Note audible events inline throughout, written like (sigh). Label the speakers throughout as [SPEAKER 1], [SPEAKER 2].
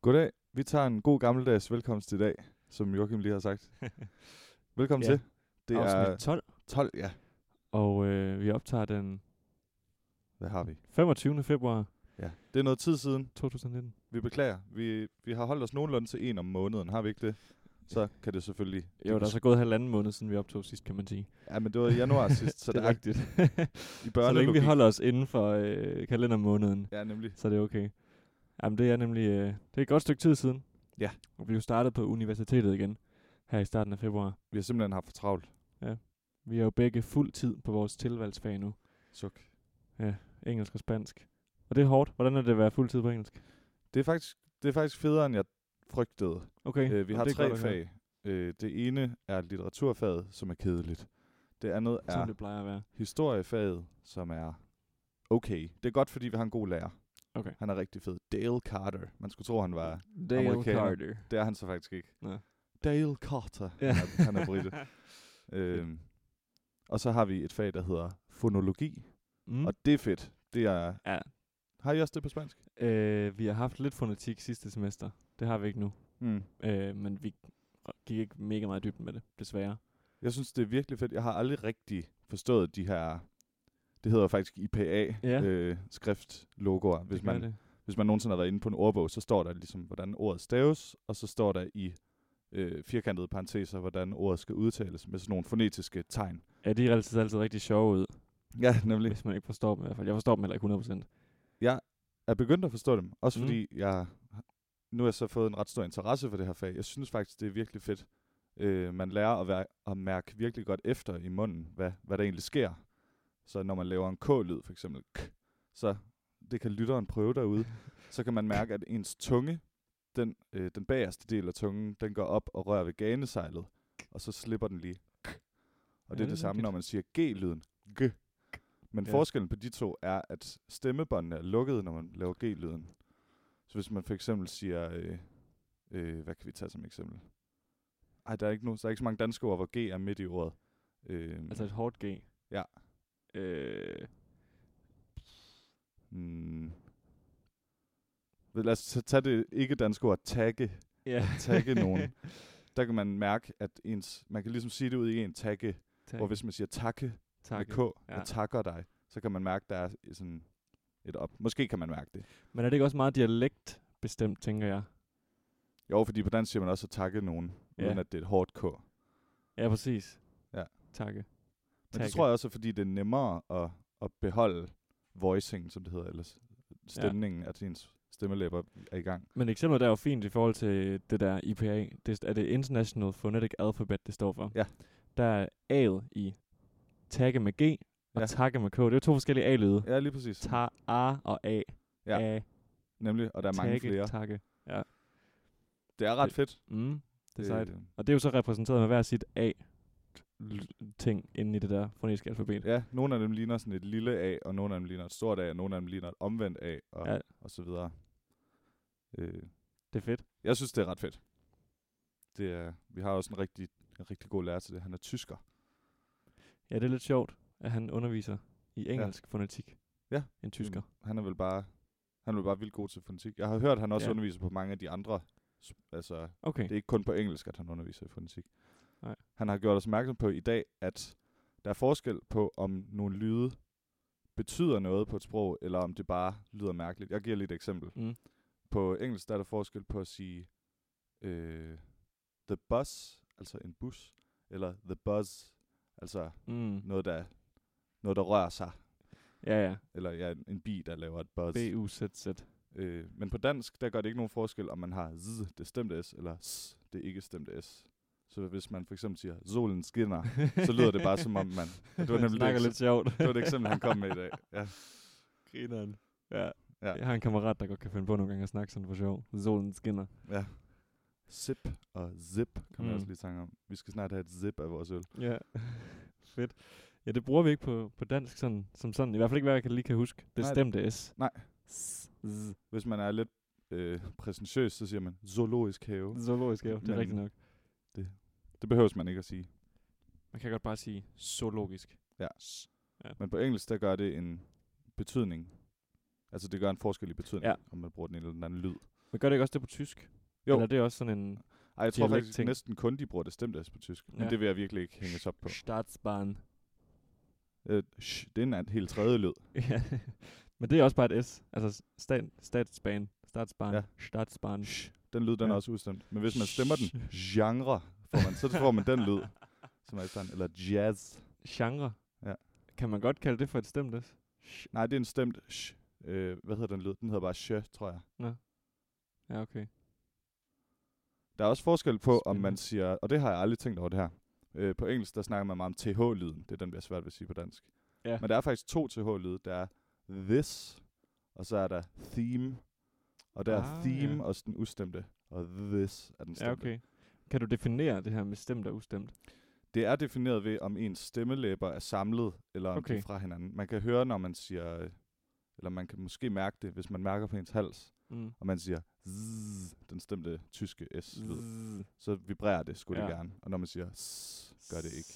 [SPEAKER 1] Goddag. Vi tager en god gammeldags velkomst i dag, som Joachim lige har
[SPEAKER 2] (laughs)
[SPEAKER 1] sagt. Velkommen
[SPEAKER 2] Ja.
[SPEAKER 1] til. Det
[SPEAKER 2] afsnit
[SPEAKER 1] er
[SPEAKER 2] 12,
[SPEAKER 1] 12, ja.
[SPEAKER 2] og øh, vi optager den
[SPEAKER 1] Hvad har vi?
[SPEAKER 2] 25. februar
[SPEAKER 1] Ja. Det er noget tid siden.
[SPEAKER 2] 2019.
[SPEAKER 1] Vi beklager. Vi, vi har holdt os nogenlunde til en om måneden, har vi ikke det? Så kan det selvfølgelig... det
[SPEAKER 2] Jo, der
[SPEAKER 1] kan-
[SPEAKER 2] er så gået halvanden måned, siden vi optog sidst, kan man sige.
[SPEAKER 1] Ja, men det var i
[SPEAKER 2] (laughs)
[SPEAKER 1] januar sidst, så det er
[SPEAKER 2] rigtigt.
[SPEAKER 1] (laughs) i
[SPEAKER 2] så længe vi
[SPEAKER 1] børnelogik.
[SPEAKER 2] holder os inden for øh, kalendermåneden,
[SPEAKER 1] Ja, nemlig.
[SPEAKER 2] så er det okay. Jamen, det er nemlig øh, det er et godt stykke tid siden.
[SPEAKER 1] Ja.
[SPEAKER 2] Og vi er jo startet på universitetet igen her i starten af februar.
[SPEAKER 1] Vi har simpelthen haft for travlt.
[SPEAKER 2] Vi er jo begge fuld tid på vores tilvalgsfag nu.
[SPEAKER 1] Suk.
[SPEAKER 2] Engelsk og spansk. Og det er hårdt. Hvordan er det at være fuld tid på engelsk?
[SPEAKER 1] Det er faktisk, det er faktisk federe, end jeg frygtede.
[SPEAKER 2] Okay.
[SPEAKER 1] Øh, vi
[SPEAKER 2] Jamen,
[SPEAKER 1] har
[SPEAKER 2] det er
[SPEAKER 1] tre
[SPEAKER 2] godt at høre.
[SPEAKER 1] fag. Øh, det ene er litteraturfaget, som er kedeligt. Det andet er
[SPEAKER 2] Som det plejer at være.
[SPEAKER 1] historiefaget, som er okay. Det er godt, fordi vi har en god lærer.
[SPEAKER 2] Okay.
[SPEAKER 1] Han er rigtig fed. Dale Carter. Man skulle tro, han var...
[SPEAKER 2] Dale
[SPEAKER 1] Amerikaner.
[SPEAKER 2] Carter.
[SPEAKER 1] Det er han så faktisk ikke.
[SPEAKER 2] Nå.
[SPEAKER 1] Dale Carter.
[SPEAKER 2] Ja.
[SPEAKER 1] Han er, han er brite.
[SPEAKER 2] (laughs)
[SPEAKER 1] øhm, og så har vi et fag, der hedder fonologi.
[SPEAKER 2] Mm.
[SPEAKER 1] (laughs) Mm. Og det er fedt. Det er...
[SPEAKER 2] Ja.
[SPEAKER 1] Har I også det på spansk?
[SPEAKER 2] Øh, vi har haft lidt fonetik sidste semester. Det har vi ikke nu.
[SPEAKER 1] Mm.
[SPEAKER 2] Øh, men vi gik ikke mega meget dybt med det, desværre.
[SPEAKER 1] Jeg synes, det er virkelig fedt. Jeg har aldrig rigtig forstået de her... Det hedder faktisk IPA,
[SPEAKER 2] Ja.
[SPEAKER 1] øh, skriftlogoer. Hvis
[SPEAKER 2] det gør
[SPEAKER 1] man,
[SPEAKER 2] det.
[SPEAKER 1] hvis man nogensinde har været inde på en ordbog, så står der ligesom, hvordan ordet staves, og så står der i øh, firkantede parenteser, hvordan ordet skal udtales med sådan nogle fonetiske tegn.
[SPEAKER 2] Ja, de er altid, altid rigtig sjove ud,
[SPEAKER 1] Ja, nemlig.
[SPEAKER 2] hvis man ikke forstår dem i hvert fald. Jeg forstår dem heller ikke
[SPEAKER 1] Mm.
[SPEAKER 2] 100%.
[SPEAKER 1] Jeg er begyndt at forstå dem, også
[SPEAKER 2] Mm.
[SPEAKER 1] fordi jeg nu har jeg så fået en ret stor interesse for det her fag. Jeg synes faktisk, det er virkelig fedt. Øh, man lærer at, være, at mærke virkelig godt efter i munden, hvad, hvad der egentlig sker. Så når man laver en k-lyd, for eksempel k, så det kan lytteren prøve
[SPEAKER 2] (laughs)
[SPEAKER 1] derude, så kan man mærke, at ens tunge, den, øh, den bagerste del af tungen, den går op og rører ved ganesejlet, og så slipper den lige. K. Og det
[SPEAKER 2] Ja,
[SPEAKER 1] er
[SPEAKER 2] det er
[SPEAKER 1] det samme,
[SPEAKER 2] rigtigt.
[SPEAKER 1] når man siger g-lyden. G. Men
[SPEAKER 2] Ja.
[SPEAKER 1] ja. forskellen på de to er, at stemmebåndene er lukkede, når man laver g-lyden. Så hvis man for eksempel siger, øh, øh, hvad kan vi tage som eksempel? Ej, der er ikke, nogen, der er ikke så mange danske ord, hvor g er midt i ordet. Øh,
[SPEAKER 2] Altså et hårdt G.
[SPEAKER 1] Ja.
[SPEAKER 2] Øh,
[SPEAKER 1] mm, Ved- lad os så tage det ikke danske ord, tagge.
[SPEAKER 2] ja.
[SPEAKER 1] tagge
[SPEAKER 2] (laughs)
[SPEAKER 1] nogen. Der kan man mærke, at ens, man kan ligesom sige det ud i en tagge,
[SPEAKER 2] tak.
[SPEAKER 1] hvor hvis man siger takke,
[SPEAKER 2] tak.
[SPEAKER 1] med k, ja.
[SPEAKER 2] ja.
[SPEAKER 1] jeg takker dig, så kan man mærke, der er sådan et op. Måske kan man mærke det.
[SPEAKER 2] Men er det ikke også meget dialektbestemt, tænker jeg?
[SPEAKER 1] Jo, fordi på dansk siger man også at takke nogen, ja.
[SPEAKER 2] Ja.
[SPEAKER 1] uden at det er et hårdt k. Men
[SPEAKER 2] Ja, præcis.
[SPEAKER 1] Ja.
[SPEAKER 2] Takke.
[SPEAKER 1] det
[SPEAKER 2] Takke.
[SPEAKER 1] tror jeg også er, fordi det er nemmere at, at beholde voicing, som det hedder, eller s- stemningen, ja. at ens stemmelæber er i gang.
[SPEAKER 2] Men eksemplet der er jo fint i forhold til det der IPA. Det er det International Phonetic Alphabet, det står for.
[SPEAKER 1] Ja.
[SPEAKER 2] Der er A'et i tagge med G
[SPEAKER 1] Ja.
[SPEAKER 2] og ja. takke med K. Det er jo to forskellige A-lyde. Ja.
[SPEAKER 1] Ja, lige præcis.
[SPEAKER 2] Ta, A og A.
[SPEAKER 1] Ja,
[SPEAKER 2] A,
[SPEAKER 1] Nemlig, og der er mange
[SPEAKER 2] tagge,
[SPEAKER 1] flere.
[SPEAKER 2] Takke.
[SPEAKER 1] Det er ret
[SPEAKER 2] Det-
[SPEAKER 1] fedt.
[SPEAKER 2] Mm, det er sejt.
[SPEAKER 1] Øh,
[SPEAKER 2] Og det er jo så repræsenteret med hver sit A-ting inde i det der fonetiske alfabet.
[SPEAKER 1] Ja, nogle af dem ligner sådan et lille A, og nogle af dem ligner et stort A, og nogle af dem ligner et omvendt A, og, ja.
[SPEAKER 2] Ja.
[SPEAKER 1] og så videre. Øh,
[SPEAKER 2] Det er fedt.
[SPEAKER 1] jeg synes, det er ret fedt. Det er, vi har også en rigtig, en rigtig god lærer til det. Han er tysker.
[SPEAKER 2] Ja, det er lidt sjovt, at han underviser i engelsk ja. fonetik.
[SPEAKER 1] Ja. Mm.
[SPEAKER 2] En tysker.
[SPEAKER 1] Han er vel bare, han er vel bare vildt god til fonetik. Jeg har hørt, at han også ja.
[SPEAKER 2] Ja.
[SPEAKER 1] underviser på mange af de andre. s- Altså,
[SPEAKER 2] Okay.
[SPEAKER 1] det er ikke kun på engelsk, at han underviser i fonetik.
[SPEAKER 2] Nej.
[SPEAKER 1] Han har gjort os opmærksom på i dag, at der er forskel på, om nogle lyde betyder noget på et sprog, eller om det bare lyder mærkeligt. Jeg giver lige et eksempel.
[SPEAKER 2] Mm.
[SPEAKER 1] På engelsk der er der forskel på at sige øh, the bus, altså en bus, eller the buzz, altså
[SPEAKER 2] Mm.
[SPEAKER 1] noget, der, noget, der rører sig,
[SPEAKER 2] Ja, ja.
[SPEAKER 1] eller ja, en- en bi, der laver et buzz.
[SPEAKER 2] B-U-Z-Z.
[SPEAKER 1] Øh, men på dansk, der gør det ikke nogen forskel, om man har z, det stemte s, eller s, det ikke stemte s. Så hvis man for eksempel siger, solen skinner, så lyder det
[SPEAKER 2] (laughs)
[SPEAKER 1] bare som om man... Det var
[SPEAKER 2] Han
[SPEAKER 1] nemlig det,
[SPEAKER 2] snakker
[SPEAKER 1] ekse-
[SPEAKER 2] lidt sjovt.
[SPEAKER 1] det, var det eksempel, han kom med i dag. Ja.
[SPEAKER 2] Grineren. Ja.
[SPEAKER 1] Ja.
[SPEAKER 2] ja. Jeg har en kammerat, der godt kan finde på nogle gange at snakke sådan for sjov. Solen skinner.
[SPEAKER 1] ja. Zip og zip, kan man mm.
[SPEAKER 2] Mm.
[SPEAKER 1] også lige tænke om. Vi skal snart have et zip af vores øl.
[SPEAKER 2] Ja. (laughs) Fedt. Ja, det bruger vi ikke på, på dansk sådan, som sådan. I hvert fald ikke, hvad jeg kan, lige kan huske. Det
[SPEAKER 1] Nej.
[SPEAKER 2] Nej. stemte S.
[SPEAKER 1] Nej.
[SPEAKER 2] S. Z.
[SPEAKER 1] Hvis man er lidt øh, præsentøs, så siger man zoologisk have.
[SPEAKER 2] Zoologisk have, det er
[SPEAKER 1] Men-
[SPEAKER 2] rigtigt nok.
[SPEAKER 1] Det behøves man ikke at sige.
[SPEAKER 2] Man kan godt bare sige zoologisk.
[SPEAKER 1] Ja.
[SPEAKER 2] S.
[SPEAKER 1] Men på engelsk, der gør det en betydning. Altså det gør en forskel i betydning, ja.
[SPEAKER 2] Ja.
[SPEAKER 1] om man bruger den ene eller den anden lyd.
[SPEAKER 2] Men gør det ikke også det på tysk?
[SPEAKER 1] Jo.
[SPEAKER 2] Eller er det også sådan en
[SPEAKER 1] Ej, jeg tror faktisk
[SPEAKER 2] Dialektting.
[SPEAKER 1] næsten kun, de bruger det stemte S på tysk. Men
[SPEAKER 2] Ja.
[SPEAKER 1] det vil jeg virkelig ikke hænges op på.
[SPEAKER 2] Staatsbahn? (laughs)
[SPEAKER 1] Øh, sh, det er en anden- helt tredje lyd.
[SPEAKER 2] Ja. Men det er også bare et S. Altså stat, statsbane, statsbane,
[SPEAKER 1] Ja.
[SPEAKER 2] ja. statsbane.
[SPEAKER 1] Den lyd, den
[SPEAKER 2] Ja.
[SPEAKER 1] er også udstemt. Men hvis man stemmer den genre, får man, så får man den
[SPEAKER 2] (laughs)
[SPEAKER 1] lyd, som er i stand. Eller jazz.
[SPEAKER 2] Genre.
[SPEAKER 1] Ja.
[SPEAKER 2] Kan man godt kalde det for et stemt S?
[SPEAKER 1] Nej, det er en stemt sh. Øh, hvad hedder den lyd? Den hedder bare sh, tror jeg.
[SPEAKER 2] Ja, okay.
[SPEAKER 1] Der er også forskel på, om man
[SPEAKER 2] Spændende.
[SPEAKER 1] siger, og det har jeg aldrig tænkt over det her. Øh, på engelsk, der snakker man meget om th-lyden. Det er den, der er svært ved at sige på dansk.
[SPEAKER 2] Ja.
[SPEAKER 1] Men der er faktisk to th-lyde. Der er this, og så er der theme. Og der ah, er
[SPEAKER 2] Ah,
[SPEAKER 1] theme
[SPEAKER 2] ja.
[SPEAKER 1] ja. også den ustemte. Og this er den stemte.
[SPEAKER 2] Ja, okay. Kan du definere det her med stemt og ustemt?
[SPEAKER 1] Det er defineret ved, om ens stemmelæber er samlet, eller om okay. de
[SPEAKER 2] Okay.
[SPEAKER 1] er fra hinanden. Man kan høre, når man siger, øh, eller man kan måske mærke det, hvis man mærker på ens hals,
[SPEAKER 2] Mm.
[SPEAKER 1] og man siger zzz, den stemte tyske s-lyd,
[SPEAKER 2] Zzz.
[SPEAKER 1] så vibrerer det skulle ja. det
[SPEAKER 2] Ja.
[SPEAKER 1] gerne. Og når man siger s, gør det ikke.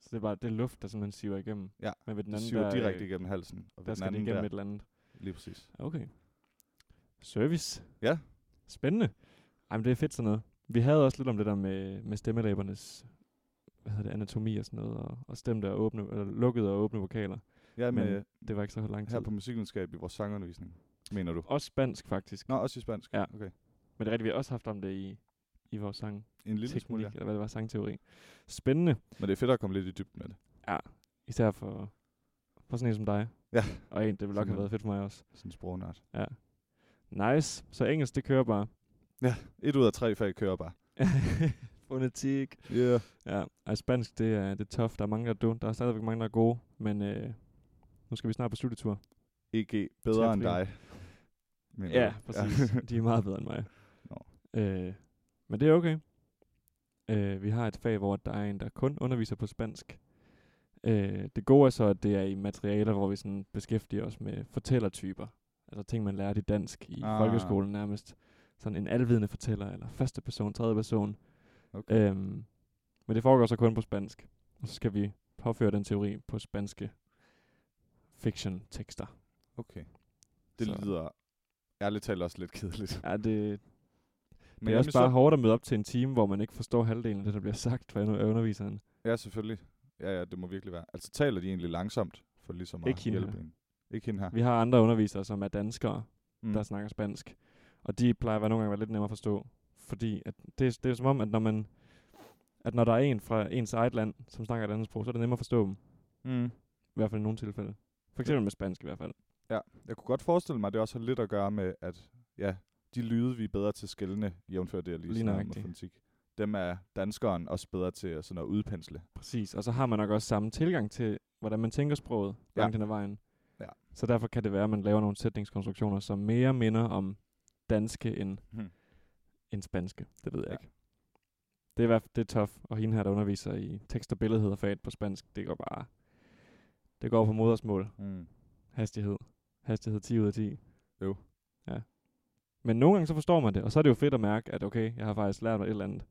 [SPEAKER 2] Så det er bare det er luft, der simpelthen siver igennem.
[SPEAKER 1] Ja,
[SPEAKER 2] Men ved den
[SPEAKER 1] Det
[SPEAKER 2] anden,
[SPEAKER 1] siver
[SPEAKER 2] der, øh,
[SPEAKER 1] direkte igennem halsen, og
[SPEAKER 2] der
[SPEAKER 1] ved den
[SPEAKER 2] skal det
[SPEAKER 1] anden
[SPEAKER 2] igennem
[SPEAKER 1] der,
[SPEAKER 2] et eller andet.
[SPEAKER 1] lige præcis.
[SPEAKER 2] Okay. Service.
[SPEAKER 1] Ja.
[SPEAKER 2] Spændende. Ej, men det er fedt sådan noget. Vi havde også lidt om det der med, med stemmelæbernes hvad hedder det, anatomi og sådan noget, og, og stemte og åbne, eller lukkede og åbne vokaler.
[SPEAKER 1] Ja, men
[SPEAKER 2] Men
[SPEAKER 1] øh,
[SPEAKER 2] Det var ikke så lang tid.
[SPEAKER 1] her på musikvidenskab i vores sangundervisning, mener du?
[SPEAKER 2] Også spansk faktisk.
[SPEAKER 1] Nå, også i spansk?
[SPEAKER 2] Ja.
[SPEAKER 1] Okay.
[SPEAKER 2] Men det er rigtigt, vi har også haft om det i, i vores sang.
[SPEAKER 1] En lille smule, ja.
[SPEAKER 2] eller hvad det var, sangteori. Spændende.
[SPEAKER 1] Men det er fedt at komme lidt i dybden med det.
[SPEAKER 2] Især for, for sådan en som dig.
[SPEAKER 1] Ja.
[SPEAKER 2] Og en, det ville nok have
[SPEAKER 1] Simpelthen.
[SPEAKER 2] været fedt for mig også.
[SPEAKER 1] Sådan en sprognart.
[SPEAKER 2] Ja. Nice. Så engelsk, det kører bare.
[SPEAKER 1] Et ud af tre fag kører bare.
[SPEAKER 2] Fonetik.
[SPEAKER 1] Yeah.
[SPEAKER 2] Ja, og spansk, det er, det er tough. Der er mange, der er dumme. Der er stadigvæk mange, der er gode. Men øh, nu skal vi snart på studietur.
[SPEAKER 1] EG, E bedre end
[SPEAKER 2] Tæt
[SPEAKER 1] dig. mener
[SPEAKER 2] Ja,
[SPEAKER 1] du?
[SPEAKER 2] præcis. De er meget bedre end mig.
[SPEAKER 1] Nå.
[SPEAKER 2] Øh, men det er okay. Øh, vi har et fag, hvor der er en, der kun underviser på spansk. Øh, det gode er så, at det er i materialer, hvor vi sådan beskæftiger os med fortællertyper. Altså ting, man lærte i dansk i
[SPEAKER 1] Ah.
[SPEAKER 2] ah. folkeskolen nærmest. Sådan en alvidende fortæller, eller første person, tredje person.
[SPEAKER 1] Okay.
[SPEAKER 2] Øhm, men det foregår så kun på spansk. Og så skal vi påføre den teori på spanske fiction-tekster.
[SPEAKER 1] okay. (laughs) Det
[SPEAKER 2] så-
[SPEAKER 1] lyder ærligt talt også lidt kedeligt.
[SPEAKER 2] Ja, det,
[SPEAKER 1] Men
[SPEAKER 2] det er
[SPEAKER 1] jeg
[SPEAKER 2] også bare
[SPEAKER 1] misund-
[SPEAKER 2] hårdt at møde op til en time, hvor man ikke forstår halvdelen af det, der bliver sagt fra en- af underviseren.
[SPEAKER 1] Ja, selvfølgelig. Ja, ja, det må virkelig være. Altså taler de egentlig langsomt for ligesom at
[SPEAKER 2] Ikke hende
[SPEAKER 1] hjælpe
[SPEAKER 2] her.
[SPEAKER 1] en? Ikke hende her.
[SPEAKER 2] Vi har andre undervisere, som er danskere,
[SPEAKER 1] Mm.
[SPEAKER 2] mm. der snakker spansk. Og de plejer at være nogle gange at være lidt nemmere at forstå. Fordi at det, er- det er som om, at når man at når der er en fra ens eget land, som snakker et andet sprog, så er det nemmere at forstå dem.
[SPEAKER 1] Mm.
[SPEAKER 2] I hvert fald i nogle tilfælde. For eksempel med spansk i hvert fald.
[SPEAKER 1] Ja, jeg kunne godt forestille mig, at det også har lidt at gøre med, at ja, de lyde, vi er bedre til skældende, jævnfører det, jeg lige
[SPEAKER 2] Lige
[SPEAKER 1] snakkede om
[SPEAKER 2] nøjagtigt.
[SPEAKER 1] fonetik. Dem er danskeren også bedre til at, sådan at udpensle.
[SPEAKER 2] Præcis, og så har man nok også samme tilgang til, hvordan man tænker sproget ja. langt hen ad vejen.
[SPEAKER 1] Ja.
[SPEAKER 2] Så derfor kan det være, at man laver nogle sætningskonstruktioner, som mere minder om danske end,
[SPEAKER 1] Hmm.
[SPEAKER 2] end spanske. Det ved jeg
[SPEAKER 1] Ja.
[SPEAKER 2] ja. ikke. Det er i hvert fald det er tough, og hende her, der underviser i tekst- og billedhederfaget på spansk, det går bare... Det går på modersmål.
[SPEAKER 1] Mm.
[SPEAKER 2] Hastighed. Hastighed 10 ud af 10.
[SPEAKER 1] Jo.
[SPEAKER 2] Ja. Men nogle gange så forstår man det, og så er det jo fedt at mærke, at okay, jeg har faktisk lært mig et eller andet.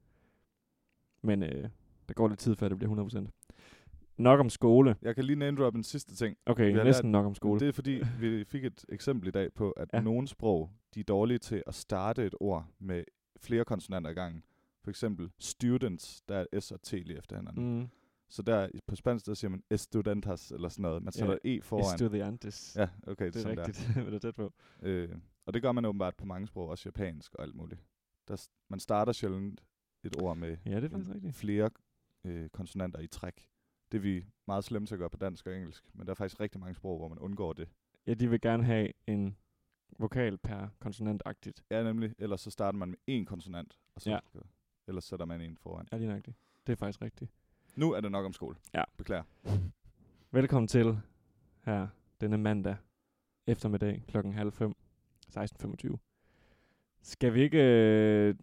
[SPEAKER 2] Men øh, der går lidt tid, før det bliver 100%. Nok om skole.
[SPEAKER 1] Jeg kan lige name drop en sidste ting. Vi
[SPEAKER 2] Okay,
[SPEAKER 1] har
[SPEAKER 2] næsten nok om skole.
[SPEAKER 1] Det er fordi, vi fik et eksempel i dag på, at ja.
[SPEAKER 2] Ja.
[SPEAKER 1] nogle sprog, de er dårlige til at starte et ord med flere konsonanter ad gangen. For eksempel students, der er S og T lige efter hinanden. Mm.
[SPEAKER 2] Mm.
[SPEAKER 1] Så der i- på spansk, der siger man estudentas eller sådan noget. Man
[SPEAKER 2] Ja.
[SPEAKER 1] sætter ja. E foran.
[SPEAKER 2] Estudiantes. Ja,
[SPEAKER 1] ja, okay, det,
[SPEAKER 2] det er
[SPEAKER 1] sådan
[SPEAKER 2] rigtigt. (laughs) Men det er tæt på.
[SPEAKER 1] Der. Øh, og det gør man åbenbart på mange sprog, også japansk og alt muligt. Der, s- man starter sjældent et ord med
[SPEAKER 2] Ja, det er faktisk rigtigt.
[SPEAKER 1] flere øh, konsonanter i træk. Det er vi meget slemme til at gøre på dansk og engelsk, men der er faktisk rigtig mange sprog, hvor man undgår det.
[SPEAKER 2] Ja, de vil gerne have en vokal per konsonantagtigt.
[SPEAKER 1] Ja, nemlig. Ellers så starter man med én konsonant, og så
[SPEAKER 2] Ja.
[SPEAKER 1] ellers sætter man en foran.
[SPEAKER 2] Ja, lige nøjagtigt. Det er faktisk rigtigt.
[SPEAKER 1] Nu er det nok om skole.
[SPEAKER 2] Ja.
[SPEAKER 1] Beklager.
[SPEAKER 2] Velkommen til her denne mandag eftermiddag klokken halv fem, 16.25. Skal vi ikke øh,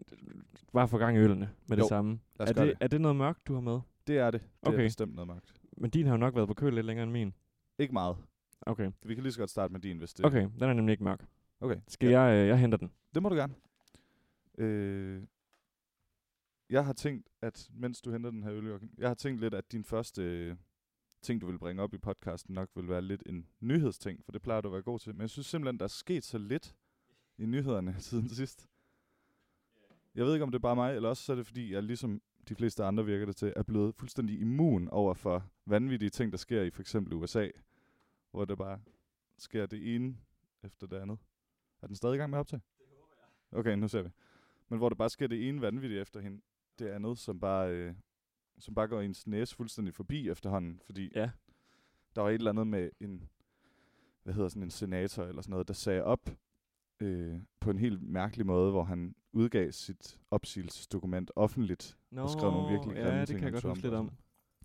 [SPEAKER 2] bare få gang i ølene med
[SPEAKER 1] Jo,
[SPEAKER 2] det samme?
[SPEAKER 1] Lad os
[SPEAKER 2] er,
[SPEAKER 1] gøre
[SPEAKER 2] det,
[SPEAKER 1] det.
[SPEAKER 2] er det noget mørkt, du har med?
[SPEAKER 1] Det er det. Det okay. er
[SPEAKER 2] Okay.
[SPEAKER 1] bestemt noget magt.
[SPEAKER 2] Men din har jo nok været på køl lidt længere end min.
[SPEAKER 1] Ikke meget.
[SPEAKER 2] Okay,
[SPEAKER 1] Vi kan lige så godt starte med din, hvis det...
[SPEAKER 2] okay den er nemlig ikke mørk.
[SPEAKER 1] okay.
[SPEAKER 2] Skal
[SPEAKER 1] ja,
[SPEAKER 2] ja. jeg, øh, jeg henter den?
[SPEAKER 1] Det må du gerne. Øh, jeg har tænkt, at mens du henter den her øl, Joachim, jeg har tænkt lidt, at din første øh, ting, du vil bringe op i podcasten, nok vil være lidt en nyhedsting, for det plejer du at være god til. Men jeg synes simpelthen, der er sket så lidt i nyhederne (laughs) siden sidst. Jeg ved ikke, om det er bare mig, eller også så er det fordi, jeg ligesom de fleste andre virker det til, er blevet fuldstændig immun over for vanvittige ting, der sker i for eksempel USA, hvor der bare sker det ene efter det andet. Er den stadig i gang med at optage? Det håber jeg. Okay, nu ser vi. Men hvor der bare sker det ene vanvittige efter hende, det andet, som bare, øh, som bare går ens næse fuldstændig forbi efterhånden, fordi
[SPEAKER 2] Ja.
[SPEAKER 1] der var et eller andet med en, hvad hedder sådan en senator eller sådan noget, der sagde op øh, på en helt mærkelig måde, hvor han udgav sit opsigelsesdokument offentligt,
[SPEAKER 2] Nå,
[SPEAKER 1] skrev nogle virkelig grimme
[SPEAKER 2] ja, det
[SPEAKER 1] ting
[SPEAKER 2] kan jeg
[SPEAKER 1] om
[SPEAKER 2] godt
[SPEAKER 1] Trump
[SPEAKER 2] huske lidt
[SPEAKER 1] og
[SPEAKER 2] om.
[SPEAKER 1] sådan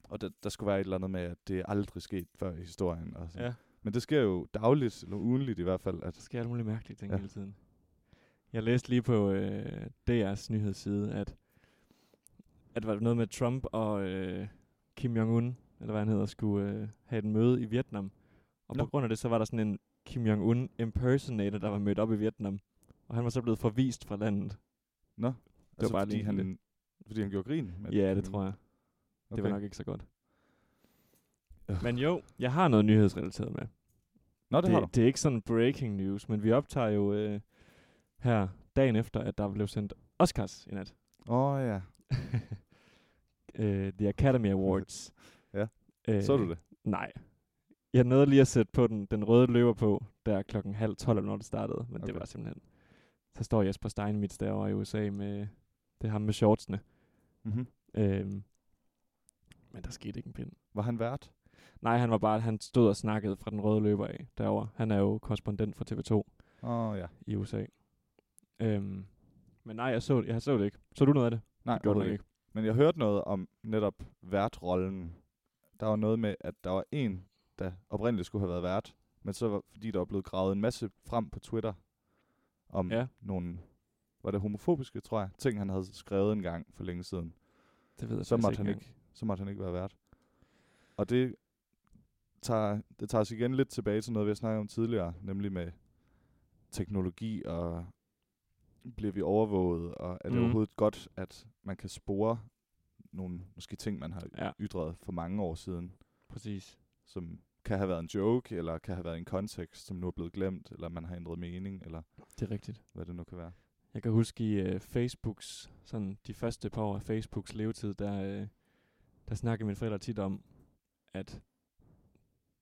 [SPEAKER 1] og der, der skulle være et eller andet med, at det er aldrig sket før i historien. Og sådan.
[SPEAKER 2] Ja,
[SPEAKER 1] Men det sker jo dagligt, eller ugenligt i hvert fald,
[SPEAKER 2] der
[SPEAKER 1] at
[SPEAKER 2] sker alle mulige mærkelige ting
[SPEAKER 1] Ja.
[SPEAKER 2] ja. hele tiden. Jeg læste lige på øh, DR's nyhedsside, at, at var det noget med at Trump og øh, Kim Jong-un, eller hvad han hedder, skulle øh, have et møde i Vietnam. Og
[SPEAKER 1] Nå.
[SPEAKER 2] på grund af det, så var der sådan en Kim Jong-un impersonator, der var mødt op i Vietnam. Og han var så blevet forvist fra landet.
[SPEAKER 1] Nå, det altså,
[SPEAKER 2] bare
[SPEAKER 1] fordi,
[SPEAKER 2] lige
[SPEAKER 1] han,
[SPEAKER 2] lidt.
[SPEAKER 1] fordi han gjorde grin. med
[SPEAKER 2] Ja,
[SPEAKER 1] Kim
[SPEAKER 2] det
[SPEAKER 1] Jong-un.
[SPEAKER 2] tror jeg. Okay. Det var nok ikke så godt.
[SPEAKER 1] Øh.
[SPEAKER 2] Men jo, jeg har noget nyhedsrelateret med.
[SPEAKER 1] Nå, det, det har du.
[SPEAKER 2] det, det er ikke sådan breaking news, men vi optager jo øh, her dagen efter, at der blev sendt Oscars i
[SPEAKER 1] (laughs)
[SPEAKER 2] nat.
[SPEAKER 1] Åh oh, ja,
[SPEAKER 2] øh, The Academy Awards.
[SPEAKER 1] (laughs) Ja.
[SPEAKER 2] Øh,
[SPEAKER 1] så du det.
[SPEAKER 2] Nej. Jeg nåede lige at sætte på den, den røde løber på, der klokken halv tolv, eller når det startede, men okay.
[SPEAKER 1] Okay.
[SPEAKER 2] det var simpelthen... Så står Jesper Steinmitz derovre i USA med... Det er ham med shortsene.
[SPEAKER 1] Mm-hmm.
[SPEAKER 2] Øhm, men der skete ikke en pind.
[SPEAKER 1] Var han vært?
[SPEAKER 2] Nej, han var bare, han stod og snakkede fra den røde løber af derovre. Han er jo korrespondent for TV2.
[SPEAKER 1] Åh oh, ja.
[SPEAKER 2] i USA. Øhm, men nej, jeg så, jeg så det ikke. Så du noget af det?
[SPEAKER 1] Nej,
[SPEAKER 2] det gjorde du
[SPEAKER 1] overhovedet
[SPEAKER 2] nok
[SPEAKER 1] ikke.
[SPEAKER 2] ikke.
[SPEAKER 1] Men jeg hørte noget om netop værtrollen. Der var noget med, at der var en, der oprindeligt skulle have været vært, men så var, fordi der var blevet gravet en masse frem på Twitter om ja.
[SPEAKER 2] Ja.
[SPEAKER 1] nogle, var det homofobiske, tror jeg, ting, han havde skrevet en gang for længe siden.
[SPEAKER 2] Det ved jeg
[SPEAKER 1] så
[SPEAKER 2] faktisk
[SPEAKER 1] måtte, han
[SPEAKER 2] engang.
[SPEAKER 1] ikke, så måtte han ikke være vært. Og det tager, det tager os igen lidt tilbage til noget, vi har snakket om tidligere, nemlig med teknologi og bliver vi overvåget, og er det mm.
[SPEAKER 2] Mhm.
[SPEAKER 1] overhovedet godt, at man kan spore nogle måske ting, man har
[SPEAKER 2] Ja.
[SPEAKER 1] ytret for mange år siden,
[SPEAKER 2] Præcis.
[SPEAKER 1] som kan have været en joke, eller kan have været en kontekst, som nu er blevet glemt, eller man har ændret mening, eller
[SPEAKER 2] Det er rigtigt.
[SPEAKER 1] hvad det nu kan være.
[SPEAKER 2] Jeg kan huske i øh, Facebooks, sådan de første par år af Facebooks levetid, der, øh, der snakkede mine forældre tit om, at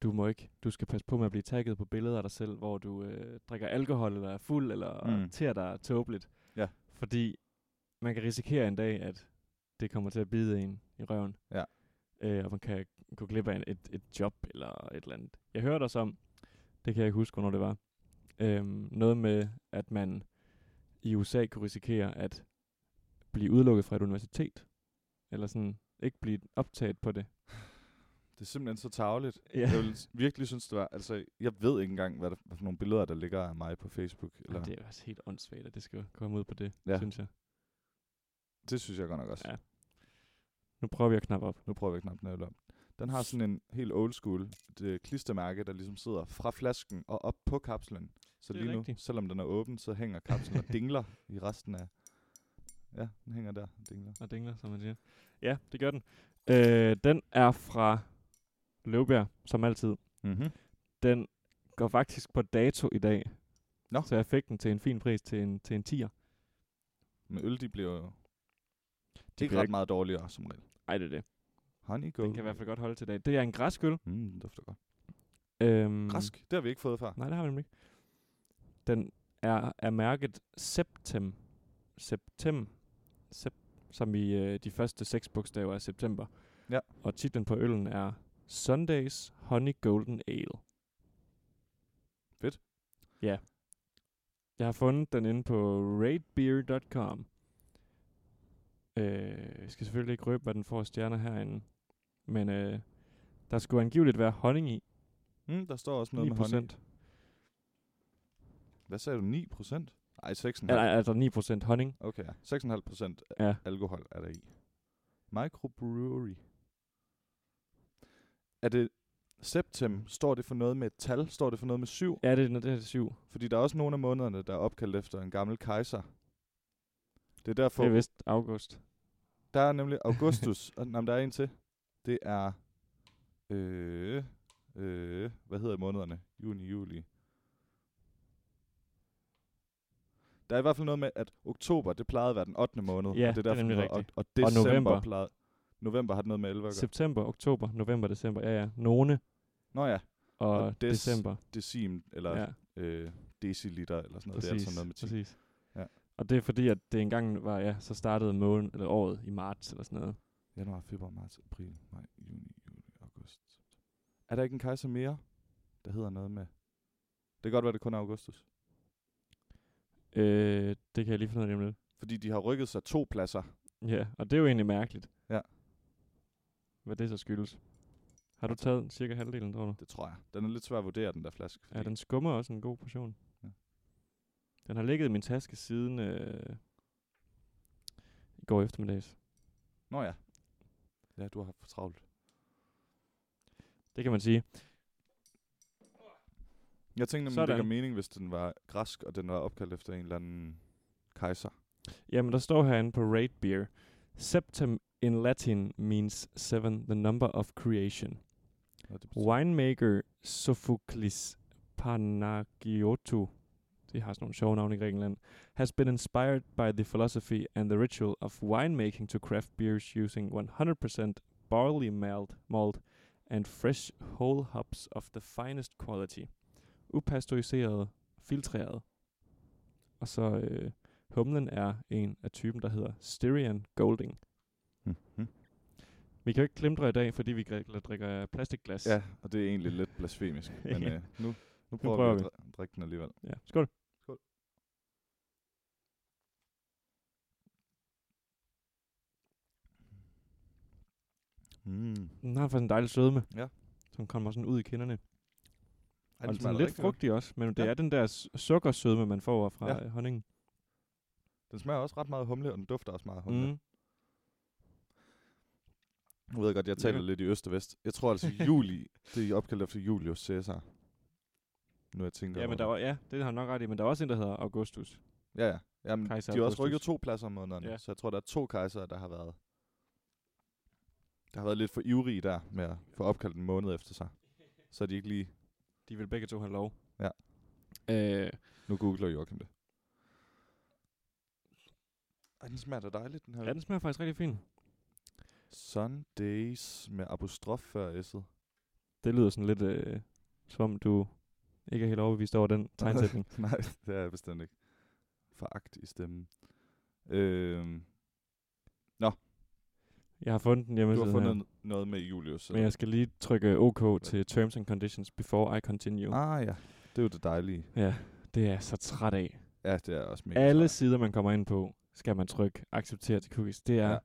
[SPEAKER 2] du må ikke, du skal passe på med at blive tagget på billeder af dig selv, hvor du øh, drikker alkohol, eller er fuld, eller
[SPEAKER 1] Mm.
[SPEAKER 2] mm. tærer dig tåbeligt.
[SPEAKER 1] Ja.
[SPEAKER 2] Fordi man kan risikere en dag, at det kommer til at bide en i røven.
[SPEAKER 1] Ja.
[SPEAKER 2] Øh, og man kan gå glip af en, et, et job, eller et eller andet. Jeg hørte også om, det kan jeg ikke huske, hvornår det var, øhm, noget med, at man i USA kunne risikere at blive udelukket fra et universitet. Eller sådan, ikke blive optaget på det.
[SPEAKER 1] Det er simpelthen så tageligt.
[SPEAKER 2] Ja,
[SPEAKER 1] Jeg vil s- virkelig synes, det var... Altså, jeg ved ikke engang, hvad, der, hvad for nogle billeder, der ligger af mig på Facebook. Eller,
[SPEAKER 2] Jamen, det
[SPEAKER 1] det.
[SPEAKER 2] er jo også helt åndssvagt, at det skal komme ud på det,
[SPEAKER 1] Ja.
[SPEAKER 2] ja. synes jeg.
[SPEAKER 1] det synes jeg godt nok også. Ja.
[SPEAKER 2] Ja. Nu prøver vi at knappe op.
[SPEAKER 1] Nu prøver vi at knappe den her øl op. Den har sådan en helt old school et, øh, klistermærke, der ligesom sidder fra flasken og op på kapslen. Så
[SPEAKER 2] Det er
[SPEAKER 1] lige nu,
[SPEAKER 2] rigtigt.
[SPEAKER 1] selvom den er åben, så hænger kapslen og dingler i resten af... Ja, den hænger der og dingler.
[SPEAKER 2] Og dingler, som man siger. Ja, det gør den. Øh, den er fra Løvbjerg, som altid. Mhm.
[SPEAKER 1] Mm-hmm.
[SPEAKER 2] Den går faktisk på dato i dag.
[SPEAKER 1] Nå.
[SPEAKER 2] Så jeg fik den til en fin pris, til en, til en 10'er.
[SPEAKER 1] Men øl, de bliver jo... De
[SPEAKER 2] bliver
[SPEAKER 1] ikke ret
[SPEAKER 2] ikke-
[SPEAKER 1] meget dårligere, som regel.
[SPEAKER 2] Ej, det er det.
[SPEAKER 1] Honey go.
[SPEAKER 2] Den kan i hvert fald godt holde til i dag. Det er en græsk øl.
[SPEAKER 1] Mm, den dufter godt.
[SPEAKER 2] Øhm,
[SPEAKER 1] Græsk, det har vi ikke fået før.
[SPEAKER 2] Nej, det har vi nemlig ikke. Den er, er mærket Septem. Septem. Sep, som i øh, de første seks bogstaver af september.
[SPEAKER 1] Ja.
[SPEAKER 2] Og titlen på øllen er Sundays Honey Golden Ale.
[SPEAKER 1] Fedt.
[SPEAKER 2] Ja. Jeg har fundet den inde på ratebeer.com. Øh, jeg skal selvfølgelig ikke røbe, hvad den får af stjerner herinde. Men øh, der skulle angiveligt være honning i.
[SPEAKER 1] Mm, der står også noget med
[SPEAKER 2] 9
[SPEAKER 1] honey. Hvad sagde du? 9 procent? Ej, 6,5.
[SPEAKER 2] Ja, nej, altså 9% honning.
[SPEAKER 1] Okay, ja. 6,5 procent
[SPEAKER 2] Ja.
[SPEAKER 1] alkohol er der i. Microbrewery. Er det septem? Står det for noget med et tal? Står det for noget med syv?
[SPEAKER 2] Ja, det, er- det her er 7.
[SPEAKER 1] Fordi der er også nogle af månederne, der er opkaldt efter en gammel kejser. Det er derfor,
[SPEAKER 2] Det er vist august.
[SPEAKER 1] der er nemlig Augustus. og, nej, men der er en til. Det er, øh, øh, hvad hedder månederne? Juni, juli. Der er i hvert fald noget med, at oktober, det plejede at være den 8. måned.
[SPEAKER 2] Ja,
[SPEAKER 1] og
[SPEAKER 2] det
[SPEAKER 1] det
[SPEAKER 2] er
[SPEAKER 1] er derfor,
[SPEAKER 2] nemlig
[SPEAKER 1] den hedder otte-
[SPEAKER 2] rigtigt.
[SPEAKER 1] Og, og december
[SPEAKER 2] november.
[SPEAKER 1] plejede... November har det noget med 11 at gøre.
[SPEAKER 2] September, oktober, november, december. Ja, ja. Nogle
[SPEAKER 1] Nå ja,
[SPEAKER 2] og,
[SPEAKER 1] Og des-
[SPEAKER 2] december.
[SPEAKER 1] decim eller
[SPEAKER 2] Ja,
[SPEAKER 1] ja. øh, deciliter eller sådan noget. det er altså noget med 10.
[SPEAKER 2] præcis.
[SPEAKER 1] Ja.
[SPEAKER 2] Og det er fordi, at det engang var, ja, så startede måneden, eller året i marts eller sådan noget.
[SPEAKER 1] Januar, februar, marts, april, maj, juni, juli, august. Er der ikke en kejser mere, der hedder noget med? Det kan godt være, det kun er augustus.
[SPEAKER 2] Øh, det kan jeg lige finde ud af lige om lidt.
[SPEAKER 1] Fordi de har rykket sig to pladser.
[SPEAKER 2] Ja, og det er jo egentlig mærkeligt.
[SPEAKER 1] Ja.
[SPEAKER 2] Hvad det så skyldes. Har du taget cirka halvdelen, tror du?
[SPEAKER 1] Det tror jeg. Den er lidt svær at vurdere, den der flaske.
[SPEAKER 2] Ja, den skummer også en god portion. Ja.
[SPEAKER 1] Ja.
[SPEAKER 2] Den har ligget i min taske siden øh, i går eftermiddags.
[SPEAKER 1] Nå ja. Ja, du har haft for travlt.
[SPEAKER 2] Det kan man sige.
[SPEAKER 1] Jeg tænkte, nemlig, det
[SPEAKER 2] Sådan.
[SPEAKER 1] gav mening, hvis den var græsk, og den var opkaldt efter en eller anden kejser.
[SPEAKER 2] Jamen, der står herinde på Raid Beer. Septem in Latin means seven, the number of creation.
[SPEAKER 1] Og det betyder-
[SPEAKER 2] Winemaker Sophocles Panagiotou, de har sådan nogle sjove navne i Grækenland, has been inspired by the philosophy and the ritual of winemaking to craft beers using 100% barley malt, malt and fresh whole hops of the finest quality. Upasteuriseret, filtreret. Og så øh, humlen er en af typen, der hedder Styrian Golding.
[SPEAKER 1] Mhm.
[SPEAKER 2] Vi kan jo ikke klimtre i dag, fordi vi grækler drikker plastikglas.
[SPEAKER 1] Ja, og det er egentlig lidt
[SPEAKER 2] (laughs)
[SPEAKER 1] blasfemisk. Men
[SPEAKER 2] Ja.
[SPEAKER 1] øh, nu, nu prøver,
[SPEAKER 2] prøver
[SPEAKER 1] vi
[SPEAKER 2] vi.
[SPEAKER 1] at dri- drikke den alligevel.
[SPEAKER 2] Ja, skål.
[SPEAKER 1] Skål. Mm.
[SPEAKER 2] Den har faktisk en dejlig sødme.
[SPEAKER 1] Ja.
[SPEAKER 2] Som kommer sådan ud i kinderne.
[SPEAKER 1] Ej,
[SPEAKER 2] og
[SPEAKER 1] den
[SPEAKER 2] den er
[SPEAKER 1] smager
[SPEAKER 2] lidt
[SPEAKER 1] rigtig godt.
[SPEAKER 2] frugtig også, men det
[SPEAKER 1] Ja.
[SPEAKER 2] er den der s- sukkersødme, man får fra
[SPEAKER 1] Ja.
[SPEAKER 2] ja. honningen.
[SPEAKER 1] Den smager også ret meget af humle, og den dufter også meget af humle. Mm.
[SPEAKER 2] Mm.
[SPEAKER 1] Nu ved jeg godt, jeg taler
[SPEAKER 2] Lækkert.
[SPEAKER 1] lidt i øst og vest. Jeg
[SPEAKER 2] (laughs)
[SPEAKER 1] tror altså, juli, det er opkaldt efter Julius Caesar. Nu jeg tænker
[SPEAKER 2] Ja,
[SPEAKER 1] over
[SPEAKER 2] men der var, ja, det har du nok ret i, men der er også en, der hedder Augustus.
[SPEAKER 1] det. Ja, ja. Jamen, de
[SPEAKER 2] Kejser
[SPEAKER 1] har også
[SPEAKER 2] Augustus.
[SPEAKER 1] rykket to pladser om månederne,
[SPEAKER 2] Ja.
[SPEAKER 1] ja. så jeg tror, der er to kejsere, der har været... Der har været lidt for ivrige der med at få opkaldt en måned efter sig. Så er de ikke lige
[SPEAKER 2] De vil begge to have lov.
[SPEAKER 1] Ja.
[SPEAKER 2] Øh,
[SPEAKER 1] Nu googler Joachim det. Ej, den smager da dejligt, den her.
[SPEAKER 2] ja, den smager faktisk rigtig fint.
[SPEAKER 1] Sundays med apostrof før S'et. (laughs)
[SPEAKER 2] Det lyder sådan lidt, øh, som om du ikke er helt overbevist over (laughs) den tegnsætning.
[SPEAKER 1] Nej, det er jeg bestemt ikke. Foragt i stemmen. Øhm,
[SPEAKER 2] Jeg har fundet den hjemme.
[SPEAKER 1] du har fundet n- noget med Julius.
[SPEAKER 2] Men jeg skal lige trykke OK til Terms and Conditions before I continue.
[SPEAKER 1] Ah ja, det er jo det dejlige.
[SPEAKER 2] Ja, det er jeg så træt af.
[SPEAKER 1] Ja, det er også mega
[SPEAKER 2] alle
[SPEAKER 1] smart.
[SPEAKER 2] sider, man kommer ind på, skal man trykke acceptere til cookies. Det er, ja.
[SPEAKER 1] Ja.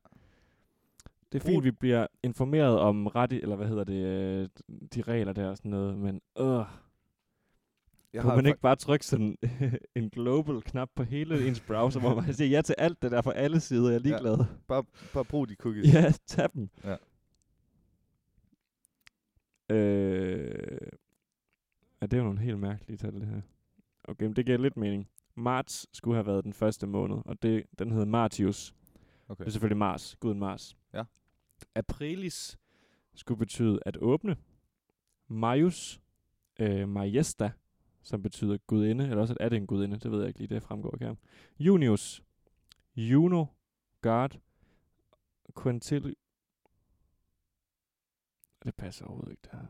[SPEAKER 2] det er
[SPEAKER 1] Brug-
[SPEAKER 2] fint, vi bliver informeret om ret, eller hvad hedder det, øh, de regler der og sådan noget, men øh, kunne
[SPEAKER 1] Jeg
[SPEAKER 2] man
[SPEAKER 1] fa-
[SPEAKER 2] ikke bare trykke sådan (laughs) en global knap på hele ens browser, hvor man siger ja til alt det der fra alle sider, jeg er ligeglad.
[SPEAKER 1] bare, bare brug de cookies.
[SPEAKER 2] Ja, ja tag dem.
[SPEAKER 1] Ja.
[SPEAKER 2] Øh, ja, det er jo nogle helt mærkelige tal, det her. Okay, men det giver lidt mening. Marts skulle have været den første måned, og det, den hed Martius.
[SPEAKER 1] Okay.
[SPEAKER 2] Det er selvfølgelig Mars, guden Mars.
[SPEAKER 1] Ja.
[SPEAKER 2] Aprilis skulle betyde at åbne. Majus, øh, Majesta, som betyder gudinde, eller også at er det en gudinde, det ved jeg ikke lige, det fremgår ikke her. Junius, Juno, God, Quintil... Det passer overhovedet ikke, det her.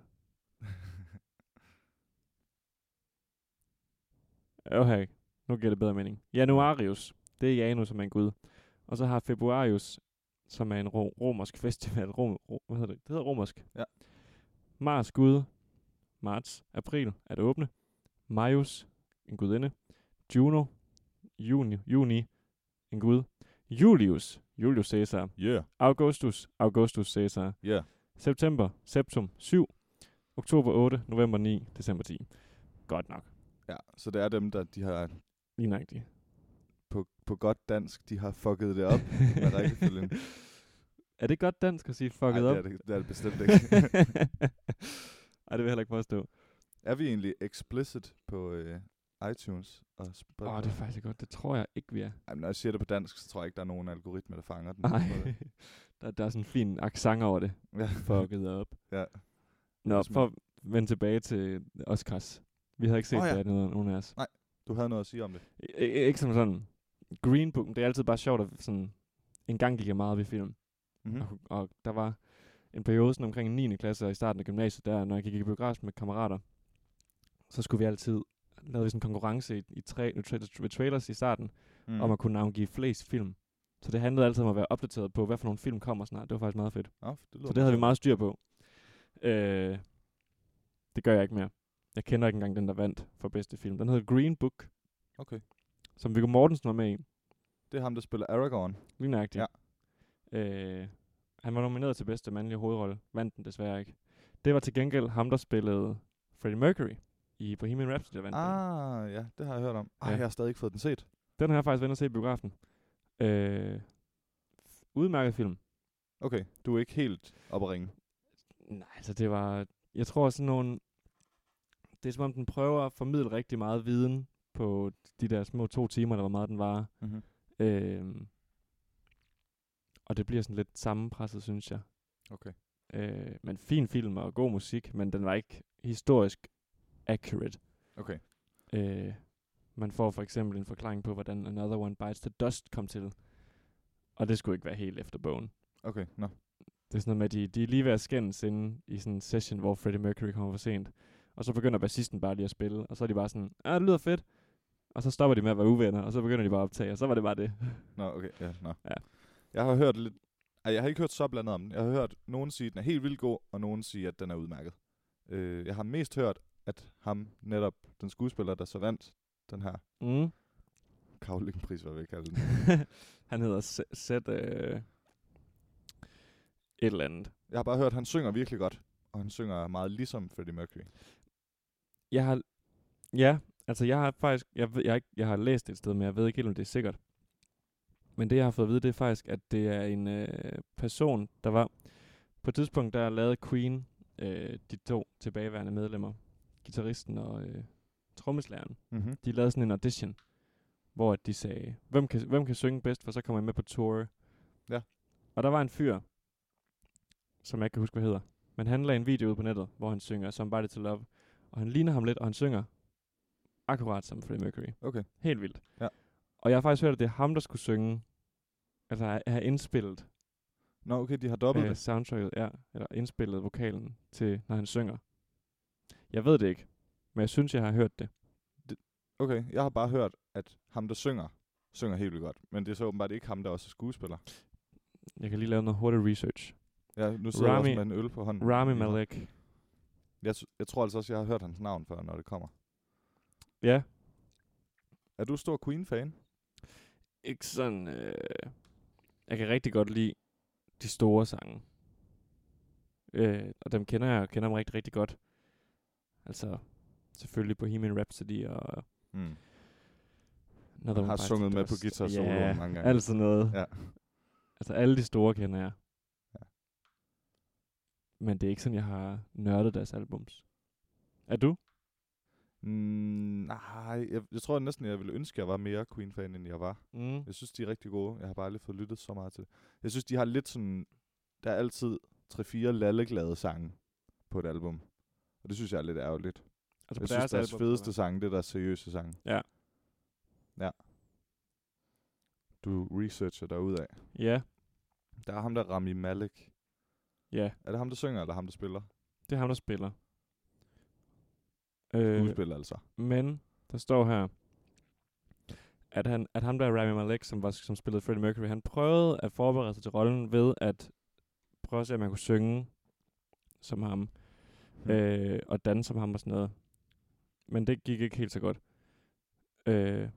[SPEAKER 2] (laughs) Okay, nu giver det bedre mening. Januarius, det er Janus, som er en gud. Og så har Februarius, som er en ro- romersk festival. Rom- ro- hvad hedder det? Det hedder romersk.
[SPEAKER 1] Ja.
[SPEAKER 2] Mars gud. Marts. April er det åbne. Majus, en gudinde. Juno. Juni. Juni, en gud. Julius, Julius Caesar.
[SPEAKER 1] Yeah,
[SPEAKER 2] Augustus, Augustus Caesar.
[SPEAKER 1] yeah.
[SPEAKER 2] September, septum 7. Oktober 8, november 9, december 10. Godt nok.
[SPEAKER 1] Ja, så det er dem, der de har
[SPEAKER 2] Lige nøjagtigt.
[SPEAKER 1] på, på godt dansk, de har fucket det op med rækkefølgen.
[SPEAKER 2] (laughs) Er det godt dansk at sige (laughs) fucket
[SPEAKER 1] Ej, det
[SPEAKER 2] op?
[SPEAKER 1] er det, det er det bestemt ikke.
[SPEAKER 2] (laughs)
[SPEAKER 1] (laughs)
[SPEAKER 2] Ej, det vil jeg heller ikke påstå.
[SPEAKER 1] Er vi egentlig explicit på øh, iTunes og Spotify?
[SPEAKER 2] Åh, oh, det er faktisk godt. Det tror jeg ikke, vi er.
[SPEAKER 1] Ej, men når jeg siger det på dansk, så tror jeg ikke, der er nogen algoritme, der fanger den.
[SPEAKER 2] Nej.
[SPEAKER 1] På
[SPEAKER 2] (laughs)
[SPEAKER 1] det.
[SPEAKER 2] Der, der er sådan en fin accent over det.
[SPEAKER 1] Ja.
[SPEAKER 2] Fucket op.
[SPEAKER 1] Ja.
[SPEAKER 2] Nå,
[SPEAKER 1] Hvis man-
[SPEAKER 2] for at vende tilbage til Oscars. Vi havde ikke set
[SPEAKER 1] Åh,
[SPEAKER 2] oh,
[SPEAKER 1] ja.
[SPEAKER 2] ja. det, nogen af os.
[SPEAKER 1] Nej. Du havde noget at sige om det.
[SPEAKER 2] I- i- Ikke som sådan. Green Book, det er altid bare sjovt, at sådan... En gang gik jeg meget ved film,
[SPEAKER 1] Mm-hmm.
[SPEAKER 2] og, og der var en periode sådan omkring 9. klasse og i starten af gymnasiet, der når jeg gik i biografen med kammerater, så skulle vi altid lavede vi sådan en konkurrence i, i tre, tra- ved trailers i starten,
[SPEAKER 1] Mm.
[SPEAKER 2] mm. om at kunne navngive flest film. Så det handlede altid om at være opdateret på, hvad for nogle film kommer snart. Det var faktisk meget fedt.
[SPEAKER 1] Nå, det lyder
[SPEAKER 2] Så det havde vi meget styr på. Øh, det gør jeg ikke mere. Jeg kender ikke engang den, der vandt for bedste film. Den hedder Green Book,
[SPEAKER 1] Okay. meget.
[SPEAKER 2] som Viggo Mortensen var med i.
[SPEAKER 1] Det er ham, der spiller Aragorn.
[SPEAKER 2] Lige nøjagtigt. Ja. Øh, han var nomineret til bedste mandlige hovedrolle. Vandt den desværre ikke. Det var til gengæld ham, der spillede Freddie Mercury i Bohemian Rhapsody, der vandt den.
[SPEAKER 1] Ah, ja, det har jeg hørt om. Ej,
[SPEAKER 2] Ja.
[SPEAKER 1] jeg har stadig ikke fået den set.
[SPEAKER 2] Den har jeg faktisk været inde og se i biografen. Øh, udmærket film.
[SPEAKER 1] Okay, du er ikke helt op at ringe.
[SPEAKER 2] Nej, altså det var... Jeg tror sådan nogle... Det er som om, den prøver at formidle rigtig meget viden på de der små to timer, der var meget den var.
[SPEAKER 1] Mm-hmm.
[SPEAKER 2] Øhm, og det bliver sådan lidt sammenpresset, synes jeg.
[SPEAKER 1] Okay.
[SPEAKER 2] Øh, men fin film og god musik, men den var ikke historisk accurate.
[SPEAKER 1] Okay.
[SPEAKER 2] Øh, man får for eksempel en forklaring på, hvordan Another One Bites the Dust kom til. Og det skulle ikke være helt efter bogen.
[SPEAKER 1] Okay, nå.
[SPEAKER 2] Det er sådan noget med, at de, de er lige ved at skændes inde i sådan en session, hvor Freddie Mercury kommer for sent. Og så begynder bassisten bare lige at spille, og så er de bare sådan, ah, det lyder fedt. Og så stopper de med at være uvenner, og så begynder de bare at optage, og så var det bare det. (laughs)
[SPEAKER 1] Nå, okay, ja, nå.
[SPEAKER 2] Ja.
[SPEAKER 1] Jeg har hørt lidt... Ej, jeg har ikke hørt så blandet om den. Jeg har hørt nogen sige, at den er helt vildt god, og nogen sige, at den er udmærket. Øh, jeg har mest hørt, at ham netop, den skuespiller, der så vandt den her
[SPEAKER 2] Mm.
[SPEAKER 1] kavlingpris, hvad vi kan kalde den.
[SPEAKER 2] (laughs) Han hedder S- Seth... Øh, et eller andet.
[SPEAKER 1] Jeg har bare hørt, at han synger virkelig godt, og han synger meget ligesom Freddie Mercury.
[SPEAKER 2] Jeg har... Ja, altså jeg har faktisk... Jeg, ved, jeg, har ikke, jeg har læst det et sted, men jeg ved ikke helt, om det er sikkert. Men det, jeg har fået at vide, det er faktisk, at det er en øh, person, der var... På et tidspunkt, der lavede Queen øh, de to tilbageværende medlemmer. Gitarristen og øh, trommeslageren.
[SPEAKER 1] Mm-hmm.
[SPEAKER 2] De lavede sådan en audition, hvor at de sagde, hvem kan, hvem kan synge bedst, for så kommer jeg med på tour.
[SPEAKER 1] Ja.
[SPEAKER 2] Og der var en fyr, som jeg ikke kan huske, hvad hedder. Men han lagde en video ud på nettet, hvor han synger Somebody to Love. Og han ligner ham lidt, og han synger akkurat som Freddie Mercury.
[SPEAKER 1] Okay.
[SPEAKER 2] Helt vildt.
[SPEAKER 1] Ja.
[SPEAKER 2] Og jeg har faktisk hørt, at det er ham, der skulle synge. Altså have- have indspillet
[SPEAKER 1] Nå, okay, de har dobbelt
[SPEAKER 2] øh,
[SPEAKER 1] det.
[SPEAKER 2] soundtracket, ja, eller indspillet vokalen til, når han synger. Jeg ved det ikke, men jeg synes, jeg har hørt det.
[SPEAKER 1] Okay, jeg har bare hørt, at ham, der synger, synger helt vildt godt. Men det er så åbenbart ikke ham, der også er skuespiller.
[SPEAKER 2] Jeg kan lige lave noget hurtig research.
[SPEAKER 1] Ja, nu sidder Rami, jeg også
[SPEAKER 2] Rami-
[SPEAKER 1] med en øl på hånden.
[SPEAKER 2] Rami Malek.
[SPEAKER 1] Jeg, s- jeg tror altså også, jeg har hørt hans navn før, når det kommer.
[SPEAKER 2] Ja.
[SPEAKER 1] Er du stor Queen-fan?
[SPEAKER 2] Ikke sådan... Øh, jeg kan rigtig godt lide de store sange. Øh, og dem kender jeg, og kender dem rigtig, rigtig godt. Altså, selvfølgelig Bohemian Rhapsody og...
[SPEAKER 1] Mm.
[SPEAKER 2] Another One
[SPEAKER 1] har
[SPEAKER 2] Bites
[SPEAKER 1] sunget
[SPEAKER 2] the
[SPEAKER 1] med på
[SPEAKER 2] Dust.
[SPEAKER 1] guitar
[SPEAKER 2] ja,
[SPEAKER 1] solo mange gange.
[SPEAKER 2] alt sådan noget.
[SPEAKER 1] Ja.
[SPEAKER 2] Altså, alle de store kender jeg.
[SPEAKER 1] Ja.
[SPEAKER 2] Men det er ikke sådan, jeg har nørdet deres albums. Er du?
[SPEAKER 1] Mm, nej, jeg, jeg tror næsten, jeg ville ønske, at jeg var mere Queen-fan, end jeg var.
[SPEAKER 2] Mm.
[SPEAKER 1] Jeg synes, de er rigtig gode. Jeg har bare aldrig fået lyttet så meget til det. Jeg synes, de har lidt sådan... Der er altid 3-4 lalleglade sange på et album. Og det synes jeg er lidt ærgerligt.
[SPEAKER 2] Altså,
[SPEAKER 1] Jeg synes, deres
[SPEAKER 2] album,
[SPEAKER 1] fedeste
[SPEAKER 2] eller
[SPEAKER 1] sange, det er deres seriøse sange.
[SPEAKER 2] Ja.
[SPEAKER 1] Ja. Du researcher derudad.
[SPEAKER 2] hvad? Ja,
[SPEAKER 1] Der er ham der, Rami Malek.
[SPEAKER 2] ja.
[SPEAKER 1] Er det ham, der synger, eller ham, der spiller?
[SPEAKER 2] Det er ham, der spiller. Øh,
[SPEAKER 1] Skuespiller altså.
[SPEAKER 2] men der står her, at, han, at ham der Rami Malek, som, var, som spillede Freddie Mercury, han prøvede at forberede sig til rollen ved at prøve at se, om man kunne synge som ham,
[SPEAKER 1] Hmm.
[SPEAKER 2] øh, og danse som ham og sådan noget. Men det gik ikke helt så godt. Øh,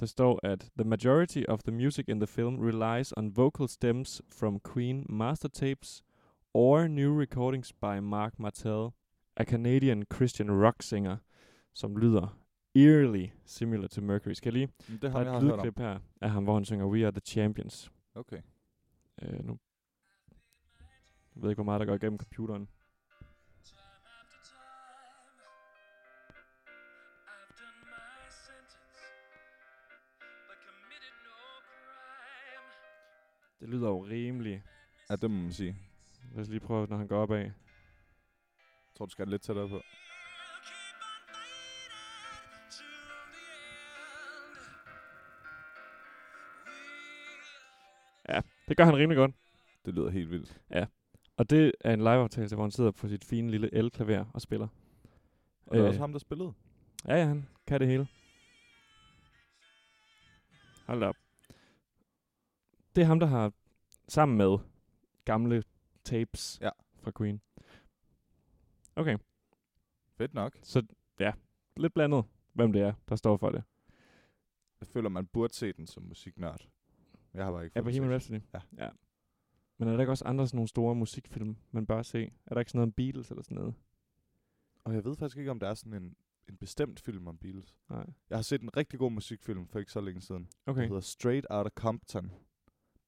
[SPEAKER 2] der står, at the majority of the music in the film relies on vocal stems from Queen master tapes or new recordings by Mark Martel, a Canadian Christian rock singer, som lyder eerily similar to Mercury. Skal jeg lige?
[SPEAKER 1] Men det
[SPEAKER 2] Der
[SPEAKER 1] har jeg
[SPEAKER 2] er et
[SPEAKER 1] hørt om.
[SPEAKER 2] lydklip her af ham, hvor han synger We Are The Champions.
[SPEAKER 1] Okay.
[SPEAKER 2] Øh, nu jeg ved ikke, hvor meget der går igennem computeren.
[SPEAKER 3] Time after time, I've done my sentence, but committed no crime.
[SPEAKER 2] Det lyder jo rimeligt.
[SPEAKER 1] Ja, det må man sige.
[SPEAKER 2] Lad os lige prøve, når han går opad.
[SPEAKER 1] Jeg tror, du skal lidt tættere på.
[SPEAKER 3] I'll keep on fighting till the end.
[SPEAKER 2] Ja, det gør han rimelig godt.
[SPEAKER 1] Det lyder helt vildt.
[SPEAKER 2] Og det er en liveoptagelse, hvor han sidder på sit fine lille elklaver og spiller.
[SPEAKER 1] Og øh. det
[SPEAKER 2] Øh.
[SPEAKER 1] er også ham, der spillede.
[SPEAKER 2] Ja, ja, han kan det hele. Hold da op. Det er ham, der har sammen med gamle tapes
[SPEAKER 1] Ja.
[SPEAKER 2] fra Queen. Okay,
[SPEAKER 1] Fedt nok.
[SPEAKER 2] så ja, lidt blandet, hvem det er, der står for det.
[SPEAKER 1] Jeg føler, man burde se den som musiknørd. Jeg har bare ikke
[SPEAKER 2] Er
[SPEAKER 1] fået
[SPEAKER 2] Bohemian
[SPEAKER 1] set
[SPEAKER 2] Rhapsody?
[SPEAKER 1] Ja.
[SPEAKER 2] ja. Men er der ikke også andre sådan nogle store musikfilm, man bør se? Er der ikke sådan noget om Beatles eller sådan noget?
[SPEAKER 1] den. Og jeg ved faktisk ikke, om der er sådan en, en bestemt film om Beatles.
[SPEAKER 2] Nej.
[SPEAKER 1] Jeg har set en rigtig god musikfilm for ikke så længe siden. Okay.
[SPEAKER 2] Okay.
[SPEAKER 1] Den hedder Straight Outta Compton.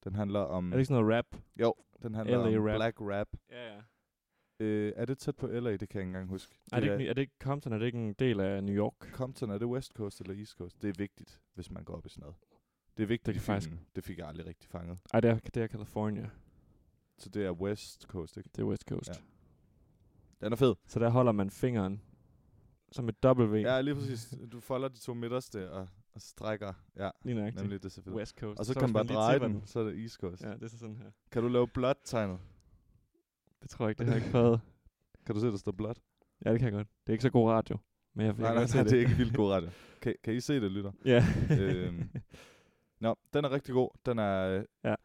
[SPEAKER 1] Den handler om...
[SPEAKER 2] Er det ikke sådan noget rap?
[SPEAKER 1] Jo, den handler
[SPEAKER 2] LA
[SPEAKER 1] om
[SPEAKER 2] rap?
[SPEAKER 1] black rap.
[SPEAKER 2] Ja, ja.
[SPEAKER 1] Øh, er det tæt på LA? Det kan jeg ikke engang huske.
[SPEAKER 2] Er det, ikke, ny- er det ikke Compton? Er det ikke en del af New York?
[SPEAKER 1] Compton, er det West Coast eller East Coast? Det er vigtigt, hvis man går op i sådan noget. Det er vigtigt
[SPEAKER 2] Det
[SPEAKER 1] det i
[SPEAKER 2] kan faktisk-
[SPEAKER 1] filmen. Faktisk... Det fik jeg aldrig rigtig fanget.
[SPEAKER 2] Ej, det er, det er California.
[SPEAKER 1] Så det er West Coast, ikke?
[SPEAKER 2] Det er West Coast.
[SPEAKER 1] Ja. Den er fed.
[SPEAKER 2] Så der holder man fingeren som et W.
[SPEAKER 1] Ja, lige præcis. Du folder de to midterste og, og strækker. Ja,
[SPEAKER 2] Lige nøjagtigt.
[SPEAKER 1] nemlig det er så fedt.
[SPEAKER 2] West Coast.
[SPEAKER 1] Og så,
[SPEAKER 2] hvis
[SPEAKER 1] kan man bare
[SPEAKER 2] lige
[SPEAKER 1] dreje
[SPEAKER 2] tipper
[SPEAKER 1] den, så er det East Coast.
[SPEAKER 2] Ja, det er så sådan her.
[SPEAKER 1] Kan du lave blot-tegnet?
[SPEAKER 2] Det tror jeg ikke, det har jeg ikke prøvet.
[SPEAKER 1] Kan du se, der står blot?
[SPEAKER 2] Ja, det kan jeg godt. Det er ikke så god radio. Men
[SPEAKER 1] Nej,
[SPEAKER 2] jeg, jeg kan
[SPEAKER 1] nej,
[SPEAKER 2] godt
[SPEAKER 1] nej,
[SPEAKER 2] se
[SPEAKER 1] det er ikke vildt god
[SPEAKER 2] (laughs)
[SPEAKER 1] radio. Kan, kan I se det, lytter?
[SPEAKER 2] Ja.
[SPEAKER 1] øhm, Nå, den er rigtig god. Den er... øh,
[SPEAKER 2] Ja.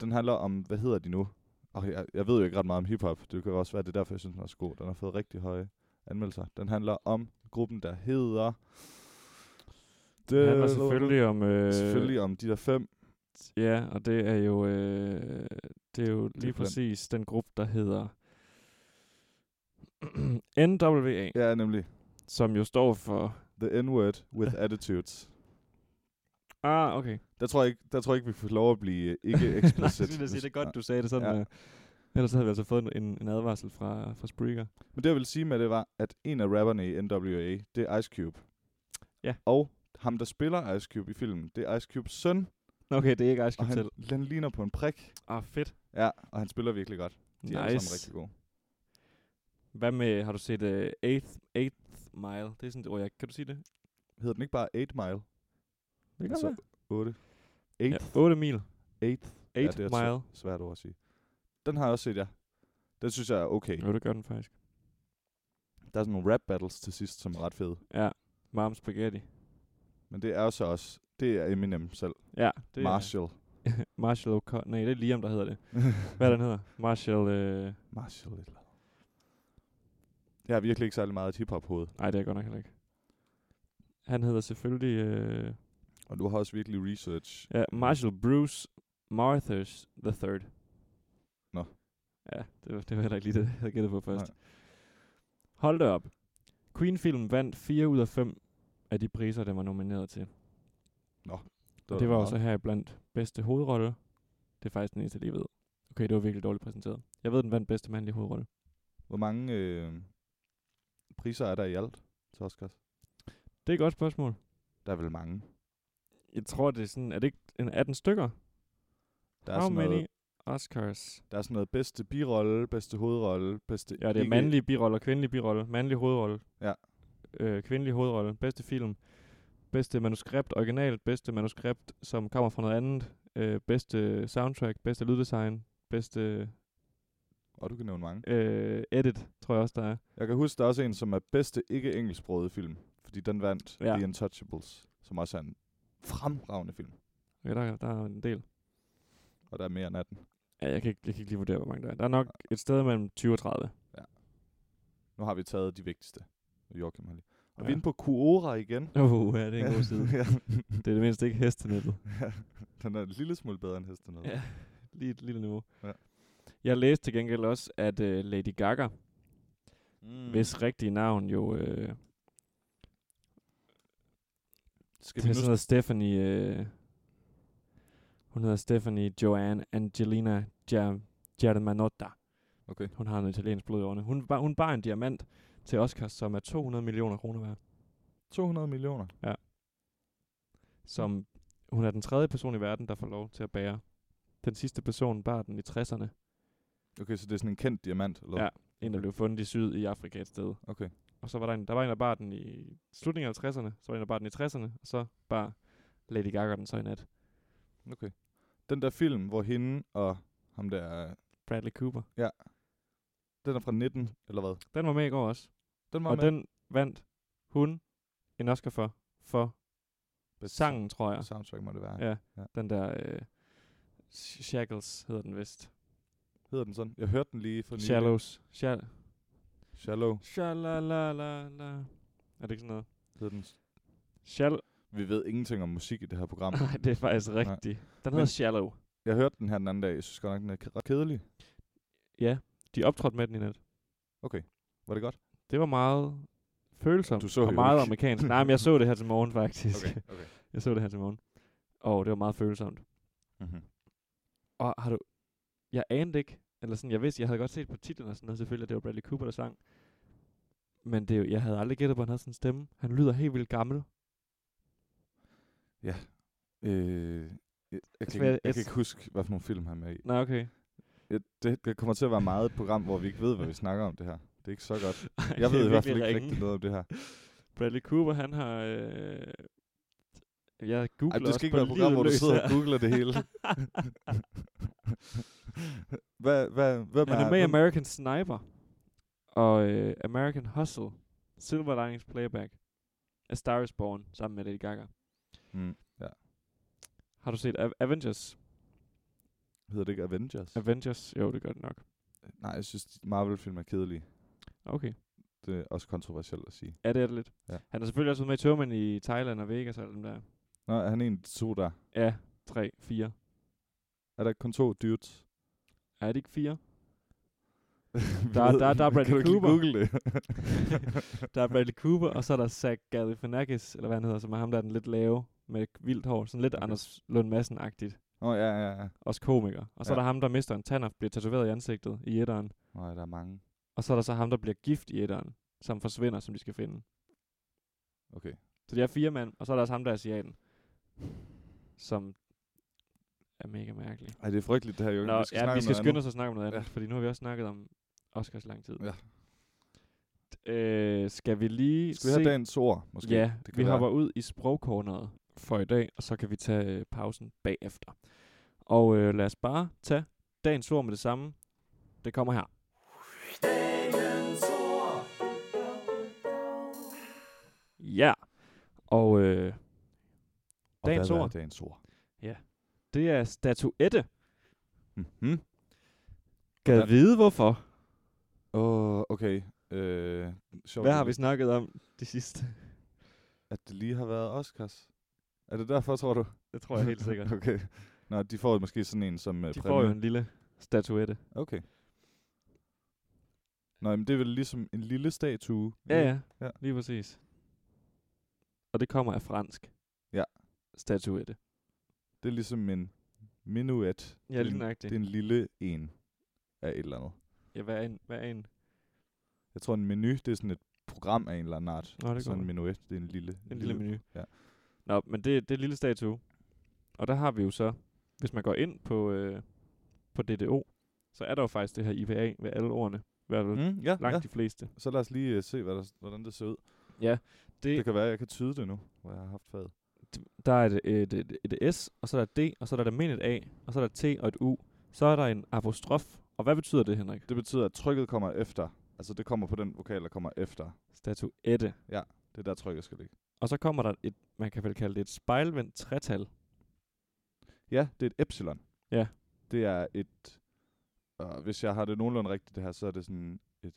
[SPEAKER 1] Den handler om, hvad hedder de nu? Og jeg, jeg ved jo ikke ret meget om hiphop. Det kan jo også være, det er derfor, jeg synes, den er så god. Den har fået rigtig høje anmeldelser. Den handler om gruppen, der hedder...
[SPEAKER 2] det handler selvfølgelig om... Øh,
[SPEAKER 1] selvfølgelig om de der fem.
[SPEAKER 2] Ja, og det er jo, øh, det er jo
[SPEAKER 1] er
[SPEAKER 2] lige
[SPEAKER 1] på den.
[SPEAKER 2] præcis den gruppe, der hedder (clears throat) NWA,
[SPEAKER 1] Ja, nemlig.
[SPEAKER 2] som jo står for...
[SPEAKER 1] The N-word
[SPEAKER 2] (laughs)
[SPEAKER 1] with attitudes.
[SPEAKER 2] Ah, (laughs) okay.
[SPEAKER 1] Der tror, jeg ikke, der tror jeg ikke, vi får lov at blive øh, ikke eksplicit.
[SPEAKER 2] Nej, jeg skulle lige til at
[SPEAKER 1] hvis-
[SPEAKER 2] sige, det er
[SPEAKER 1] nej.
[SPEAKER 2] godt, du sagde det sådan.
[SPEAKER 1] Ja.
[SPEAKER 2] Ja. Ellers havde vi altså fået en, en advarsel fra, fra Spreaker.
[SPEAKER 1] Men det, jeg ville sige med det, var, at en af rapperne i NWA, det er Ice Cube.
[SPEAKER 2] Ja.
[SPEAKER 1] Og ham, der spiller Ice Cube i filmen, det er Ice Cubes søn,
[SPEAKER 2] Okay, det er ikke Ice
[SPEAKER 1] og
[SPEAKER 2] Cube
[SPEAKER 1] han,
[SPEAKER 2] selv.
[SPEAKER 1] han ligner på en prik.
[SPEAKER 2] Ah, fedt.
[SPEAKER 1] Ja, og han spiller virkelig godt. De er alle sammen
[SPEAKER 2] Nice.
[SPEAKER 1] rigtig gode.
[SPEAKER 2] Hvad med, har du set uh, eighth, eighth Mile? Det er sådan et ord, jeg, kan du sige det?
[SPEAKER 1] Hedder den ikke bare 8 Mile?
[SPEAKER 2] Det
[SPEAKER 1] Altså, 8. 8?
[SPEAKER 2] Ja, 8 mil.
[SPEAKER 1] 8. Ja,
[SPEAKER 2] 8
[SPEAKER 1] det er et
[SPEAKER 2] Mile.
[SPEAKER 1] Svært ord at sige. Den har jeg også set, ja. Den synes jeg er okay.
[SPEAKER 2] Jo, det gør den faktisk.
[SPEAKER 1] Der er sådan nogle rap battles til sidst, som er ret fede.
[SPEAKER 2] Ja, Mom Spaghetti.
[SPEAKER 1] Men det er jo så også, det er Eminem selv.
[SPEAKER 2] Ja,
[SPEAKER 1] Det
[SPEAKER 2] det
[SPEAKER 1] Marshall.
[SPEAKER 2] er Marshall O'Connor. Nej, det er Liam, der hedder
[SPEAKER 1] (laughs)
[SPEAKER 2] det. Hvad er den hedder? Marshall... Øh...
[SPEAKER 1] Marshall et eller andet. Jeg har virkelig ikke særlig meget et hiphop-hoved.
[SPEAKER 2] Nej, det er jeg godt nok heller ikke. Han hedder selvfølgelig... Øh...
[SPEAKER 1] Og du har også virkelig research.
[SPEAKER 2] Ja, Marshall Bruce Marthurs the Third.
[SPEAKER 1] Nå.
[SPEAKER 2] Ja, det var, det var heller ikke lige det, jeg havde gættet på først. Nej. Hold da op. Queen-filmen vandt 4 ud af 5 af de priser, den var nomineret til. Det var, det var
[SPEAKER 1] da
[SPEAKER 2] også
[SPEAKER 1] meget.
[SPEAKER 2] her blandt bedste hovedrolle. Det er faktisk den eneste, jeg lige ved. Okay, det var virkelig dårligt præsenteret. Jeg ved, den vandt bedste mandlige hovedrolle.
[SPEAKER 1] Hvor mange øh, priser er der i alt til Oscars?
[SPEAKER 2] Det er et godt spørgsmål.
[SPEAKER 1] Der er vel mange.
[SPEAKER 2] Jeg tror, det er sådan... Er det ikke en 18 stykker?
[SPEAKER 1] Der er,
[SPEAKER 2] How
[SPEAKER 1] sådan
[SPEAKER 2] many
[SPEAKER 1] noget,
[SPEAKER 2] Oscars?
[SPEAKER 1] der er sådan noget bedste birolle, bedste hovedrolle, bedste...
[SPEAKER 2] Ja, det er
[SPEAKER 1] ikke-
[SPEAKER 2] mandlige birolle og kvindelige birolle. Mandlig hovedrolle.
[SPEAKER 1] Ja.
[SPEAKER 2] Øh, kvindelig hovedrolle. Bedste film. Bedste manuskript originalt. Bedste manuskript, som kommer fra noget andet. Øh, bedste soundtrack. Bedste lyddesign. Bedste
[SPEAKER 1] Og du kan nævne mange.
[SPEAKER 2] øh, edit, tror jeg også, der er.
[SPEAKER 1] Jeg kan huske, der er også en, som er bedste ikke engelsksproget film. Fordi den vandt
[SPEAKER 2] Ja.
[SPEAKER 1] ja. The Untouchables, som også er en fremragende film.
[SPEAKER 2] Okay, der, der er en del.
[SPEAKER 1] Og der er mere end 18.
[SPEAKER 2] Ja, jeg kan, ikke, jeg kan ikke lige vurdere, hvor mange der er. Der er nok et sted mellem 20 og 30.
[SPEAKER 1] Nu har vi taget de vigtigste. Joachim har lige. Og ja. vi
[SPEAKER 2] Ja.
[SPEAKER 1] er inde på Quora igen.
[SPEAKER 2] Uh, ja, det er en
[SPEAKER 1] (laughs)
[SPEAKER 2] god
[SPEAKER 1] Ja,
[SPEAKER 2] side.
[SPEAKER 1] ja.
[SPEAKER 2] Det er det mindste ikke hestenettet.
[SPEAKER 1] Ja. den er en lille smule bedre end hesten. Ja.
[SPEAKER 2] Ja, lige et lille niveau. Ja.
[SPEAKER 1] Ja.
[SPEAKER 2] Jeg læste til gengæld også, at uh, Lady Gaga, mm.
[SPEAKER 1] Mm.
[SPEAKER 2] hvis rigtige navn jo... Øh,
[SPEAKER 1] Skal vi
[SPEAKER 2] det
[SPEAKER 1] nu
[SPEAKER 2] er sådan noget Stephanie... Øh, hun hedder Stephanie Joanne Angelina Gia- Germanotta.
[SPEAKER 1] Okay.
[SPEAKER 2] Hun har noget italiensk blod i årene. Hun, bar, hun bar en diamant til Oscars, som er 200 millioner kroner værd.
[SPEAKER 1] 200 millioner.
[SPEAKER 2] Som hun er den tredje person i verden, der får lov til at bære. Den sidste person bar den i 60'erne.
[SPEAKER 1] Okay, så det er sådan en kendt diamant? Eller? hvad?
[SPEAKER 2] Ja. En, der blev fundet i syd i Afrika et sted.
[SPEAKER 1] Okay.
[SPEAKER 2] Og så var der en, der var en, der bar den i slutningen af 50'erne, så var der en, der bar den i 60'erne, og så bar Lady Gaga den så i nat.
[SPEAKER 1] Okay. Den der film, hvor hende og ham der...
[SPEAKER 2] Bradley Cooper.
[SPEAKER 1] Den er fra 19, eller hvad?
[SPEAKER 2] Den var med i går også.
[SPEAKER 1] Den var
[SPEAKER 2] Og
[SPEAKER 1] med.
[SPEAKER 2] den vandt hun en Oscar for, for
[SPEAKER 1] Bedste
[SPEAKER 2] sangen, tror jeg.
[SPEAKER 1] sound- Soundtrack må det være.
[SPEAKER 2] Ja.
[SPEAKER 1] Ja.
[SPEAKER 2] Den der øh, Sh- Shackles hedder den vist.
[SPEAKER 1] Hedder den sådan? Jeg hørte den lige for nylig.
[SPEAKER 2] Shallows. Shall
[SPEAKER 1] Shallow
[SPEAKER 2] Shalalalala. Er det ikke sådan noget?
[SPEAKER 1] hed den.
[SPEAKER 2] Shall
[SPEAKER 1] Vi ved ingenting om musik i det her
[SPEAKER 2] (laughs)
[SPEAKER 1] program.
[SPEAKER 2] Nej, det er faktisk rigtigt. Den hedder
[SPEAKER 1] Men-
[SPEAKER 2] Shallow.
[SPEAKER 1] jeg hørte den her den anden dag. Jeg synes godt nok, den er ke- ret kedelig.
[SPEAKER 2] Ja, de optrådte med den i nat.
[SPEAKER 1] Okay. Var
[SPEAKER 2] (laughs)
[SPEAKER 1] det godt?
[SPEAKER 2] Det var meget følsomt
[SPEAKER 1] Du så
[SPEAKER 2] og
[SPEAKER 1] jo
[SPEAKER 2] meget
[SPEAKER 1] ikke. (laughs)
[SPEAKER 2] amerikansk. Nej, men jeg så det her til morgen faktisk.
[SPEAKER 1] okay.
[SPEAKER 2] (laughs) Jeg så det her til morgen. Og det var meget følsomt.
[SPEAKER 1] Mm-hmm.
[SPEAKER 2] Og har du... Jeg anede ikke, eller sådan, jeg vidste, jeg havde godt set på titlen og sådan noget, selvfølgelig, at det var Bradley Cooper, der sang. Men det, er jo- jeg havde aldrig gættet på, at han havde sådan en stemme. Han lyder helt vildt gammel.
[SPEAKER 1] Øh, jeg, jeg,
[SPEAKER 2] Altså,
[SPEAKER 1] kan, jeg,
[SPEAKER 2] jeg-
[SPEAKER 1] jeg
[SPEAKER 2] jeg-
[SPEAKER 1] kan ikke huske, hvad for nogle film han er med i.
[SPEAKER 2] Nej, (laughs) okay.
[SPEAKER 1] Jeg, det, det kommer til at være meget et program, hvor vi ikke ved, hvad vi snakker om det her. Det er ikke så
[SPEAKER 2] (laughs)
[SPEAKER 1] godt. Jeg ved i hvert fald ikke rigtig noget om det her.
[SPEAKER 2] Bradley Cooper, han har... Øh, jeg googler
[SPEAKER 1] Ej, det
[SPEAKER 2] også
[SPEAKER 1] skal ikke
[SPEAKER 2] på
[SPEAKER 1] være et program,
[SPEAKER 2] livet
[SPEAKER 1] hvor du
[SPEAKER 2] løs
[SPEAKER 1] sidder
[SPEAKER 2] her.
[SPEAKER 1] og googler det (laughs) hele. hvad, hvad, hvem
[SPEAKER 2] Han er med i
[SPEAKER 1] hvem-
[SPEAKER 2] American Sniper og øh, American Hustle, Silver Linings Playback, A Star Is Born sammen med Lady Gaga.
[SPEAKER 1] Mm, ja.
[SPEAKER 2] Har du set A- Avengers?
[SPEAKER 1] Hedder det ikke Avengers?
[SPEAKER 2] Avengers? Jo, det gør det nok.
[SPEAKER 1] Nej, jeg synes, de Marvel-film er kedelige.
[SPEAKER 2] Okay.
[SPEAKER 1] Det er også kontroversielt at sige.
[SPEAKER 2] Ja, det er det lidt.
[SPEAKER 1] Ja.
[SPEAKER 2] Han har selvfølgelig også været med i Tørmen i Thailand og Vegas og alt dem der.
[SPEAKER 1] Nå, er han en af de to der?
[SPEAKER 2] Ja, tre, fire.
[SPEAKER 1] Er der kun to
[SPEAKER 2] (laughs)
[SPEAKER 1] dudes?
[SPEAKER 2] Er det ikke fire?
[SPEAKER 1] (laughs) Vi
[SPEAKER 2] Der-
[SPEAKER 1] ved-
[SPEAKER 2] der- der er Bradley
[SPEAKER 1] kan du ikke lige
[SPEAKER 2] Cooper.
[SPEAKER 1] google det? (laughs)
[SPEAKER 2] Der er Bradley Cooper, og så er der Zach Galifianakis, eller hvad han hedder, som er ham, der er den lidt lave med vildt hår. Sådan lidt okay.
[SPEAKER 1] Okay.
[SPEAKER 2] Anders Lund Madsen-agtigt.
[SPEAKER 1] Åh, oh, ja, ja, ja.
[SPEAKER 2] Også komiker. Og så ja.
[SPEAKER 1] Ja.
[SPEAKER 2] er der ham, der mister en tand og bliver tatoveret i ansigtet i etteren.
[SPEAKER 1] Nej, der er mange.
[SPEAKER 2] Og så er der så ham, der bliver gift i etteren, som forsvinder, som de skal finde.
[SPEAKER 1] Okay.
[SPEAKER 2] Så de er fire mænd, og så er der også ham, der er asiaten, som er mega mærkelig.
[SPEAKER 1] Ej, det er frygteligt det her, Jørgen.
[SPEAKER 2] Nå,
[SPEAKER 1] vi skal
[SPEAKER 2] ja,
[SPEAKER 1] snakke
[SPEAKER 2] vi
[SPEAKER 1] om
[SPEAKER 2] skal
[SPEAKER 1] noget
[SPEAKER 2] skynde
[SPEAKER 1] andet.
[SPEAKER 2] os at snakke om noget andet, ja.
[SPEAKER 1] Ja.
[SPEAKER 2] fordi nu har vi også snakket om Oscars lang tid.
[SPEAKER 1] Ja.
[SPEAKER 2] Øh, skal vi lige
[SPEAKER 1] Skal vi have
[SPEAKER 2] se...
[SPEAKER 1] dagens ord, måske?
[SPEAKER 2] Ja,
[SPEAKER 1] det kan
[SPEAKER 2] vi
[SPEAKER 1] være.
[SPEAKER 2] hopper ud i sprogkorneret for i dag, og så kan vi tage øh, pausen bagefter. Og øh, lad os bare tage dagens ord med det samme. Det kommer her. Ja, og øh,
[SPEAKER 1] Og hvad
[SPEAKER 2] dagens
[SPEAKER 1] er
[SPEAKER 2] ord.
[SPEAKER 1] dagens ord?
[SPEAKER 2] det er statuette.
[SPEAKER 1] Mm-hmm.
[SPEAKER 2] Gad
[SPEAKER 1] Hvordan-
[SPEAKER 2] vide hvorfor.
[SPEAKER 1] Åh, okay. Øh, sjovt,
[SPEAKER 2] Hvad har
[SPEAKER 1] at-
[SPEAKER 2] vi snakket om det sidste?
[SPEAKER 1] At det lige har været Oscars. Er det derfor, tror du?
[SPEAKER 2] Det tror jeg helt sikkert.
[SPEAKER 1] (laughs)
[SPEAKER 2] Øh,
[SPEAKER 1] Okay. Nå, de får jo måske sådan en som uh,
[SPEAKER 2] De får
[SPEAKER 1] præmie.
[SPEAKER 2] jo en lille statuette.
[SPEAKER 1] Okay. Nå, men det er vel ligesom en lille statue.
[SPEAKER 2] Ja, ja. ja.
[SPEAKER 1] Ja.
[SPEAKER 2] Lige præcis. Og det kommer af fransk.
[SPEAKER 1] Ja.
[SPEAKER 2] Statuette.
[SPEAKER 1] Det er ligesom en minuet. Det
[SPEAKER 2] Ja,
[SPEAKER 1] er
[SPEAKER 2] lige
[SPEAKER 1] en-
[SPEAKER 2] nøjagtigt.
[SPEAKER 1] Det er en lille en af et eller andet.
[SPEAKER 2] Ja, hvad er en? Hvad er en?
[SPEAKER 1] Jeg tror, en menu, det er sådan et program af en eller anden art.
[SPEAKER 2] Nå, det
[SPEAKER 1] så
[SPEAKER 2] går
[SPEAKER 1] en menuet, det er en lille...
[SPEAKER 2] En lille menu.
[SPEAKER 1] ja.
[SPEAKER 2] Nå, men det, det er en lille statue. Og der har vi jo så, hvis man går ind på, øh, på DDO, så er der jo faktisk det her IPA ved alle ordene. I hvert fald mm.
[SPEAKER 1] Mm, ja,
[SPEAKER 2] langt
[SPEAKER 1] ja.
[SPEAKER 2] de fleste.
[SPEAKER 1] Så lad os lige uh, se, hvad der, s- hvordan det ser ud.
[SPEAKER 2] Ja, det,
[SPEAKER 1] Det kan være, at jeg kan tyde det nu, hvor jeg har haft faget.
[SPEAKER 2] d- der er et, et, et, et S, og så er der et D, og så er der et almindeligt A, og så er der et T og et U. Så er der en apostrof. Og hvad betyder det, Henrik?
[SPEAKER 1] Det betyder, at trykket kommer efter. Altså, det kommer på den vokal, der kommer efter.
[SPEAKER 2] Statuette.
[SPEAKER 1] Det er der, trykket skal ligge.
[SPEAKER 2] Og så kommer der et, man kan vel kalde det et spejlvendt tretal.
[SPEAKER 1] Ja, det er et epsilon.
[SPEAKER 2] Ja.
[SPEAKER 1] Det er et... Øh, hvis jeg har det nogenlunde rigtigt, det her, så er det sådan et,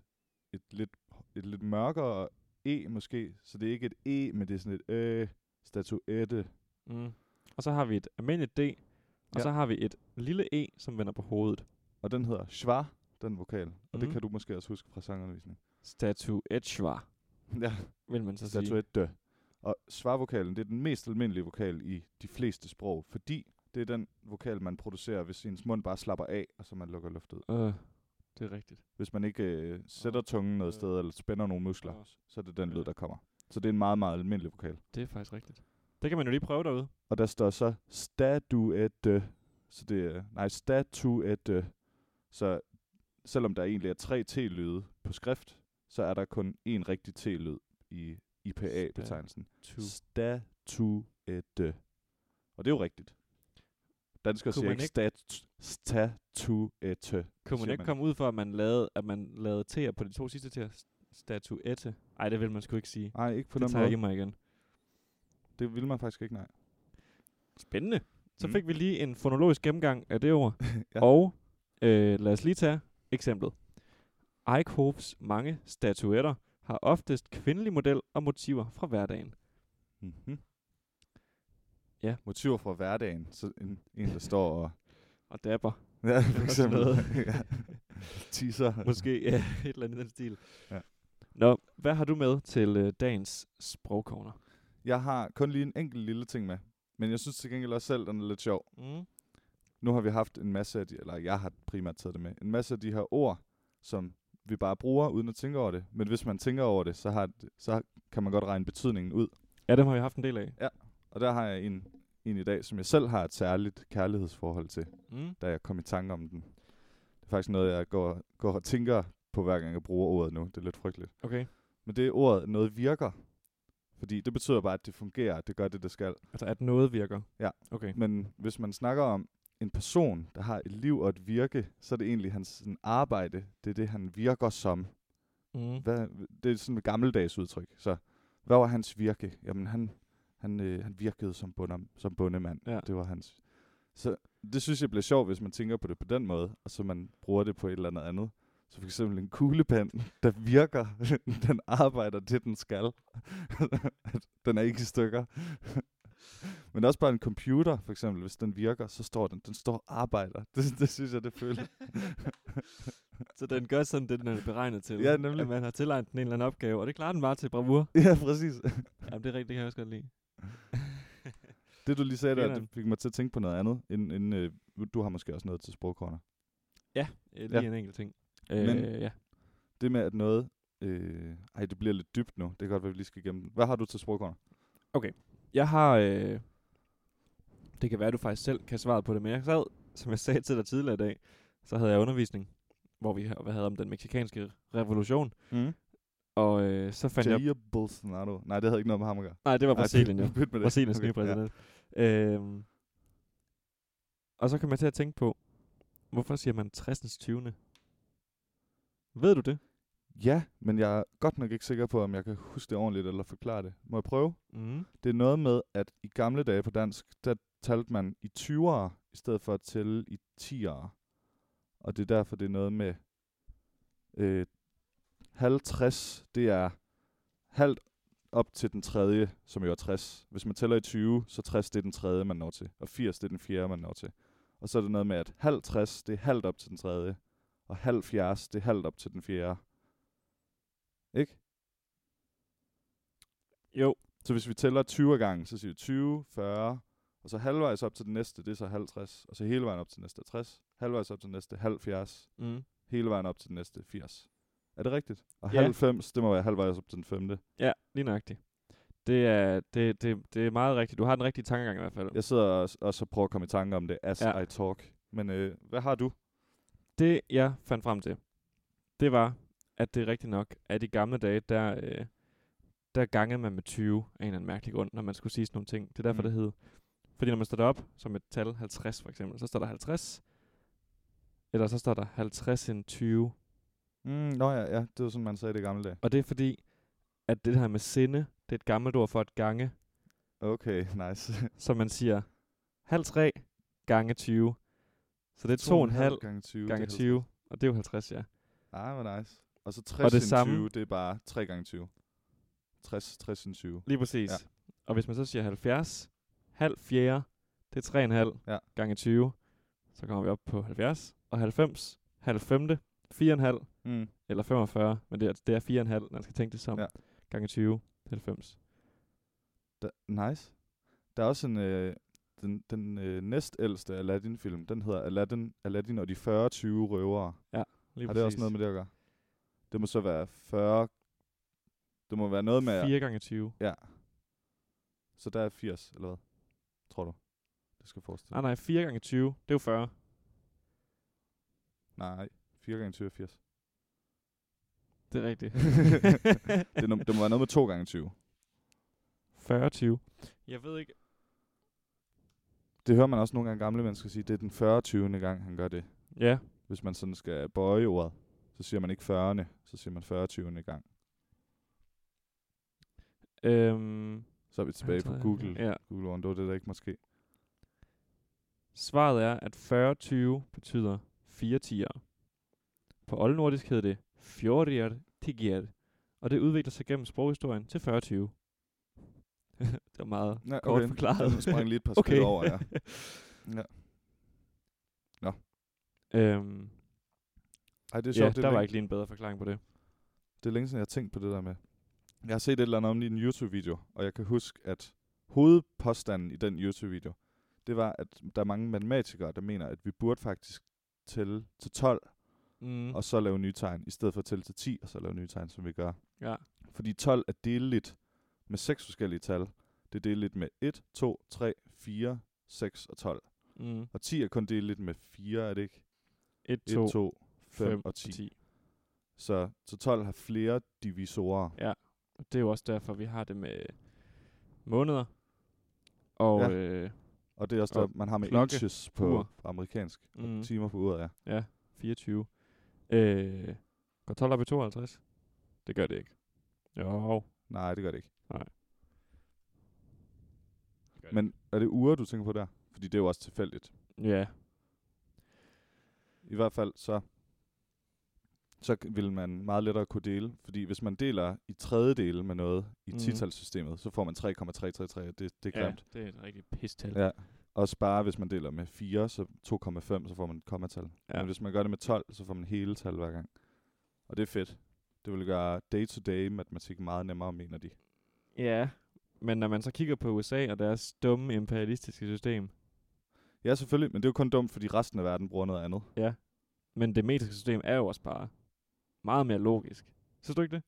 [SPEAKER 1] et, lidt, et lidt mørkere E måske. Så det er ikke et E, men det er sådan et øh, statuette.
[SPEAKER 2] Mm. Og så har vi et almindeligt D, og ja.
[SPEAKER 1] Ja.
[SPEAKER 2] så har vi et lille E, som vender på hovedet.
[SPEAKER 1] Og den hedder schwa, den vokal. Og mm. det
[SPEAKER 2] Mhm.
[SPEAKER 1] kan du måske også huske fra
[SPEAKER 2] (laughs)
[SPEAKER 1] sangundervisning.
[SPEAKER 2] Statuetschwa,
[SPEAKER 1] ja, (laughs)
[SPEAKER 2] vil man så sige.
[SPEAKER 1] statuette. Og schwa-vokalen, det er den mest almindelige vokal i de fleste sprog, fordi det er den vokal, man producerer, hvis ens mund bare slapper af, og så man lukker luft ud.
[SPEAKER 2] Øh, det er rigtigt.
[SPEAKER 1] Hvis man ikke øh, sætter tungen noget sted, eller spænder nogle muskler,
[SPEAKER 2] Åh,
[SPEAKER 1] så er det den lyd,
[SPEAKER 2] Ja.
[SPEAKER 1] der kommer. Så det er en meget, meget almindelig vokal.
[SPEAKER 2] Det er faktisk rigtigt. Det kan man jo lige prøve derude.
[SPEAKER 1] Og der står så statuette. Så det er, nej, statuette. Så selvom der egentlig er tre T-lyde på skrift, så er der kun én rigtig T-lyd i IPA-betegnelsen.
[SPEAKER 2] Tu.
[SPEAKER 1] Statuette. Og det er jo rigtigt. Danskere
[SPEAKER 2] Kunne
[SPEAKER 1] siger
[SPEAKER 2] man
[SPEAKER 1] ikke stat, statuette.
[SPEAKER 2] Kunne man
[SPEAKER 1] siger
[SPEAKER 2] ikke
[SPEAKER 1] man.
[SPEAKER 2] komme ud for, at man lavede, at man lavede T'er på de to sidste T'er? Statuette. Nej, det vil man sgu ikke sige.
[SPEAKER 1] Nej, ikke på
[SPEAKER 2] det
[SPEAKER 1] den
[SPEAKER 2] tager jeg
[SPEAKER 1] måde.
[SPEAKER 2] ikke mig igen.
[SPEAKER 1] Det ville man faktisk ikke, nej.
[SPEAKER 2] Spændende. Så
[SPEAKER 1] Mm.
[SPEAKER 2] fik vi lige en fonologisk gennemgang af det (laughs) ord.
[SPEAKER 1] Ja.
[SPEAKER 2] Og øh, lad os lige tage eksemplet. Eichhofs mange statuetter har oftest kvindelig model og motiver fra hverdagen.
[SPEAKER 1] Mm-hmm.
[SPEAKER 2] Ja.
[SPEAKER 1] Motiver fra hverdagen. Så en, en der står og... (laughs)
[SPEAKER 2] Og (laughs) dapper.
[SPEAKER 1] Ja, for
[SPEAKER 2] sådan
[SPEAKER 1] eksempel.
[SPEAKER 2] noget.
[SPEAKER 1] (laughs) ja. Teaser.
[SPEAKER 2] Måske ja, et eller andet i den stil.
[SPEAKER 1] Ja.
[SPEAKER 2] Nå, hvad har du med til øh, dagens sprogcorner?
[SPEAKER 1] Jeg har kun lige en enkelt lille ting med. Men jeg synes til gengæld også selv, den er lidt sjov.
[SPEAKER 2] Mm.
[SPEAKER 1] Nu har vi haft en masse af de, eller jeg har primært taget det med, en masse af de her ord, som vi bare bruger uden at tænke over det. Men hvis man tænker over det, så, har, det- så kan man godt regne betydningen ud.
[SPEAKER 2] Ja, dem har vi haft en del af.
[SPEAKER 1] Og der har jeg en, en i dag, som jeg selv har et særligt kærlighedsforhold til,
[SPEAKER 2] Mm.
[SPEAKER 1] da jeg kom i tanke om den. Det er faktisk noget, jeg går, går og tænker på, hver gang jeg bruger ordet nu. Det er lidt frygteligt.
[SPEAKER 2] Okay.
[SPEAKER 1] Men det er ordet, noget virker. Fordi det betyder bare, at det fungerer, at det gør det, det skal.
[SPEAKER 2] Altså, at noget virker.
[SPEAKER 1] Ja.
[SPEAKER 2] Okay.
[SPEAKER 1] Men hvis man snakker om en person, der har et liv og et virke, så er det egentlig hans sådan, arbejde. Det er det, han virker som.
[SPEAKER 2] Mm.
[SPEAKER 1] Hvad, det er sådan et gammeldags udtryk. Så hvad var hans virke? Jamen, han, han, øh, han virkede som, bunder, som bundemand.
[SPEAKER 2] Ja.
[SPEAKER 1] Det var hans. Så det synes jeg bliver sjovt, hvis man tænker på det på den måde, og så man bruger det på et eller andet andet. Så for eksempel en kuglepen, (laughs) der virker, den arbejder det, den skal. (laughs) den er ikke i stykker. (laughs) Men også bare en computer, for eksempel, hvis den virker, så står den, den står og arbejder. (laughs) Det, det synes jeg, det føles.
[SPEAKER 2] Så den gør sådan det, den er beregnet til.
[SPEAKER 1] Ja, nemlig.
[SPEAKER 2] At man har tilegnet den en eller anden opgave, og det klarer den bare til bravur.
[SPEAKER 1] (laughs) ja, præcis.
[SPEAKER 2] Jamen, det er rigtigt, det kan jeg også godt lide.
[SPEAKER 1] Det du lige sagde der,
[SPEAKER 2] Grineren.
[SPEAKER 1] det fik mig til at tænke på noget andet, inden, inden øh, du har måske også noget til sprogkorner.
[SPEAKER 2] Ja, øh, lige
[SPEAKER 1] Ja.
[SPEAKER 2] ja. en enkelt ting.
[SPEAKER 1] Men-
[SPEAKER 2] øh, ja.
[SPEAKER 1] Det med, at noget... Øh, ej, det bliver lidt dybt nu. Det kan godt være, vi lige skal igennem den. Hvad har du til sprogkorner?
[SPEAKER 2] Jeg har... Øh, det kan være, at du faktisk selv kan svare på det, men jeg sad, som jeg sagde til dig tidligere i dag, så havde jeg undervisning, hvor vi hvad havde om den meksikanske revolution,
[SPEAKER 1] Mm.
[SPEAKER 2] og øh, så fandt jeg...
[SPEAKER 1] Jair Bolsonaro. Nej, det havde ikke noget med ham at gøre.
[SPEAKER 2] Nej, det var
[SPEAKER 1] Ej, (laughs)
[SPEAKER 2] Brasilien, jo.
[SPEAKER 1] byt- Byt med det.
[SPEAKER 2] Brasiliens
[SPEAKER 1] Okay,
[SPEAKER 2] nye præsident. Øhm, og så kom jeg til at tænke på, hvorfor siger man 60. 20. Ved du det?
[SPEAKER 1] Ja. ja, men jeg er godt nok ikke sikker på, om jeg kan huske det ordentligt eller forklare det. Må jeg prøve?
[SPEAKER 2] Mm.
[SPEAKER 1] Det er noget med, at i gamle dage på dansk, der talte man i 20'ere, i stedet for at tælle i 10'ere. Og det er derfor, det er noget med øh, 50, det er halvt op til den tredje, som jo er 60. Hvis man tæller i 20, så 60 det er den tredje, man når til. Og 80 det er den fjerde, man når til. Og så er det noget med, at 50 det er halvt op til den tredje. Og 70 det er halvt op til den fjerde. Ikke?
[SPEAKER 2] Jo.
[SPEAKER 1] Så hvis vi tæller 20 gange, så siger vi 20, 40, og så halvvejs op til den næste, det er så 50, og så hele vejen op til den næste er 60, halvvejs op til den næste 70,
[SPEAKER 2] Mm.
[SPEAKER 1] hele vejen op til den næste 80. Er det rigtigt? Og
[SPEAKER 2] Ja.
[SPEAKER 1] ja. 90, det må være halvvejs op til den femte.
[SPEAKER 2] Ja, lige nøjagtigt. Det er, det, det, det er meget rigtigt. Du har den rigtige tankegang i hvert fald.
[SPEAKER 1] Jeg sidder og, og så prøver at komme i tanke om det, as
[SPEAKER 2] Ja.
[SPEAKER 1] ja. I talk. Men øh, hvad har du?
[SPEAKER 2] Det, jeg fandt frem til, det var, at det er rigtigt nok, at i gamle dage, der, øh, der gangede man med 20 af en eller anden mærkelig grund, når man skulle sige sådan nogle ting. Det er derfor,
[SPEAKER 1] Mm.
[SPEAKER 2] mm. det hed. Fordi når man står op som et tal, 50 for eksempel, så står der 50, eller så står der 50 en 20.
[SPEAKER 1] Mm, nå ja, ja, det var sådan, man sagde det i gamle dage.
[SPEAKER 2] Og det er fordi, at det her med sinde, det er et gammelt ord for at gange,
[SPEAKER 1] Okay, (laughs) nice.
[SPEAKER 2] så man siger 50 gange 20. Så det er 2,5
[SPEAKER 1] gange 20.
[SPEAKER 2] gange
[SPEAKER 1] det er
[SPEAKER 2] 20, og det er jo 50, ja.
[SPEAKER 1] Ah, hvor nice. Og så 60 og
[SPEAKER 2] det
[SPEAKER 1] det
[SPEAKER 2] samme-
[SPEAKER 1] 20, det er bare 3 gange 20. 60, 60 end 20.
[SPEAKER 2] Lige præcis.
[SPEAKER 1] Ja.
[SPEAKER 2] Ja. Og hvis man så siger 70, halv fjerde, det er 3,5
[SPEAKER 1] Ja.
[SPEAKER 2] ja. gange 20, så kommer vi op på 70. Og 90, halv femte, 4,5
[SPEAKER 1] Mm.
[SPEAKER 2] eller 45, men det er, det er 4,5, man skal tænke det som,
[SPEAKER 1] Ja.
[SPEAKER 2] ja. gange 20, det er 90.
[SPEAKER 1] Da, nice. Der er også en, øh, den, den øh, næstældste Aladdin-film, den hedder Aladdin, Aladdin og de 40 20 røvere.
[SPEAKER 2] Lige
[SPEAKER 1] Har det også noget med det at gøre? Det må så være 40... Det må være noget med... at-
[SPEAKER 2] 4 gange 20.
[SPEAKER 1] Ja. Så der er 80, eller hvad? Tror du? Det skal jeg forestille.
[SPEAKER 2] Nej, Ah, nej, 4 gange 20, det er jo 40.
[SPEAKER 1] Nej, 4 gange 20 er 80.
[SPEAKER 2] Det er
[SPEAKER 1] (laughs)
[SPEAKER 2] rigtigt. (laughs)
[SPEAKER 1] Det, er no- det må være noget med 2 gange 20.
[SPEAKER 2] 40 20. Jeg ved ikke...
[SPEAKER 1] det hører man også nogle gange gamle mennesker sige, det er den 40. 20. gang, han gør det.
[SPEAKER 2] Ja,
[SPEAKER 1] Hvis man sådan skal bøje ordet, så siger man ikke 40. så siger man 40. 20. gang.
[SPEAKER 2] øhm,
[SPEAKER 1] Så er vi tilbage på Google.
[SPEAKER 2] Ja.
[SPEAKER 1] Google One, det var det, der ikke måske.
[SPEAKER 2] Svaret er, at 40-20 betyder 4 tiger. På oldnordisk hed det fjordier tigier, og det udvikler sig gennem sproghistorien til 40-20. (laughs) det var meget
[SPEAKER 1] Ja,
[SPEAKER 2] kort forklaret.
[SPEAKER 1] Jeg sprang lige et par
[SPEAKER 2] (laughs) Okay.
[SPEAKER 1] skridt over, ja. ja.
[SPEAKER 2] øhm,
[SPEAKER 1] Ej, det er
[SPEAKER 2] det
[SPEAKER 1] sjovt.
[SPEAKER 2] ja,
[SPEAKER 1] det er
[SPEAKER 2] der var
[SPEAKER 1] længe-
[SPEAKER 2] ikke lige en bedre forklaring på det.
[SPEAKER 1] Det er længe siden, jeg har tænkt på det der med. Jeg har set et eller andet om det i en YouTube-video, og jeg kan huske, at hovedpåstanden i den YouTube-video, det var, at der er mange matematikere, der mener, at vi burde faktisk tælle til 12,
[SPEAKER 2] Mm.
[SPEAKER 1] mm. og så lave nye tegn, i stedet for at tælle til 10, og så lave nye tegn, som vi gør.
[SPEAKER 2] Ja.
[SPEAKER 1] Fordi 12 er deleligt med seks forskellige tal. Det er deleligt med 1, 2, 3, 4, 6 og 12.
[SPEAKER 2] Mm.
[SPEAKER 1] Og 10 er kun deleligt med 4, er det ikke?
[SPEAKER 2] 1,
[SPEAKER 1] 1,
[SPEAKER 2] 2,
[SPEAKER 1] 2, 5,
[SPEAKER 2] 5
[SPEAKER 1] og 10. 10.
[SPEAKER 2] 10.
[SPEAKER 1] Så, så 12 har flere divisorer.
[SPEAKER 2] Og Det er jo også derfor, vi har det med måneder. Og
[SPEAKER 1] Ja.
[SPEAKER 2] ja. øh,
[SPEAKER 1] Og det er også
[SPEAKER 2] Og
[SPEAKER 1] det, man har med
[SPEAKER 2] klokke,
[SPEAKER 1] inches på,
[SPEAKER 2] ur.
[SPEAKER 1] på amerikansk. Mm.
[SPEAKER 2] Mhm.
[SPEAKER 1] Timer på uret, ja.
[SPEAKER 2] 24. Øh, går 12 op i 52? Det gør det ikke. Jo.
[SPEAKER 1] Nej, det gør det ikke.
[SPEAKER 2] Nej. Det gør det
[SPEAKER 1] Men er det uger, du tænker på der? Fordi det er jo også tilfældigt.
[SPEAKER 2] Ja.
[SPEAKER 1] I hvert fald så, så k- vil man meget lettere kunne dele. Fordi hvis man deler i tredjedele med noget i
[SPEAKER 2] Mhm.
[SPEAKER 1] mm. titalssystemet, så får man 3,333. Det, det er
[SPEAKER 2] ja,
[SPEAKER 1] grimt.
[SPEAKER 2] det er et rigtig pistal.
[SPEAKER 1] Ja. Og spare, hvis man deler med 4, så 2,5, så får man et kommatal. Ja. Men hvis man gør det med 12, så får man hele tal hver gang. Og det er fedt. Det vil gøre day-to-day matematik meget nemmere, mener de.
[SPEAKER 2] ja. Men når man så kigger på USA og deres dumme imperialistiske system,
[SPEAKER 1] Ja, selvfølgelig, men det er jo kun dumt, fordi resten af verden bruger noget andet.
[SPEAKER 2] men det metriske system er jo også bare meget mere logisk. Synes du ikke det?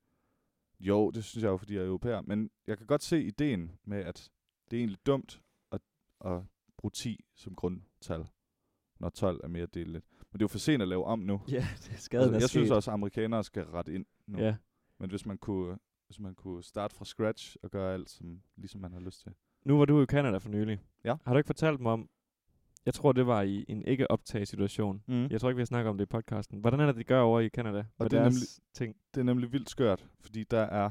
[SPEAKER 1] Jo, det synes jeg jo, fordi jeg er europæer. Men jeg kan godt se ideen med, at det er egentlig dumt at, at bruge 10 som grundtal, når 12 er mere deleligt. Men det er jo for sent at lave om nu.
[SPEAKER 2] Ja, det er skadet.
[SPEAKER 1] Altså, jeg synes også, at amerikanere skal rette ind nu.
[SPEAKER 2] Ja.
[SPEAKER 1] Men hvis man, kunne, hvis man kunne starte fra scratch og gøre alt, som, ligesom man har lyst til.
[SPEAKER 2] Nu var du i Canada for nylig.
[SPEAKER 1] Ja.
[SPEAKER 2] Har du ikke fortalt mig om, jeg tror det var i en ikke optaget situation.
[SPEAKER 1] Mm.
[SPEAKER 2] Jeg tror ikke, vi har snakket om det i podcasten. Hvordan er det, de gør over i Canada? Og
[SPEAKER 1] det er
[SPEAKER 2] ting.
[SPEAKER 1] Det er nemlig vildt skørt, fordi der er,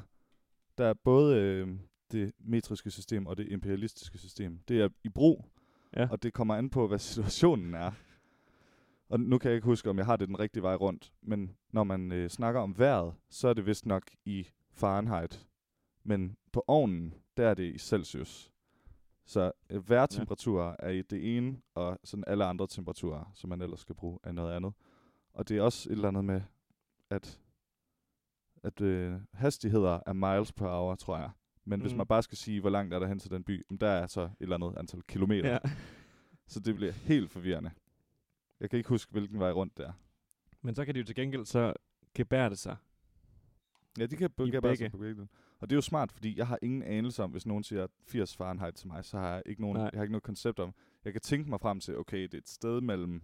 [SPEAKER 1] der er både øh, det metriske system og det imperialistiske system. Det er i brug,
[SPEAKER 2] Ja.
[SPEAKER 1] og det kommer an på, hvad situationen er. Og nu kan jeg ikke huske, om jeg har det den rigtige vej rundt, men når man øh, snakker om vejret, så er det vist nok i Fahrenheit. Men på ovnen, der er det i Celsius. Så øh, vejrtemperaturer er i det ene, og sådan alle andre temperaturer, som man ellers skal bruge, er noget andet. Og det er også et eller andet med, at, at øh, hastigheder er miles per hour, tror jeg. Men mm. hvis
[SPEAKER 2] Mm.
[SPEAKER 1] man bare skal sige, hvor langt er der hen til den by, jamen, der er så et eller andet antal kilometer. Ja. Så det bliver helt forvirrende. Jeg kan ikke huske, hvilken vej rundt det er.
[SPEAKER 2] Men så kan de jo til gengæld så gebære det sig.
[SPEAKER 1] Ja, de kan
[SPEAKER 2] I
[SPEAKER 1] begge. Bare
[SPEAKER 2] begge.
[SPEAKER 1] sådan på begge. Og det er jo smart, fordi jeg har ingen anelse om, hvis nogen siger 80 Fahrenheit til mig, så har jeg ikke, nogen,
[SPEAKER 2] Nej.
[SPEAKER 1] jeg har ikke noget koncept om. Jeg kan tænke mig frem til, okay, det er et sted mellem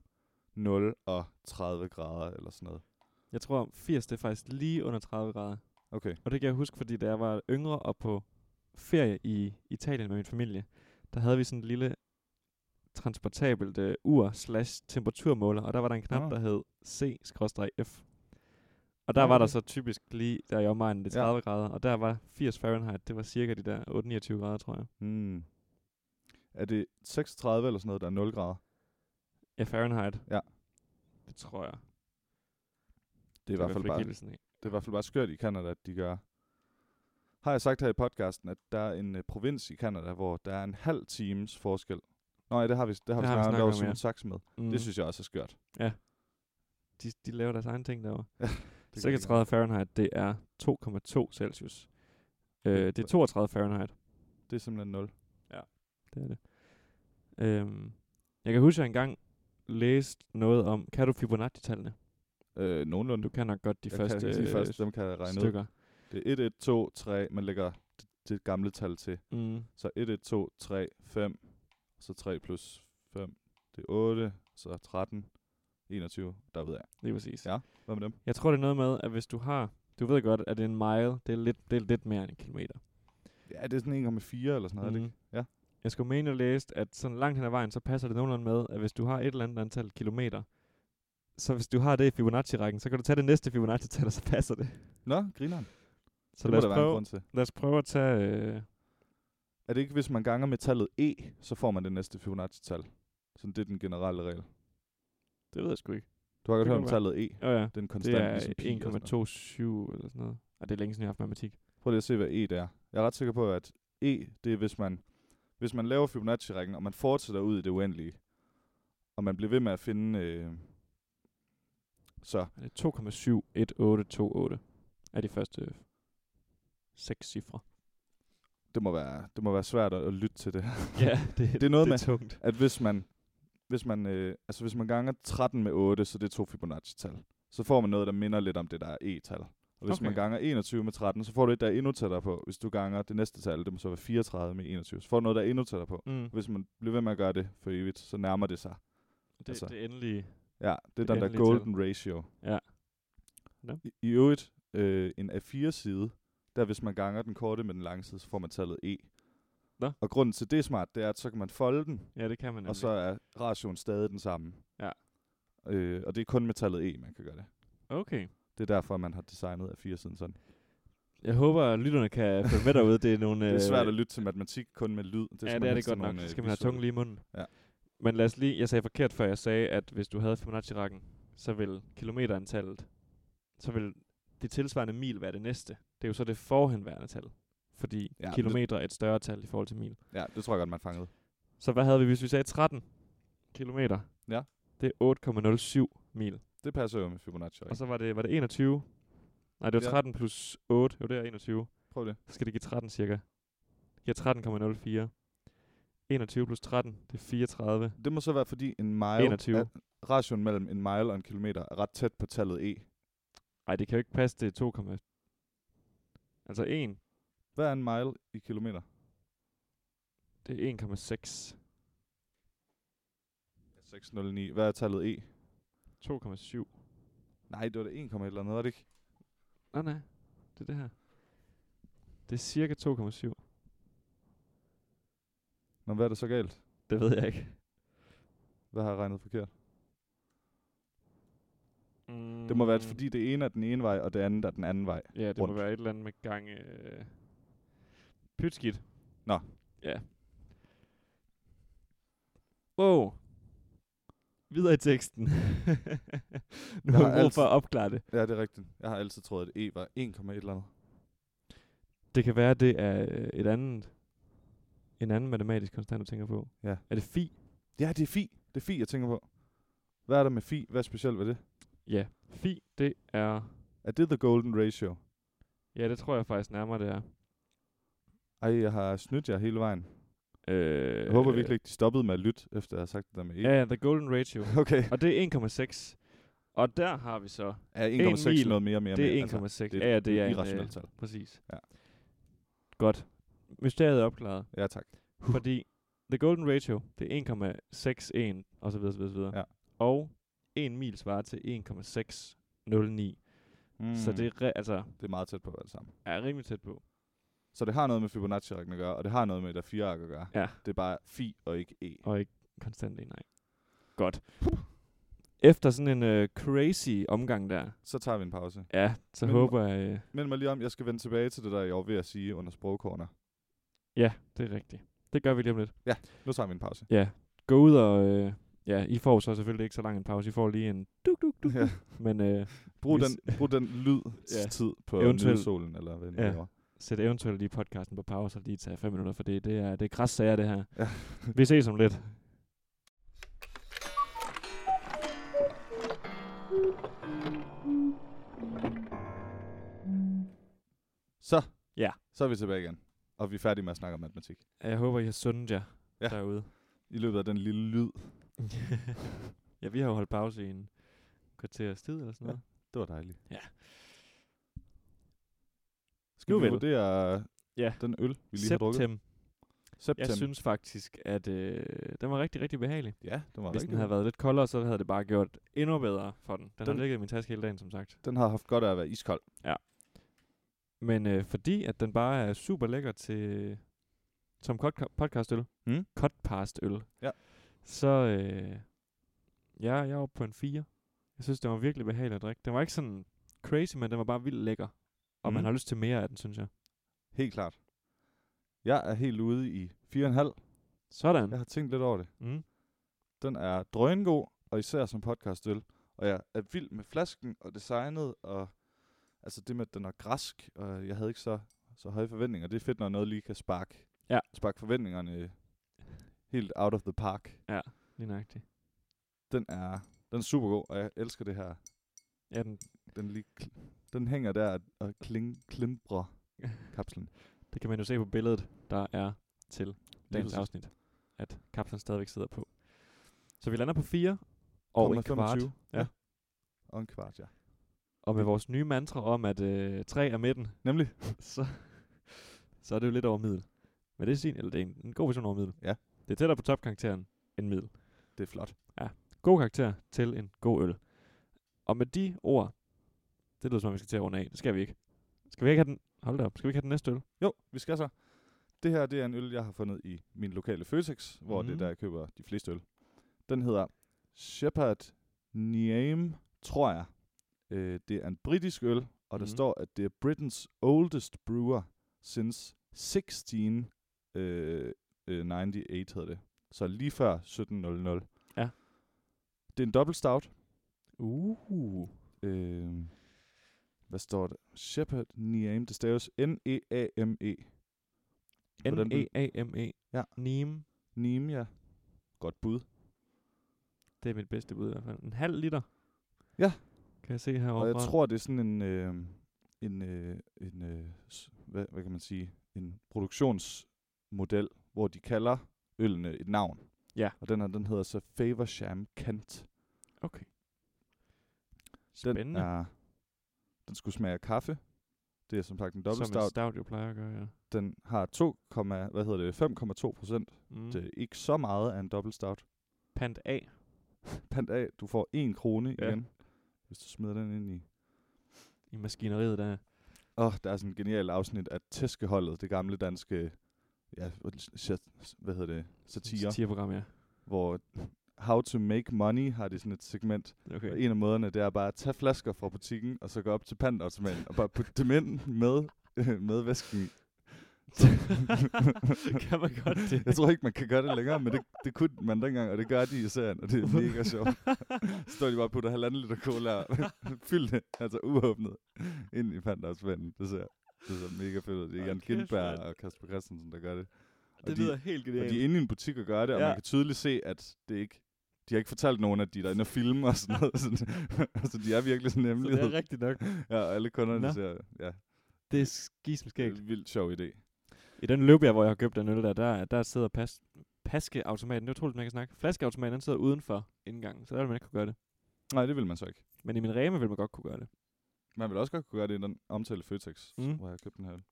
[SPEAKER 1] 0 og 30 grader eller sådan noget.
[SPEAKER 2] Jeg tror 80, det er faktisk lige under 30 grader.
[SPEAKER 1] Okay.
[SPEAKER 2] Og det kan jeg huske, fordi da jeg var yngre og på ferie i Italien med min familie, der havde vi sådan en lille transportabelt øh, ur slash temperaturmåler, og der var der en knap,
[SPEAKER 1] Nå.
[SPEAKER 2] der hed C-F. Og der
[SPEAKER 1] Ja,
[SPEAKER 2] var der
[SPEAKER 1] okay.
[SPEAKER 2] så typisk lige der i omegnen det
[SPEAKER 1] Ja.
[SPEAKER 2] 30 grader, og der var 80 Fahrenheit, det var cirka de der 8-29 grader, tror jeg.
[SPEAKER 1] Hmm. Er det 36 eller sådan noget, der er 0 grader?
[SPEAKER 2] Ja, Fahrenheit.
[SPEAKER 1] Ja.
[SPEAKER 2] Det tror jeg.
[SPEAKER 1] Det er, i hvert fald bare, det
[SPEAKER 2] Sådan,
[SPEAKER 1] er i hvert fald bare skørt i Canada, at de gør. Har jeg sagt her i podcasten, at der er en øh, provins i Canada, hvor der er en halv times forskel. Nå ja, det har vi, det har vi snakket om, der var
[SPEAKER 2] ja.
[SPEAKER 1] Simon Saks med.
[SPEAKER 2] mm.
[SPEAKER 1] Mm. Det synes jeg også er skørt.
[SPEAKER 2] de, de laver deres egen ting derovre.
[SPEAKER 1] Det kan jeg godt lide.
[SPEAKER 2] 36 Fahrenheit, det er 2,2 Celsius. Øh, det er 32 Fahrenheit.
[SPEAKER 1] Det er simpelthen 0.
[SPEAKER 2] Det er det. Øhm, jeg kan huske, at jeg engang læste noget om, kan du Fibonacci-tallene?
[SPEAKER 1] Øh, nogenlunde.
[SPEAKER 2] Du kan nok godt de
[SPEAKER 1] jeg
[SPEAKER 2] første,
[SPEAKER 1] kan ikke de
[SPEAKER 2] øh,
[SPEAKER 1] første, dem kan jeg regne ud.
[SPEAKER 2] stykker.
[SPEAKER 1] Det er 1, 1, 2, 3, man lægger det, det gamle tal til.
[SPEAKER 2] Mm.
[SPEAKER 1] Så 1, 1, 2, 3, 5, så 3 plus 5, det er 8, så 13, 21, der ved jeg.
[SPEAKER 2] Lige præcis.
[SPEAKER 1] Ja. Hvad med dem?
[SPEAKER 2] Jeg tror, det er noget med, at hvis du har... Du ved godt, at en mile, det er lidt, det er lidt mere end en kilometer.
[SPEAKER 1] Ja, det er sådan 1,4 eller sådan noget, mm.
[SPEAKER 2] Mhm.
[SPEAKER 1] Ja.
[SPEAKER 2] jeg skulle mene, at læste, at sådan langt hen ad vejen, så passer det nogenlunde med, at hvis du har et eller andet antal kilometer, så hvis du har det i Fibonacci-rækken, så kan du tage det næste Fibonacci-tal, og så passer det.
[SPEAKER 1] Mm. Nå, grineren.
[SPEAKER 2] Så
[SPEAKER 1] Det
[SPEAKER 2] lad
[SPEAKER 1] må
[SPEAKER 2] os,
[SPEAKER 1] der være en
[SPEAKER 2] prøve,
[SPEAKER 1] grund til.
[SPEAKER 2] lad os prøve at tage... Øh,
[SPEAKER 1] Er det ikke, hvis man ganger med tallet E, så får man det næste Fibonacci-tal? Sådan, det er den generelle regel.
[SPEAKER 2] det ved jeg sgu ikke.
[SPEAKER 1] Du har godt
[SPEAKER 2] Det
[SPEAKER 1] hørt
[SPEAKER 2] kan
[SPEAKER 1] om
[SPEAKER 2] være.
[SPEAKER 1] tallet E.
[SPEAKER 2] Jo, ja.
[SPEAKER 1] Den
[SPEAKER 2] Det
[SPEAKER 1] konstant
[SPEAKER 2] er
[SPEAKER 1] ligesom pi og sådan noget.
[SPEAKER 2] 1,27 eller sådan noget. Og det er længe siden, jeg har haft matematik.
[SPEAKER 1] Prøv lige at se, hvad E det er. Jeg er ret sikker på, at E, det er, hvis man, hvis man laver Fibonacci-rækken, og man fortsætter ud i det uendelige, og man bliver ved med at finde... Øh, så
[SPEAKER 2] Er det 2,71828 er de første øh, seks cifre.
[SPEAKER 1] det må være, det må være svært at, at lytte til det her.
[SPEAKER 2] (laughs) (laughs) Ja, det,
[SPEAKER 1] Det er noget
[SPEAKER 2] det
[SPEAKER 1] med-
[SPEAKER 2] er tungt.
[SPEAKER 1] At hvis man, hvis man, øh, altså hvis man ganger 13 med 8, så det er to Fibonacci-tal. Så får man noget, der minder lidt om det, der er E-tal. Og hvis okay. man
[SPEAKER 2] Okay.
[SPEAKER 1] ganger 21 med 13, så får du et, der er endnu tættere på. Hvis du ganger det næste tal, det må så være 34 med 21, så får du noget, der er endnu tættere på.
[SPEAKER 2] Mm.
[SPEAKER 1] Hvis man bliver ved med at gøre det for evigt, så nærmer det sig.
[SPEAKER 2] Det,
[SPEAKER 1] altså-
[SPEAKER 2] altså. det endelige.
[SPEAKER 1] Ja, det
[SPEAKER 2] Det
[SPEAKER 1] er den der
[SPEAKER 2] endelige tal.
[SPEAKER 1] golden ratio.
[SPEAKER 2] Ja. Nå.
[SPEAKER 1] No. I, I øvrigt, øh, en A4-side, der hvis man ganger den korte med den lange side, så får man tallet E.
[SPEAKER 2] Nå.
[SPEAKER 1] Og grunden til det er smart, det er, at så kan man folde den, Nemlig.
[SPEAKER 2] Ja, det kan man
[SPEAKER 1] og så er ratioen stadig den samme.
[SPEAKER 2] Ja.
[SPEAKER 1] Øh, og det er kun med tallet E, man kan gøre det.
[SPEAKER 2] Okay.
[SPEAKER 1] Det er derfor, man har designet A4-siden sådan.
[SPEAKER 2] Jeg håber, at lytterne kan følge med derude. (laughs) Det er nogle...
[SPEAKER 1] Det er svært at
[SPEAKER 2] øh,
[SPEAKER 1] lytte til matematik kun med lyd. Det
[SPEAKER 2] ja, det er det godt nok.
[SPEAKER 1] øh,
[SPEAKER 2] Så skal man have tungen lige i munden.
[SPEAKER 1] Ja.
[SPEAKER 2] Men lad os lige... Jeg sagde forkert, før jeg sagde, at hvis du havde Fibonacci-rækken, så vil kilometerantallet, så vil det tilsvarende mil være det næste. Det er jo så det forhenværende tal. Fordi
[SPEAKER 1] Ja,
[SPEAKER 2] ja,
[SPEAKER 1] men
[SPEAKER 2] kilometer er et større tal i forhold til mil.
[SPEAKER 1] Ja, det tror jeg godt, man fangede.
[SPEAKER 2] Så hvad havde vi, hvis vi sagde 13 kilometer?
[SPEAKER 1] Ja.
[SPEAKER 2] Det er 8,07 mil.
[SPEAKER 1] Det passer jo med Fibonacci.
[SPEAKER 2] Og så var det, var det 21. Nej, det var
[SPEAKER 1] Ja.
[SPEAKER 2] 13 plus 8. Jo, det er 21.
[SPEAKER 1] Prøv det.
[SPEAKER 2] Så skal det give 13 cirka. Det giver 13,04. 21 plus 13, det er 34.
[SPEAKER 1] Det må så være, fordi en mile
[SPEAKER 2] 21.
[SPEAKER 1] Er, ratioen mellem en mile og en kilometer er ret tæt på tallet E.
[SPEAKER 2] Nej, det kan jo ikke passe, det er 2, komma- altså 1,
[SPEAKER 1] Hvad er en mile i kilometer?
[SPEAKER 2] det er 1,6.
[SPEAKER 1] 609. Hvad er tallet E?
[SPEAKER 2] 2,7.
[SPEAKER 1] Nej, det var det 1, et eller andet, var det ikke?
[SPEAKER 2] Nej, nej, det er det her. Det er cirka 2,7.
[SPEAKER 1] Men hvad er det så galt?
[SPEAKER 2] Det ved jeg ikke.
[SPEAKER 1] Hvad har jeg regnet forkert? Mm. Det må være,
[SPEAKER 2] Mm.
[SPEAKER 1] fordi det ene er den ene vej, og det andet er den anden vej.
[SPEAKER 2] Ja, det
[SPEAKER 1] rundt.
[SPEAKER 2] må være et eller andet med gang... Øh... Pytskidt.
[SPEAKER 1] Nå.
[SPEAKER 2] Ja. Wow. Videre i teksten. (laughs) nu
[SPEAKER 1] Jeg
[SPEAKER 2] har
[SPEAKER 1] har
[SPEAKER 2] jeg brug for
[SPEAKER 1] altid-
[SPEAKER 2] at opklare det.
[SPEAKER 1] Ja, det er rigtigt. Jeg har altid troet, at E var 1, et eller andet.
[SPEAKER 2] Det kan være, det er øh, et andet... En anden matematisk konstant, du tænker på.
[SPEAKER 1] Ja.
[SPEAKER 2] Er det phi?
[SPEAKER 1] Ja, det er fi. Det er fi, jeg tænker på. Hvad er der med fi? Hvad er specielt ved det?
[SPEAKER 2] Ja. Phi, det er...
[SPEAKER 1] Er det the golden ratio?
[SPEAKER 2] Ja, det tror jeg faktisk nærmere, det er.
[SPEAKER 1] Ej, jeg har snydt jer hele vejen.
[SPEAKER 2] Øh,
[SPEAKER 1] Jeg håber virkelig ikke, de stoppede med at lytte, efter jeg har sagt det der med E. (laughs)
[SPEAKER 2] Ja, ja, the golden ratio.
[SPEAKER 1] Okay.
[SPEAKER 2] Og det er 1,6. Og der har vi så...
[SPEAKER 1] Ja, 1,6
[SPEAKER 2] mil,
[SPEAKER 1] noget mere og mere.
[SPEAKER 2] det
[SPEAKER 1] mere.
[SPEAKER 2] er 1,6.
[SPEAKER 1] Altså,
[SPEAKER 2] ja, ja, det er en, øh,
[SPEAKER 1] irrationelt tal.
[SPEAKER 2] Præcis.
[SPEAKER 1] Ja.
[SPEAKER 2] Godt. Mysteriet er opklaret,
[SPEAKER 1] Ja, tak.
[SPEAKER 2] fordi the golden ratio, det er 1,61 og så videre, så videre, så videre.
[SPEAKER 1] Ja.
[SPEAKER 2] Og 1 mil svarer til 1,609.
[SPEAKER 1] Mm.
[SPEAKER 2] Mm. Så det er, re- altså,
[SPEAKER 1] det er meget tæt på at være det samme.
[SPEAKER 2] er rimelig tæt på.
[SPEAKER 1] Så det har noget med Fibonacci-rækken at gøre, og det har noget med et A4-ark at gøre.
[SPEAKER 2] Ja.
[SPEAKER 1] Det er bare fi og ikke E.
[SPEAKER 2] Og ikke konstant en, nej. Godt. Efter sådan en øh, crazy omgang der,
[SPEAKER 1] Så tager vi en pause.
[SPEAKER 2] ja, så
[SPEAKER 1] Men-
[SPEAKER 2] håber jeg, øh,
[SPEAKER 1] Men mig lige om, jeg skal vende tilbage til det, der jeg var ved at sige under sprogkorner.
[SPEAKER 2] ja, det er rigtigt. Det gør vi lige om lidt.
[SPEAKER 1] Nu tager vi en pause.
[SPEAKER 2] Ja, gå ud og... Øh, ja, I får så selvfølgelig ikke så lang en pause. I får lige en duk, duk, duk.
[SPEAKER 1] Ja.
[SPEAKER 2] Ja. Men øh,
[SPEAKER 1] Brug,
[SPEAKER 2] Hvis-
[SPEAKER 1] den, brug
[SPEAKER 2] (laughs)
[SPEAKER 1] den lyd-tid ja. på
[SPEAKER 2] Eventuelt-
[SPEAKER 1] solen eller hvad det nu
[SPEAKER 2] Ja.
[SPEAKER 1] er.
[SPEAKER 2] sæt eventuelt lige podcasten på pause og lige tage fem minutter, for det, det er, det er græs sager, det her.
[SPEAKER 1] Ja.
[SPEAKER 2] Vi ses om lidt.
[SPEAKER 1] Så.
[SPEAKER 2] Ja.
[SPEAKER 1] Så er vi tilbage igen. Og vi er færdige med at snakke om matematik.
[SPEAKER 2] Jeg håber, I har sundet jer
[SPEAKER 1] Ja.
[SPEAKER 2] ja. (laughs) derude.
[SPEAKER 1] I løbet af den lille lyd,
[SPEAKER 2] ja, vi har jo holdt pause i en kvarters tid eller sådan
[SPEAKER 1] Ja.
[SPEAKER 2] noget.
[SPEAKER 1] det var dejligt.
[SPEAKER 2] Ja.
[SPEAKER 1] Skal
[SPEAKER 2] Nu
[SPEAKER 1] vi
[SPEAKER 2] vel.
[SPEAKER 1] vurdere
[SPEAKER 2] Ja.
[SPEAKER 1] den øl, vi lige har drukket?
[SPEAKER 2] Septem.
[SPEAKER 1] Septem.
[SPEAKER 2] Jeg synes faktisk, at øh, den var rigtig, rigtig behagelig.
[SPEAKER 1] Ja, den var
[SPEAKER 2] Hvis
[SPEAKER 1] rigtig
[SPEAKER 2] den havde
[SPEAKER 1] god.
[SPEAKER 2] været lidt koldere, så havde det bare gjort endnu bedre for den. Den, den har
[SPEAKER 1] Den-
[SPEAKER 2] ligget i min taske hele dagen, som sagt.
[SPEAKER 1] Den har haft godt af at være iskold.
[SPEAKER 2] Men øh, fordi at den bare er super lækker til som podca- podcastøl,
[SPEAKER 1] Mm.
[SPEAKER 2] cutpastøl,
[SPEAKER 1] Ja.
[SPEAKER 2] så øh, ja, jeg var på en 4. Jeg synes, det var virkelig behagelig at drikke. Den var ikke sådan crazy, men den var bare vildt lækker. Og mm. man
[SPEAKER 1] Mhm.
[SPEAKER 2] har lyst til mere af den, synes jeg.
[SPEAKER 1] Helt klart. Jeg er helt ude i 4,5.
[SPEAKER 2] Sådan.
[SPEAKER 1] Jeg
[SPEAKER 2] Ja.
[SPEAKER 1] har tænkt lidt over det.
[SPEAKER 2] Mm.
[SPEAKER 1] Den er drøngod, og især som podcastøl. Og jeg er vild med flasken og designet, og altså det med, at den er græsk, og jeg havde ikke så, så høje forventninger. Det er fedt, når noget lige kan sparke,
[SPEAKER 2] Ja.
[SPEAKER 1] sparke forventningerne øh, helt out of the park.
[SPEAKER 2] Lige nøjagtigt.
[SPEAKER 1] Den er, den er super god, og jeg elsker det her.
[SPEAKER 2] Ja, den, (laughs)
[SPEAKER 1] Den, lige, kl- den hænger der og kling, klimbrer kapslen.
[SPEAKER 2] det kan man jo se på billedet, der er til dagens
[SPEAKER 1] præcis.
[SPEAKER 2] afsnit, at kapslen stadigvæk sidder på. Så vi lander på 4 og en kvart.
[SPEAKER 1] 25.
[SPEAKER 2] Ja.
[SPEAKER 1] ja. Og en kvart, ja.
[SPEAKER 2] Og med vores nye mantra om, at øh, 3 er midten, (laughs)
[SPEAKER 1] Nemlig.
[SPEAKER 2] så, så er det jo lidt over middel. Men det er, sin, eller det er en, en god version over middel.
[SPEAKER 1] Ja.
[SPEAKER 2] Det er tættere på topkarakteren end middel.
[SPEAKER 1] Det er flot.
[SPEAKER 2] God karakter til en god øl. Og med de ord, det lyder som om, vi skal til at runde af. Det skal vi ikke. Skal vi ikke have den, hold da op, skal vi ikke have den næste øl?
[SPEAKER 1] Jo, vi skal så. Det her, det er en øl, jeg har fundet i min lokale Føtex, hvor mm. det er
[SPEAKER 2] Mhm.
[SPEAKER 1] der, jeg køber de fleste øl. Den hedder Shepard Niame, tror jeg. Øh, det er en britisk øl, og mm. der
[SPEAKER 2] Mhm.
[SPEAKER 1] står, at det er Britain's oldest brewer since 1698, øh, øh, 98 hedder det. Så lige før 1700.
[SPEAKER 2] Ja.
[SPEAKER 1] Det er en dobbelt stout.
[SPEAKER 2] Uh.
[SPEAKER 1] Øh, hvad står der? Shepard Niame, det staves E N-E-A-M-E. Hvordan
[SPEAKER 2] E
[SPEAKER 1] vil-
[SPEAKER 2] N-E-A-M-E.
[SPEAKER 1] Ja.
[SPEAKER 2] Neem.
[SPEAKER 1] Nime, ja. Godt bud.
[SPEAKER 2] Det er mit bedste bud i hvert fald. En halv liter.
[SPEAKER 1] Ja.
[SPEAKER 2] Kan jeg se
[SPEAKER 1] Og
[SPEAKER 2] herovre.
[SPEAKER 1] jeg tror, det er sådan en, øh, en, øh, en øh, s- hvad, hvad kan man sige, en produktionsmodel, hvor de kalder ølene et navn.
[SPEAKER 2] Ja.
[SPEAKER 1] Og den her, den hedder så Faversham Kent.
[SPEAKER 2] Okay.
[SPEAKER 1] Den
[SPEAKER 2] Spændende.
[SPEAKER 1] er, den skulle smage af kaffe. Det er som sagt en
[SPEAKER 2] Som
[SPEAKER 1] dobbelt
[SPEAKER 2] en
[SPEAKER 1] stout.
[SPEAKER 2] stout jo plejer at gøre, ja.
[SPEAKER 1] Den har 2, hvad hedder det, 5,2 procent.
[SPEAKER 2] Mm.
[SPEAKER 1] Mm. Det er ikke så meget af en dobbelt stout.
[SPEAKER 2] Pant A.
[SPEAKER 1] Pant af, du får 1 krone
[SPEAKER 2] Ja.
[SPEAKER 1] ja. igen, hvis du smider den ind i
[SPEAKER 2] i maskineriet, der
[SPEAKER 1] Åh, oh, der er sådan et genialt afsnit af Tæskeholdet, det gamle danske, ja, sat- hvad hedder det, satire,
[SPEAKER 2] satireprogram, ja.
[SPEAKER 1] hvor How to Make Money har de sådan et segment, okay. og en af måderne, det er bare at tage flasker fra butikken, og så gå op til pandautomaten, og bare putte dem ind med, øh, med væsken. i.
[SPEAKER 2] (laughs) kan man godt det?
[SPEAKER 1] Jeg tror ikke, man kan gøre det længere, men det, det kunne man dengang, og det gør de i serien, og det er mega sjovt. Så står de bare og putter halvanden liter cola, og (laughs) fyldt det, altså uåbnet, ind i pandautomaten. Det ser, det ser mega fedt ud. Det er
[SPEAKER 2] Hold
[SPEAKER 1] Jan
[SPEAKER 2] kæft,
[SPEAKER 1] Gindberg
[SPEAKER 2] mand.
[SPEAKER 1] og Kasper Christensen, der gør det. Og
[SPEAKER 2] det
[SPEAKER 1] de,
[SPEAKER 2] lyder helt
[SPEAKER 1] og de
[SPEAKER 2] genialt.
[SPEAKER 1] er inde i en butik og gør det, og
[SPEAKER 2] øhm, Ja.
[SPEAKER 1] man kan tydeligt se, at det ikke... De har ikke fortalt nogen, at de er derinde og filmer og sådan noget. (laughs) Sådan, altså, de er virkelig sådan en
[SPEAKER 2] Så
[SPEAKER 1] hemmelighed.
[SPEAKER 2] det er rigtigt nok.
[SPEAKER 1] (laughs) ja, og alle kunderne
[SPEAKER 2] Nå.
[SPEAKER 1] ser... Ja,
[SPEAKER 2] Det er skism
[SPEAKER 1] det er
[SPEAKER 2] skægt.
[SPEAKER 1] en vildt sjov idé.
[SPEAKER 2] I den løbjerg, hvor jeg har købt den øl der, der, der sidder pas, paskeautomaten, det er utroligt, man kan snakke. Flaskeautomaten, den sidder udenfor indgangen, så der vil man ikke kunne gøre det.
[SPEAKER 1] Nej, det vil man så ikke.
[SPEAKER 2] Men i min reme vil man godt kunne gøre det.
[SPEAKER 1] Man vil også godt kunne gøre det i den omtale Føtex,
[SPEAKER 2] Mm.
[SPEAKER 1] mm. hvor jeg købte den her. øl.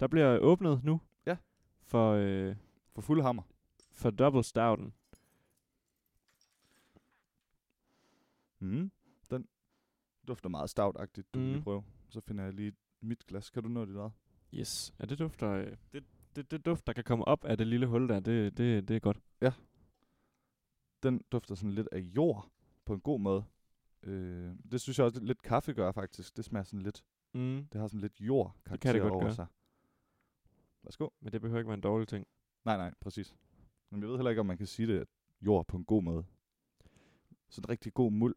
[SPEAKER 2] Der bliver åbnet nu.
[SPEAKER 1] Ja.
[SPEAKER 2] For, øh,
[SPEAKER 1] For fuld hammer.
[SPEAKER 2] for double stouten.
[SPEAKER 1] Mm. Den dufter meget stavtagtigt. Du mm. kan
[SPEAKER 2] Mm.
[SPEAKER 1] lige prøve. Så finder jeg lige mit glas. Kan du nå dit eget?
[SPEAKER 2] Yes. Ja, det dufter... Øh, det, det, det duft, der kan komme op af det lille hul der, det, det, det er godt.
[SPEAKER 1] Den dufter sådan lidt af jord på en god måde. Øh, det synes jeg også lidt kaffe gør faktisk. Det smager sådan lidt.
[SPEAKER 2] Mm.
[SPEAKER 1] Det har sådan lidt jord
[SPEAKER 2] Det kan det godt
[SPEAKER 1] over
[SPEAKER 2] gøre.
[SPEAKER 1] sig. Værsgo.
[SPEAKER 2] Men det behøver ikke være en dårlig ting.
[SPEAKER 1] Nej, nej, præcis. Men jeg ved heller ikke, om man kan sige det, at jord på en god måde. Sådan en rigtig god muld.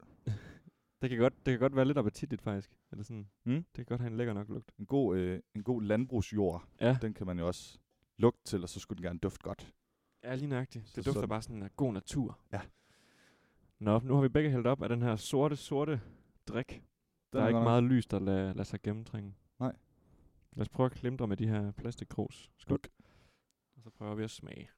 [SPEAKER 2] Det kan godt, det kan godt være lidt appetitligt, faktisk. Eller sådan.
[SPEAKER 1] Mm.
[SPEAKER 2] Det kan godt have en lækker nok lugt.
[SPEAKER 1] En god, øh, en god landbrugsjord,
[SPEAKER 2] Ja,
[SPEAKER 1] den kan man jo også lugte til, og så skulle den gerne dufte godt.
[SPEAKER 2] ja lige nøjagtigt. Det
[SPEAKER 1] Så
[SPEAKER 2] dufter
[SPEAKER 1] sådan.
[SPEAKER 2] bare sådan af god natur.
[SPEAKER 1] Ja.
[SPEAKER 2] Nå, nu har vi begge hældt op af den her sorte, sorte drik. Der
[SPEAKER 1] Den
[SPEAKER 2] er, er ikke
[SPEAKER 1] godt nok-
[SPEAKER 2] meget lys, der lader, lader sig gennemtrænge.
[SPEAKER 1] Nej.
[SPEAKER 2] Lad os prøve at klimtre med de her plastikkros. Skål.
[SPEAKER 1] Okay.
[SPEAKER 2] Og så prøver vi at smage.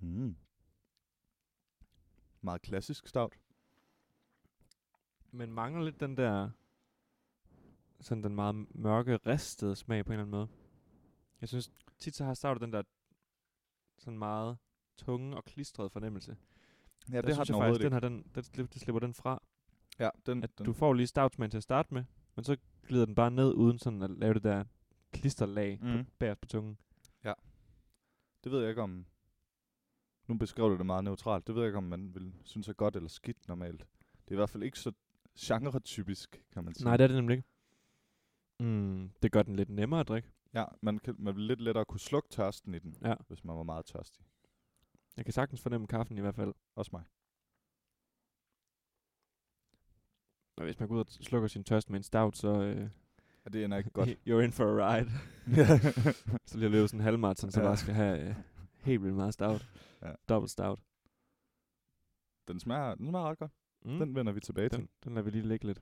[SPEAKER 1] Mm. Meget klassisk stout.
[SPEAKER 2] Men mangler lidt den der... Sådan den meget mørke, ristede smag på en eller anden måde. Jeg synes, tit så har startet den der sådan meget tunge og klistrede fornemmelse.
[SPEAKER 1] Ja,
[SPEAKER 2] der synes jeg faktisk, den her, den, den, slip, det slipper den fra.
[SPEAKER 1] Ja, den,
[SPEAKER 2] At
[SPEAKER 1] Mm, den
[SPEAKER 2] du får lige Stoutsman til at starte med, men så glider den bare ned, uden sådan at lave det der klisterlag mm.
[SPEAKER 1] Mhm.
[SPEAKER 2] på, bagerst på tungen.
[SPEAKER 1] Det ved jeg ikke om... Nu beskrev du det meget neutralt. Det ved jeg ikke, om man vil synes er godt eller skidt normalt. Det er i hvert fald ikke så genre-typisk, kan man sige.
[SPEAKER 2] Nej, det er det nemlig ikke. Mm, det gør den lidt nemmere at drikke.
[SPEAKER 1] Ja, man, kan, man vil lidt lettere kunne slukke tørsten i den,
[SPEAKER 2] Ja.
[SPEAKER 1] hvis man var meget tørstig.
[SPEAKER 2] Jeg kan sagtens fornemme kaffen i hvert fald.
[SPEAKER 1] Også mig.
[SPEAKER 2] Og hvis man går ud og slukker sin tørst med en stout, så øh,
[SPEAKER 1] (laughs) Ja, det ender ikke godt.
[SPEAKER 2] (laughs) you're in for a ride. så lige at løbe sådan en halvmarathon, så
[SPEAKER 1] Ja.
[SPEAKER 2] ja. bare skal have øh, helt vildt meget stout.
[SPEAKER 1] Ja.
[SPEAKER 2] Ja. Dobbelt stout.
[SPEAKER 1] den, smager, den smager ret godt.
[SPEAKER 2] Mm.
[SPEAKER 1] Mm. Den vender vi tilbage til.
[SPEAKER 2] den, den lader vi lige ligge lidt.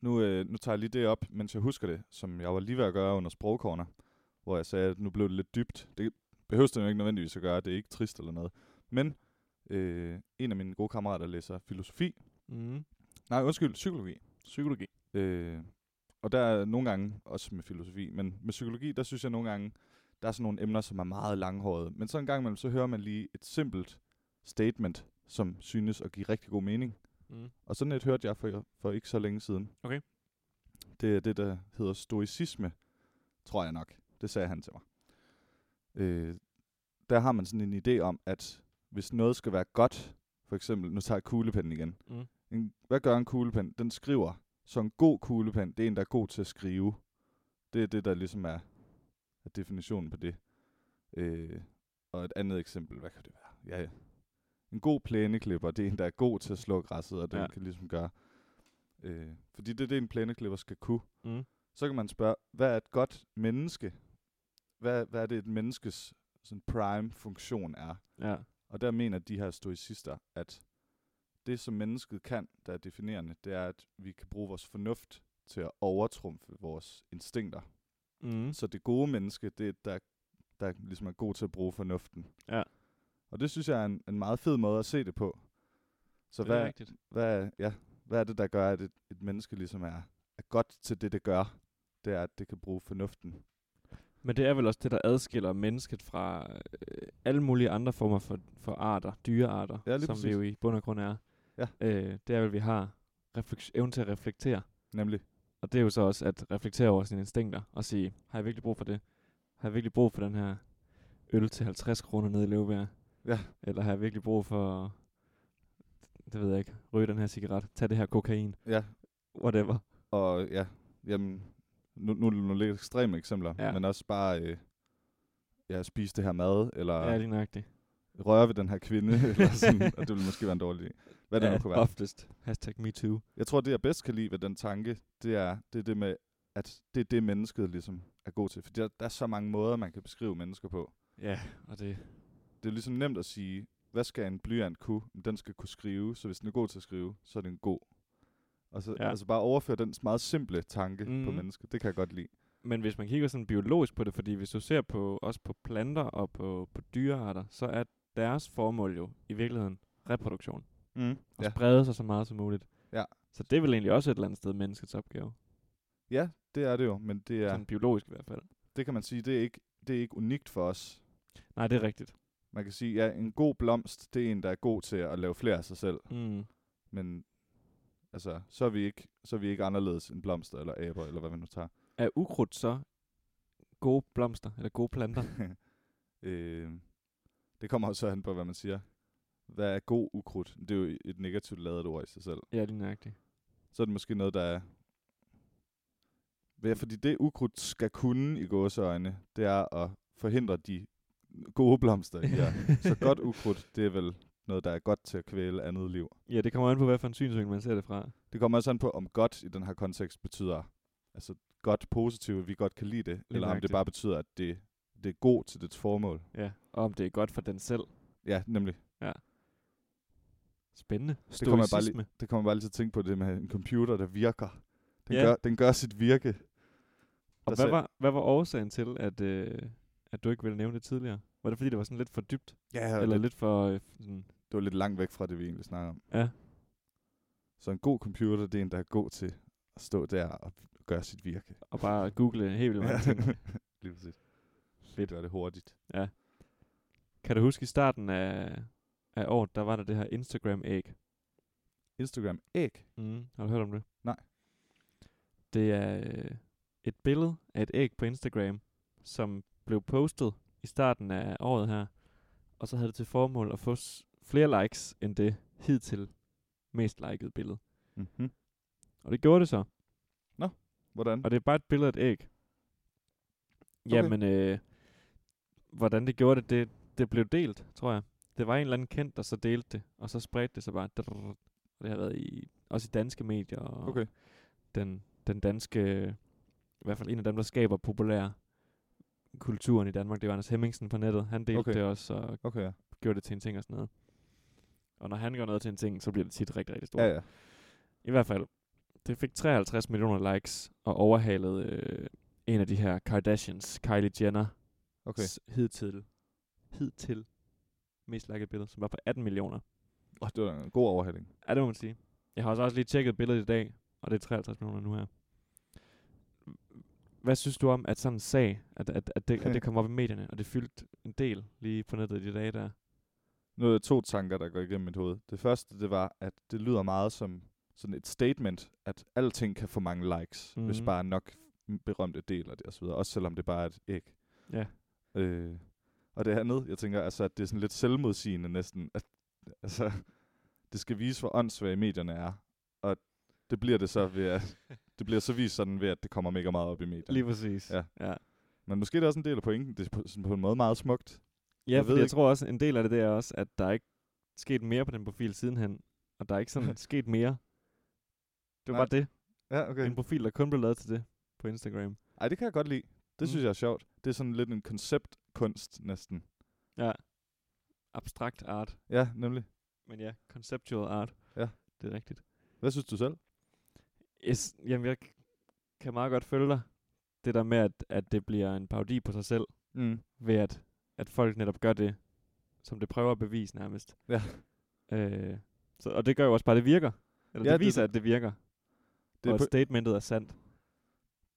[SPEAKER 1] Nu, øh, nu tager jeg lige det op, mens jeg husker det, som jeg var lige ved at gøre under sprogkorner, hvor jeg sagde, at nu blev det lidt dybt. Det behøver det jo ikke nødvendigvis at gøre, det er ikke trist eller noget. Men øh, en af mine gode kammerater læser filosofi,
[SPEAKER 2] Mm.
[SPEAKER 1] nej undskyld, psykologi.
[SPEAKER 2] Psykologi.
[SPEAKER 1] Øh, og der er nogle gange, også med filosofi, men med psykologi, der synes jeg nogle gange, der er sådan nogle emner, som er meget langhårede. Men så en gang imellem, så hører man lige et simpelt statement, som synes at give rigtig god mening.
[SPEAKER 2] Mm.
[SPEAKER 1] Og sådan et hørte jeg for, for ikke så længe siden.
[SPEAKER 2] Okay.
[SPEAKER 1] Det er det, der hedder stoicisme, tror jeg nok. Det sagde han til mig. Øh, der har man sådan en idé om, at hvis noget skal være godt, for eksempel, nu tager jeg kuglepennen igen.
[SPEAKER 2] Mm.
[SPEAKER 1] En, hvad gør en kuglepen? Den skriver. Så en god kuglepen, det er en, der er god til at skrive. Det er det, der ligesom er, er definitionen på det. Øh, og et andet eksempel, hvad kan det være? Ja, ja. En god plæneklipper, det er en, der er god til at slå græsset, og den
[SPEAKER 2] Ja.
[SPEAKER 1] kan ligesom gøre. Øh, fordi det er det, en plæneklipper skal kunne.
[SPEAKER 2] Mm.
[SPEAKER 1] Så kan man spørge, hvad er et godt menneske? Hvad, hvad er det, et menneskes sådan prime funktion er?
[SPEAKER 2] Ja.
[SPEAKER 1] Og der mener de her stoicister, at det, som mennesket kan, der er definerende, det er, at vi kan bruge vores fornuft til at overtrumfe vores instinkter.
[SPEAKER 2] Mm.
[SPEAKER 1] Så det gode menneske, det er, der, der ligesom er god til at bruge fornuften.
[SPEAKER 2] Ja.
[SPEAKER 1] Og det synes jeg er en, en meget fed måde at se det på. Så
[SPEAKER 2] det er
[SPEAKER 1] hvad,
[SPEAKER 2] rigtigt.
[SPEAKER 1] hvad, ja, hvad er det, der gør, at et, et menneske ligesom er, er godt til det, det gør? Det er, at det kan bruge fornuften.
[SPEAKER 2] Men det er vel også det, der adskiller mennesket fra øh, alle mulige andre former for, for arter, dyrearter,
[SPEAKER 1] Ja, lige
[SPEAKER 2] som
[SPEAKER 1] præcis.
[SPEAKER 2] vi jo i bund og grund er.
[SPEAKER 1] Ja.
[SPEAKER 2] Øh, det er vel, at vi har refleks- evnen til at reflektere.
[SPEAKER 1] Nemlig,
[SPEAKER 2] Og det er jo så også at reflektere over sine instinkter og sige, har jeg virkelig brug for det? Har jeg virkelig brug for den her øl til 50 kroner nede i Løvebjerg?
[SPEAKER 1] Ja.
[SPEAKER 2] Eller har jeg virkelig brug for, det ved jeg ikke, ryge den her cigaret, tage det her kokain,
[SPEAKER 1] ja,
[SPEAKER 2] whatever.
[SPEAKER 1] Og ja, jamen, nu, nu er det nogle lidt ekstreme eksempler, ja.
[SPEAKER 2] Ja.
[SPEAKER 1] men også bare øh, ja, spise det her mad, eller
[SPEAKER 2] Ja, ja
[SPEAKER 1] ja,
[SPEAKER 2] lige nøjagtigt.
[SPEAKER 1] røre ved den her kvinde, (laughs) eller sådan, og det ville måske være en dårlig idé. Hvad det ja,
[SPEAKER 2] ja,
[SPEAKER 1] nu kunne være.
[SPEAKER 2] Oftest. Hashtag me too.
[SPEAKER 1] Jeg tror, det jeg bedst kan lide ved den tanke, det er det, er det med, at det er det, mennesket ligesom er god til. For der, der er så mange måder, man kan beskrive mennesker på.
[SPEAKER 2] Ja, og det,
[SPEAKER 1] Det er ligesom nemt at sige, hvad skal en blyant kunne? Men Den skal kunne skrive, så hvis den er god til at skrive, så er den god. Og så ja.
[SPEAKER 2] Ja.
[SPEAKER 1] altså bare overføre den meget simple tanke mm. på
[SPEAKER 2] Mhm.
[SPEAKER 1] mennesket. Det kan jeg godt lide.
[SPEAKER 2] Men hvis man kigger sådan biologisk på det, fordi hvis du ser på, også på planter og på, på dyrearter, så er deres formål jo i virkeligheden reproduktion.
[SPEAKER 1] Mm.
[SPEAKER 2] Og ja. sprede sig så meget som muligt.
[SPEAKER 1] Ja.
[SPEAKER 2] Så det er vel egentlig også et eller andet sted menneskets opgave.
[SPEAKER 1] Ja, det er det jo, men det
[SPEAKER 2] Ja.
[SPEAKER 1] er,
[SPEAKER 2] Sådan biologisk i hvert fald.
[SPEAKER 1] det kan man sige, det er, ikke, det er ikke unikt for os.
[SPEAKER 2] Nej, det er rigtigt.
[SPEAKER 1] Man kan sige, ja, en god blomst, det er en, der er god til at lave flere af sig selv,
[SPEAKER 2] Mm.
[SPEAKER 1] men altså, så er vi ikke, så er vi ikke anderledes end blomster eller aber, eller hvad man nu tager.
[SPEAKER 2] Er ukrudt så gode blomster, eller gode (laughs) planter?
[SPEAKER 1] (laughs) øh, det kommer også an på, hvad man siger. Hvad er god ukrudt? Det er jo et negativt lavet ord i sig selv.
[SPEAKER 2] ja, lige nøjagtigt.
[SPEAKER 1] Så er det måske noget, der er... Ja, Fordi det ukrudt skal kunne i gåseøjne, det er at forhindre de gode blomster i at Så
[SPEAKER 2] (laughs)
[SPEAKER 1] godt ukrudt, det er vel noget, der er godt til at kvæle andet liv.
[SPEAKER 2] ja, det kommer an på, hvad for en synsvinkel man ser det fra.
[SPEAKER 1] Det kommer også an på, om godt i den her kontekst betyder, altså godt positivt, at vi godt kan lide det, Lige eller om det
[SPEAKER 2] nøjagtigt.
[SPEAKER 1] bare betyder, at det, det er god til dets formål.
[SPEAKER 2] Ja. Og om det er godt for den selv.
[SPEAKER 1] Ja, nemlig.
[SPEAKER 2] Spændende.
[SPEAKER 1] Det kommer jeg bare lige-
[SPEAKER 2] Stoicisme.
[SPEAKER 1] Det kommer man bare altid til at tænke på, det med en computer, der virker. Den,
[SPEAKER 2] Ja.
[SPEAKER 1] gør, den gør sit virke.
[SPEAKER 2] Og
[SPEAKER 1] Der
[SPEAKER 2] hvad
[SPEAKER 1] sag-
[SPEAKER 2] var, hvad var årsagen til, at, øh, at du ikke ville nævne det tidligere? Var det fordi, det var sådan lidt for dybt?
[SPEAKER 1] Ja,
[SPEAKER 2] Ja,
[SPEAKER 1] eller
[SPEAKER 2] eller
[SPEAKER 1] det,
[SPEAKER 2] lidt for... Øh, sådan,
[SPEAKER 1] det var lidt langt væk fra det, vi egentlig snakker om.
[SPEAKER 2] ja.
[SPEAKER 1] Så en god computer, det er en, der er god til at stå der og gøre sit virke.
[SPEAKER 2] Og bare google helt vildt mange ting.
[SPEAKER 1] (laughs) Lige præcis.
[SPEAKER 2] Fedt.
[SPEAKER 1] Gør det hurtigt.
[SPEAKER 2] Kan du huske i starten af, af året, der var der det her Instagram-æg?
[SPEAKER 1] Instagram æg.
[SPEAKER 2] Mm. Har du hørt om det?
[SPEAKER 1] Nej.
[SPEAKER 2] Det er øh, et billede af et æg på Instagram, som blev postet i starten af året her. Og så havde det til formål at få s- flere likes end det hidtil mest likede billede.
[SPEAKER 1] Mm-hmm.
[SPEAKER 2] Og det gjorde det så.
[SPEAKER 1] Hvordan?
[SPEAKER 2] Og det er bare et billede af et æg.
[SPEAKER 1] Okay.
[SPEAKER 2] Okay. Jamen, øh, hvordan det gjorde det, det, det blev delt, tror jeg. Det var en eller anden kendt, der så delte det, og så spredte det sig bare. Drrrr. Og det har været i, også i danske medier, og
[SPEAKER 1] Okay.
[SPEAKER 2] den, den danske, i hvert fald en af dem, der skaber populær kulturen i Danmark, det var Anders Hemmingsen på nettet. Han delte
[SPEAKER 1] Okay.
[SPEAKER 2] okay. det også, og
[SPEAKER 1] Okay, ja.
[SPEAKER 2] gjorde det til en ting og sådan noget. Og når han gør noget til en ting, så bliver det tit rigtig, rigtig stort.
[SPEAKER 1] Ja, ja.
[SPEAKER 2] I hvert fald, det fik 53 millioner likes og overhalede øh, en af de her Kardashians, Kylie Jenner,
[SPEAKER 1] Okay.
[SPEAKER 2] hidtil, hidtil mest likede billede, som var på 18 millioner.
[SPEAKER 1] Oh, det var en god overhaling.
[SPEAKER 2] Ja, det må man sige. Jeg har også, også lige tjekket billedet i dag, og det er 53 millioner nu her. Hvad synes du om, at sådan en sag, at, at, at, det, at det kom op i medierne, og det fyldte en del lige på nettet i de dage der?
[SPEAKER 1] Nu er der to tanker, der går igennem mit hoved. Det første, det var, at det lyder meget som sådan et statement, at alting kan få mange likes, mm-hmm. hvis
[SPEAKER 2] Mhm.
[SPEAKER 1] bare nok berømte deler det osv., også selvom det bare er et æg.
[SPEAKER 2] Ja.
[SPEAKER 1] Øh, og det andet, jeg tænker, altså, at det er sådan lidt selvmodsigende næsten, at altså, det skal vise, hvor åndssvage medierne er, og det bliver det så ved
[SPEAKER 2] (laughs)
[SPEAKER 1] at, det bliver så vist sådan ved, at det kommer mega meget op i medierne.
[SPEAKER 2] præcis.
[SPEAKER 1] Ja.
[SPEAKER 2] Ja, ja.
[SPEAKER 1] Men måske er det også en del af pointen, det er på, sådan på en måde meget smukt.
[SPEAKER 2] Ja,
[SPEAKER 1] Jeg
[SPEAKER 2] jeg,
[SPEAKER 1] ved
[SPEAKER 2] fordi jeg
[SPEAKER 1] ikke-
[SPEAKER 2] tror også, en del af det, det er også, at der er ikke sket mere på den profil sidenhen, og der er ikke
[SPEAKER 1] (laughs)
[SPEAKER 2] sådan sket mere. Det var
[SPEAKER 1] Nej,
[SPEAKER 2] bare det.
[SPEAKER 1] Ja,
[SPEAKER 2] Okay. En profil, der kun blev lavet til det på Instagram.
[SPEAKER 1] Ej, det kan jeg godt lide. Det mm.
[SPEAKER 2] Mm.
[SPEAKER 1] synes jeg er sjovt. Det er sådan lidt en konceptkunst næsten.
[SPEAKER 2] Ja. Abstrakt art.
[SPEAKER 1] Ja, nemlig.
[SPEAKER 2] Men ja, conceptual art.
[SPEAKER 1] Ja.
[SPEAKER 2] Det er rigtigt.
[SPEAKER 1] Hvad synes du selv?
[SPEAKER 2] Yes, jamen, jeg kan meget godt følge dig. Det der med, at, at det bliver en parodi på sig selv,
[SPEAKER 1] Mm.
[SPEAKER 2] ved at, at folk netop gør det, som det prøver at bevise nærmest.
[SPEAKER 1] Ja.
[SPEAKER 2] Øh, så, og det gør jo også bare, at det virker. Eller
[SPEAKER 1] Ja,
[SPEAKER 2] ja, det
[SPEAKER 1] det-
[SPEAKER 2] viser, det, at det virker.
[SPEAKER 1] Det
[SPEAKER 2] Det og
[SPEAKER 1] er,
[SPEAKER 2] at
[SPEAKER 1] på,
[SPEAKER 2] statementet er sandt. det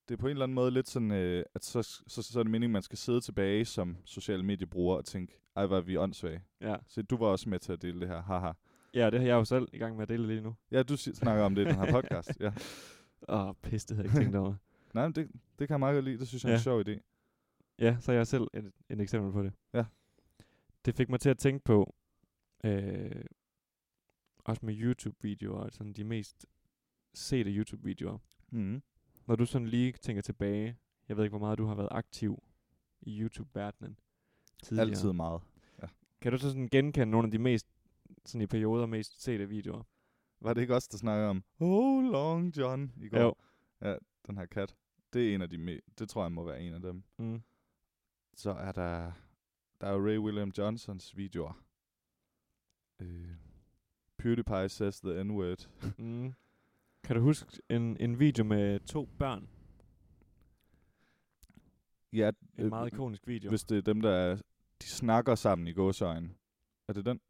[SPEAKER 1] det er på en eller anden måde lidt sådan, øh, at så, så, så er det meningen, man skal sidde tilbage som sociale mediebruger og tænke, ej, hvor er vi åndssvage.
[SPEAKER 2] Ja.
[SPEAKER 1] Så du var også med til at dele det her, haha.
[SPEAKER 2] ja, det har jeg jo selv i gang med at dele lige nu.
[SPEAKER 1] Ja, du si- snakker om det i den her podcast. Ja.
[SPEAKER 2] Åh, oh, pis, det havde jeg ikke tænkt over.
[SPEAKER 1] Nej, men det, det kan jeg meget godt lide. Det synes jeg er en
[SPEAKER 2] Ja.
[SPEAKER 1] sjov idé.
[SPEAKER 2] (laughs) Ja, så er jeg selv et, et eksempel på det.
[SPEAKER 1] Ja.
[SPEAKER 2] Det fik mig til at tænke på, øh, også med YouTube-videoer, sådan de mest sete YouTube-videoer.
[SPEAKER 1] Mm.
[SPEAKER 2] Når du sådan lige tænker tilbage, jeg ved ikke, hvor meget du har været aktiv i YouTube-verdenen tidligere.
[SPEAKER 1] Altid meget.
[SPEAKER 2] Kan du så sådan genkende nogle af de mest, sådan i perioder, mest sete videoer?
[SPEAKER 1] Var det ikke også der snakkede om, oh, Long John i går?
[SPEAKER 2] Jo.
[SPEAKER 1] Den her kat. Det er en af de me- Det tror jeg må være en af dem.
[SPEAKER 2] Mm.
[SPEAKER 1] så er der, der er jo Ray William Johnsons videoer. Øh, PewDiePie says the n-word.
[SPEAKER 2] Mm. Kan du huske en, en video med to børn?
[SPEAKER 1] Ja,
[SPEAKER 2] En øh, meget ikonisk video.
[SPEAKER 1] Hvis det er dem, der er, de snakker sammen i gåsøjne. Er det den?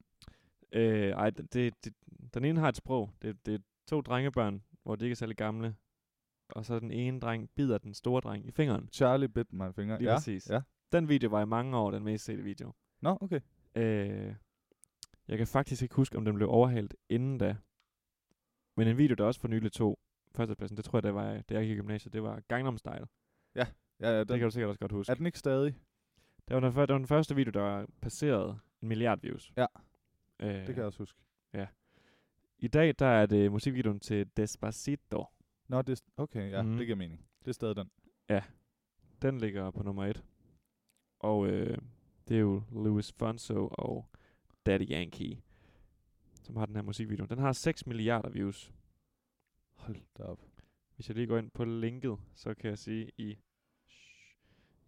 [SPEAKER 2] Øh, ej, d- det, det, den ene har et sprog. Det, det er to drengebørn, hvor de ikke er særlig gamle. Og så den ene dreng bider den store dreng i fingeren.
[SPEAKER 1] Charlie bit my finger.
[SPEAKER 2] Lige
[SPEAKER 1] ja.
[SPEAKER 2] præcis.
[SPEAKER 1] Ja.
[SPEAKER 2] Den video var i mange år den mest sete video.
[SPEAKER 1] Nå, okay.
[SPEAKER 2] Øh, jeg kan faktisk ikke huske, om den blev overhalet inden da. Men en video, der også for nylig tog førstepladsen, det tror jeg, det var, da jeg gik i gymnasiet, det var Gangnam Style. Den.
[SPEAKER 1] Ja, ja,
[SPEAKER 2] Det
[SPEAKER 1] den,
[SPEAKER 2] kan du sikkert også godt huske.
[SPEAKER 1] er den ikke stadig?
[SPEAKER 2] Det var, den, før- det var den første video, der passerede en milliard views.
[SPEAKER 1] Ja.
[SPEAKER 2] Øh,
[SPEAKER 1] Det kan jeg også huske.
[SPEAKER 2] I dag, der er det musikvideoen til Despacito.
[SPEAKER 1] Nå, det er, st- okay, ja, mm.
[SPEAKER 2] Mhm.
[SPEAKER 1] det giver mening. Det er stadig den.
[SPEAKER 2] Den ligger på nummer et. Og øh, det er jo Louis Fonso og Daddy Yankee, som har den her musikvideo. Den har 6 milliarder views.
[SPEAKER 1] Hold da op.
[SPEAKER 2] Hvis jeg lige går ind på linket, så kan jeg sige i,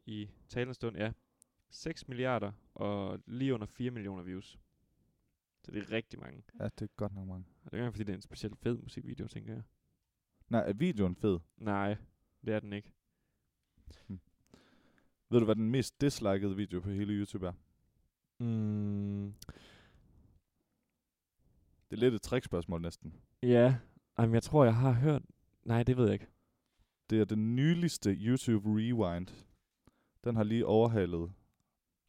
[SPEAKER 2] i talende stund, ja, 6 milliarder og lige under 4 millioner views. Så det er rigtig mange.
[SPEAKER 1] Ja, det er godt nok mange.
[SPEAKER 2] Og det er ikke engang, fordi det er en specielt fed musikvideo, tænker jeg.
[SPEAKER 1] Nej, er videoen fed?
[SPEAKER 2] Nej, det er den ikke.
[SPEAKER 1] Ved du, hvad den mest dislikede video på hele YouTube er?
[SPEAKER 2] Mm,
[SPEAKER 1] Det er lidt et trickspørgsmål næsten.
[SPEAKER 2] ja, Jamen, jeg tror, jeg har hørt... Nej, det ved jeg ikke.
[SPEAKER 1] Det er den nyligste YouTube Rewind. Den har lige overhalet.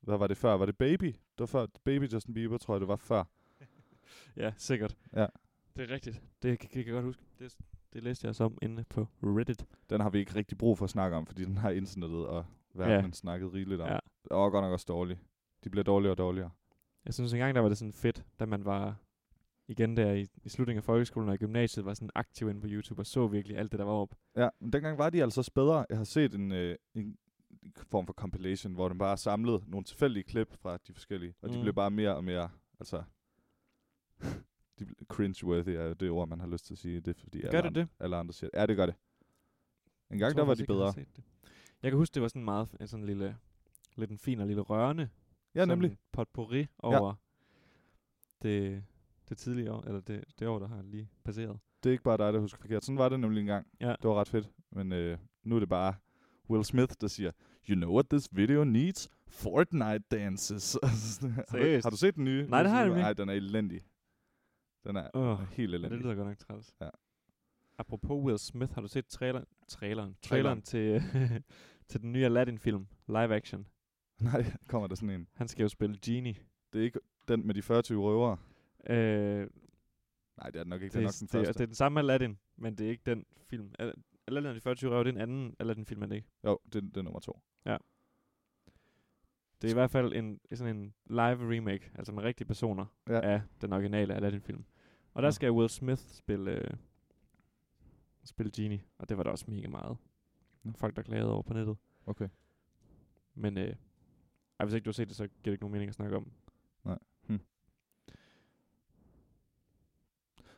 [SPEAKER 1] Hvad var det før? Var det Baby? Det var før Baby Justin Bieber, tror jeg, det var før.
[SPEAKER 2] Ja, sikkert.
[SPEAKER 1] Ja.
[SPEAKER 2] Det er rigtigt. Det kan, kan jeg godt huske. Det, det læste jeg som inde på Reddit.
[SPEAKER 1] Den har vi ikke rigtig brug for at snakke om, fordi den har internettet og verden ja. snakket rigeligt om.
[SPEAKER 2] Ja.
[SPEAKER 1] Ja. Og godt nok også dårlig. De bliver dårligere og dårligere.
[SPEAKER 2] Jeg synes engang, der var det sådan fedt, da man var igen der i, i slutningen af folkeskolen og i gymnasiet, var sådan aktiv inde på YouTube og så virkelig alt det, der var op.
[SPEAKER 1] Ja, men dengang var de altså også bedre. Jeg har set en, øh, en form for compilation, hvor den bare samlede nogle tilfældige klip fra de forskellige, og mm. de
[SPEAKER 2] Mm.
[SPEAKER 1] blev bare mere og mere, altså, (laughs) de blev cringe-worthy er det ord, man har lyst til at sige. Det er, fordi
[SPEAKER 2] Gør
[SPEAKER 1] alle
[SPEAKER 2] det
[SPEAKER 1] andre,
[SPEAKER 2] det?
[SPEAKER 1] Alle andre siger det. Ja, det gør det. En gang, der var de
[SPEAKER 2] faktisk ikke, jeg
[SPEAKER 1] bedre.
[SPEAKER 2] har set det. Jeg kan huske, det var sådan meget, f- sådan en lille, lidt en fin og lille rørende
[SPEAKER 1] Ja, nemlig.
[SPEAKER 2] Sådan potpourri over ja. det, det tidligere år, eller det, det år, der har lige passeret.
[SPEAKER 1] Det er ikke bare dig, der husker forkert. Sådan var det nemlig en gang.
[SPEAKER 2] Ja.
[SPEAKER 1] Det var ret fedt. Men øh, nu er det bare Will Smith, der siger, You know what this video needs? Fortnite dances. (laughs) har, du,
[SPEAKER 2] Seriøst?
[SPEAKER 1] har du set den nye?
[SPEAKER 2] Nej, det har jeg nemlig
[SPEAKER 1] Nej,
[SPEAKER 2] ikke.
[SPEAKER 1] den er elendig. Den er
[SPEAKER 2] Åh,
[SPEAKER 1] oh, helt
[SPEAKER 2] Ja, det
[SPEAKER 1] elendig.
[SPEAKER 2] lyder godt nok træls.
[SPEAKER 1] Ja.
[SPEAKER 2] Apropos Will Smith, har du set trailer, traileren, traileren
[SPEAKER 1] Traileren.
[SPEAKER 2] til, (laughs) til den nye Aladdin-film, live action?
[SPEAKER 1] (laughs) Nej, kommer der sådan en.
[SPEAKER 2] Han skal jo spille Genie.
[SPEAKER 1] Det er ikke den med de 40 røvere.
[SPEAKER 2] Øh,
[SPEAKER 1] Nej, det er den nok ikke.
[SPEAKER 2] det,
[SPEAKER 1] Det,
[SPEAKER 2] er,
[SPEAKER 1] er
[SPEAKER 2] s-
[SPEAKER 1] nok den
[SPEAKER 2] det, er,
[SPEAKER 1] første.
[SPEAKER 2] det er den samme Aladdin, men det er ikke den film. Al- Aladdin og de 40 røver, det er en anden Aladdin-film, er det ikke?
[SPEAKER 1] Jo, det, det er nummer to.
[SPEAKER 2] Det er i hvert fald en, sådan en live remake, altså med rigtige personer ja.
[SPEAKER 1] Ja.
[SPEAKER 2] af den originale Aladdin-film. Og der
[SPEAKER 1] Nå.
[SPEAKER 2] skal Will Smith spille, øh, spille Genie, og det var der også mega meget.
[SPEAKER 1] Nå.
[SPEAKER 2] Folk, der klagede over på nettet.
[SPEAKER 1] Okay.
[SPEAKER 2] Men øh, ej, hvis ikke du har set det, så giver det ikke nogen mening at snakke om.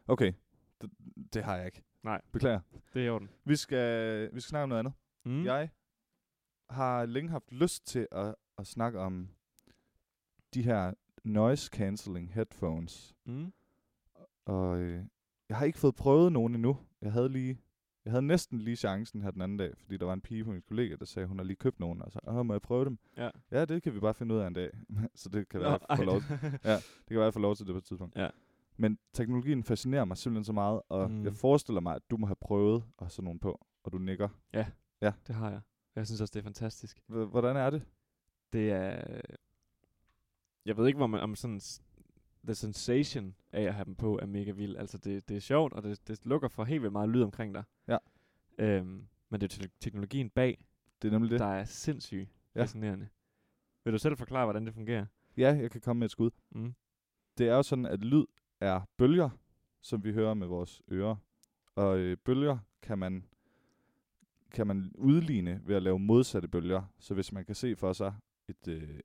[SPEAKER 1] Okay, det, det har jeg ikke.
[SPEAKER 2] Nej.
[SPEAKER 1] Beklager.
[SPEAKER 2] Det er i orden.
[SPEAKER 1] Vi skal, vi skal snakke om noget andet.
[SPEAKER 2] Mm.
[SPEAKER 1] Mm. Jeg har længe haft lyst til at, at snakke om de her noise cancelling headphones.
[SPEAKER 2] Mm.
[SPEAKER 1] Og øh, jeg har ikke fået prøvet nogen endnu. Jeg havde lige jeg havde næsten lige chancen her den anden dag, fordi der var en pige på min kollega, der sagde, at hun har lige købt nogen, og så, åh, må jeg prøve dem?
[SPEAKER 2] Ja.
[SPEAKER 1] Ja, det kan vi bare finde ud af en dag. (laughs) så det kan være, jeg får lov Det kan være, jeg får lov til det på et tidspunkt.
[SPEAKER 2] Ja.
[SPEAKER 1] Men teknologien fascinerer mig simpelthen så meget, og
[SPEAKER 2] Mm.
[SPEAKER 1] mm. jeg forestiller mig, at du må have prøvet og sådan nogen på, og du nikker.
[SPEAKER 2] (laughs) det har jeg. Jeg synes også, det er fantastisk.
[SPEAKER 1] H- hvordan er det?
[SPEAKER 2] Det er... Jeg ved ikke, hvor man, om sådan... s- The sensation af at have dem på er mega vild. Altså, det, det er sjovt, og det, det lukker for helt vildt meget lyd omkring dig.
[SPEAKER 1] Ja.
[SPEAKER 2] Øhm, men det er jo te- teknologien bag,
[SPEAKER 1] Det er nemlig det.
[SPEAKER 2] der er sindssygt
[SPEAKER 1] Ja.
[SPEAKER 2] fascinerende. Vil du selv forklare, hvordan det fungerer?
[SPEAKER 1] Ja, jeg kan komme med et skud.
[SPEAKER 2] Mm.
[SPEAKER 1] det er jo sådan, at lyd er bølger, som vi hører med vores ører. Og øh, bølger kan man, kan man udligne ved at lave modsatte bølger. Så hvis man kan se for sig et, øh,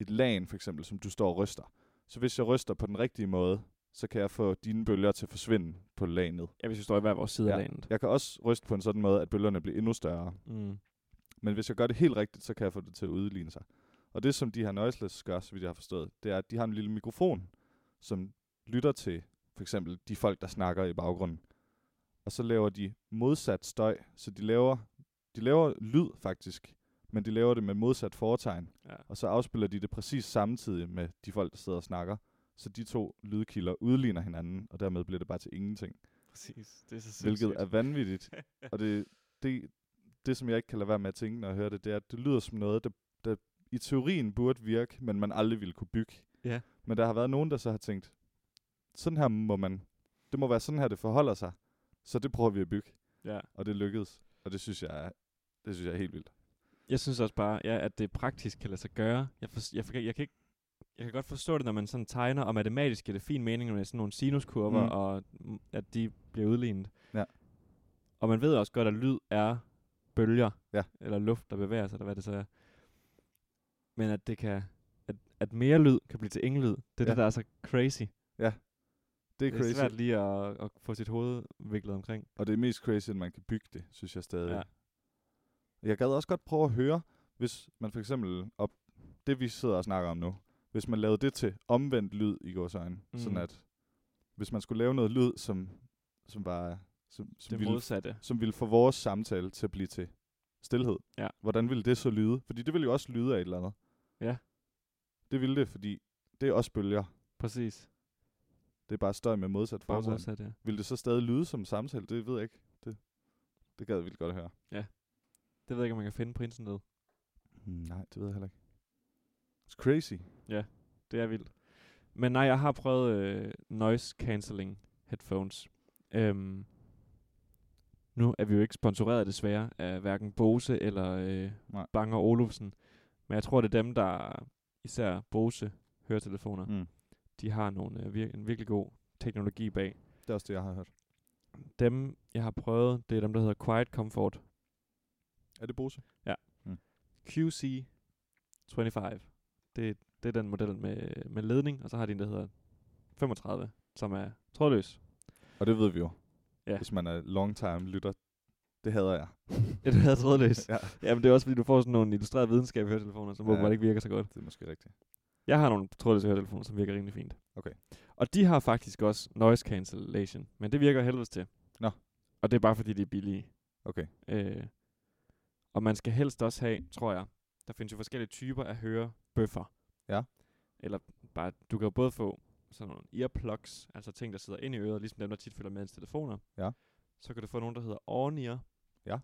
[SPEAKER 1] et lagen, for eksempel, som du står og ryster. Så hvis jeg ryster på den rigtige måde, så kan jeg få dine bølger til at forsvinde på lagenet.
[SPEAKER 2] Ja, hvis vi står i hver vores side af
[SPEAKER 1] Ja.
[SPEAKER 2] landet.
[SPEAKER 1] Jeg kan også ryste på en sådan måde, at bølgerne bliver endnu større.
[SPEAKER 2] Mm.
[SPEAKER 1] Men hvis jeg gør det helt rigtigt, så kan jeg få det til at udligne sig. Og det, som de her noiseless gør, så vidt jeg har forstået, det er, at de har en lille mikrofon, som lytter til for eksempel de folk, der snakker i baggrunden. Og så laver de modsat støj, så de laver, de laver lyd faktisk, men de laver det med modsat foretegn.
[SPEAKER 2] Ja.
[SPEAKER 1] Og så afspiller de det præcis samtidig med de folk, der sidder og snakker. Så de to lydkilder udligner hinanden, og dermed bliver det bare til ingenting.
[SPEAKER 2] Præcis. Det er så
[SPEAKER 1] Hvilket er vanvittigt. og det, det, det, som jeg ikke kan lade være med at tænke, når jeg hører det, det er, at det lyder som noget, der, der i teorien burde virke, men man aldrig ville kunne bygge.
[SPEAKER 2] Ja.
[SPEAKER 1] Men der har været nogen, der så har tænkt, sådan her må man, det må være sådan her, det forholder sig. Så det prøver vi at bygge,
[SPEAKER 2] Ja.
[SPEAKER 1] og det lykkedes. Og det synes jeg er, det synes jeg er helt vildt.
[SPEAKER 2] Jeg synes også bare, ja, at det praktisk kan lade sig gøre. Jeg, for, jeg, for, jeg, kan ikke, jeg kan godt forstå det, når man sådan tegner, og matematisk giver det fin mening med sådan nogle sinuskurver, mm.
[SPEAKER 1] Mm.
[SPEAKER 2] og mm, at de bliver udlignet.
[SPEAKER 1] Ja.
[SPEAKER 2] Og man ved også godt, at lyd er bølger,
[SPEAKER 1] Ja.
[SPEAKER 2] eller luft, der bevæger sig, eller hvad det så er. Men at det kan at, at mere lyd kan blive til ingen lyd, det er ja.
[SPEAKER 1] Ja.
[SPEAKER 2] det, der er så crazy.
[SPEAKER 1] Det er,
[SPEAKER 2] det er
[SPEAKER 1] crazy,
[SPEAKER 2] svært lige at, at få sit hoved viklet omkring.
[SPEAKER 1] og det er mest crazy, at man kan bygge det, synes jeg stadig.
[SPEAKER 2] Ja.
[SPEAKER 1] Jeg gad også godt prøve at høre, hvis man for eksempel, op det vi sidder og snakker om nu, hvis man lavede det til omvendt lyd i går øjne, mm. sådan
[SPEAKER 2] Mm.
[SPEAKER 1] at hvis man skulle lave noget lyd, som, som var som, som,
[SPEAKER 2] Det
[SPEAKER 1] ville,
[SPEAKER 2] modsatte.
[SPEAKER 1] som ville få vores samtale til at blive til stillhed.
[SPEAKER 2] Ja.
[SPEAKER 1] Hvordan ville det så lyde? Fordi det ville jo også lyde af et eller andet.
[SPEAKER 2] Ja.
[SPEAKER 1] Det ville det, fordi det er også bølger.
[SPEAKER 2] Præcis.
[SPEAKER 1] Det er bare støj med modsat
[SPEAKER 2] Bare
[SPEAKER 1] foretegn.
[SPEAKER 2] modsatte, ja.
[SPEAKER 1] Vil det så stadig lyde som en samtale? Det ved jeg ikke. Det, det gad jeg vildt godt at høre.
[SPEAKER 2] Det ved jeg ikke, om man kan finde på internettet.
[SPEAKER 1] Mm, Nej, det ved jeg heller ikke. It's crazy.
[SPEAKER 2] Det er vildt. Men nej, jeg har prøvet øh, noise cancelling headphones. Øhm, nu er vi jo ikke sponsoreret desværre af hverken Bose eller øh,
[SPEAKER 1] Nej.
[SPEAKER 2] Banger Olufsen, men jeg tror, det er dem, der især Bose høretelefoner, mm.
[SPEAKER 1] Mm.
[SPEAKER 2] de har nogle, øh, vir- en virkelig god teknologi bag.
[SPEAKER 1] Det er også det, jeg har hørt.
[SPEAKER 2] Dem, jeg har prøvet, det er dem, der hedder Quiet Comfort
[SPEAKER 1] Er det Bose?
[SPEAKER 2] QC25. Det, det er den model med, med ledning, og så har de en, der hedder 35, som er trådløs.
[SPEAKER 1] Og det ved vi jo.
[SPEAKER 2] Ja.
[SPEAKER 1] Hvis man er long time lytter. Det hader (laughs) jeg.
[SPEAKER 2] (laughs) Ja, den hedder trådløs.
[SPEAKER 1] ja,
[SPEAKER 2] Ja, men det er også, fordi du får sådan nogle illustrerede videnskab i høretelefoner, som
[SPEAKER 1] Ja.
[SPEAKER 2] åbenbart ikke virker så godt.
[SPEAKER 1] det er måske rigtigt.
[SPEAKER 2] Jeg har nogle trådløse høretelefoner, som virker rimelig fint.
[SPEAKER 1] Okay.
[SPEAKER 2] Og de har faktisk også noise cancellation, men det virker af helvedes til.
[SPEAKER 1] Nå.
[SPEAKER 2] Og det er bare fordi, de er billige.
[SPEAKER 1] Okay.
[SPEAKER 2] Øh, og man skal helst også have, tror jeg, der findes jo forskellige typer af hørebøffer.
[SPEAKER 1] Ja.
[SPEAKER 2] Eller bare, du kan jo både få sådan nogle earplugs, altså ting, der sidder inde i øret, ligesom dem, der tit følger med ens telefoner.
[SPEAKER 1] Ja.
[SPEAKER 2] Så kan du få nogle, der hedder ornier.
[SPEAKER 1] Ja.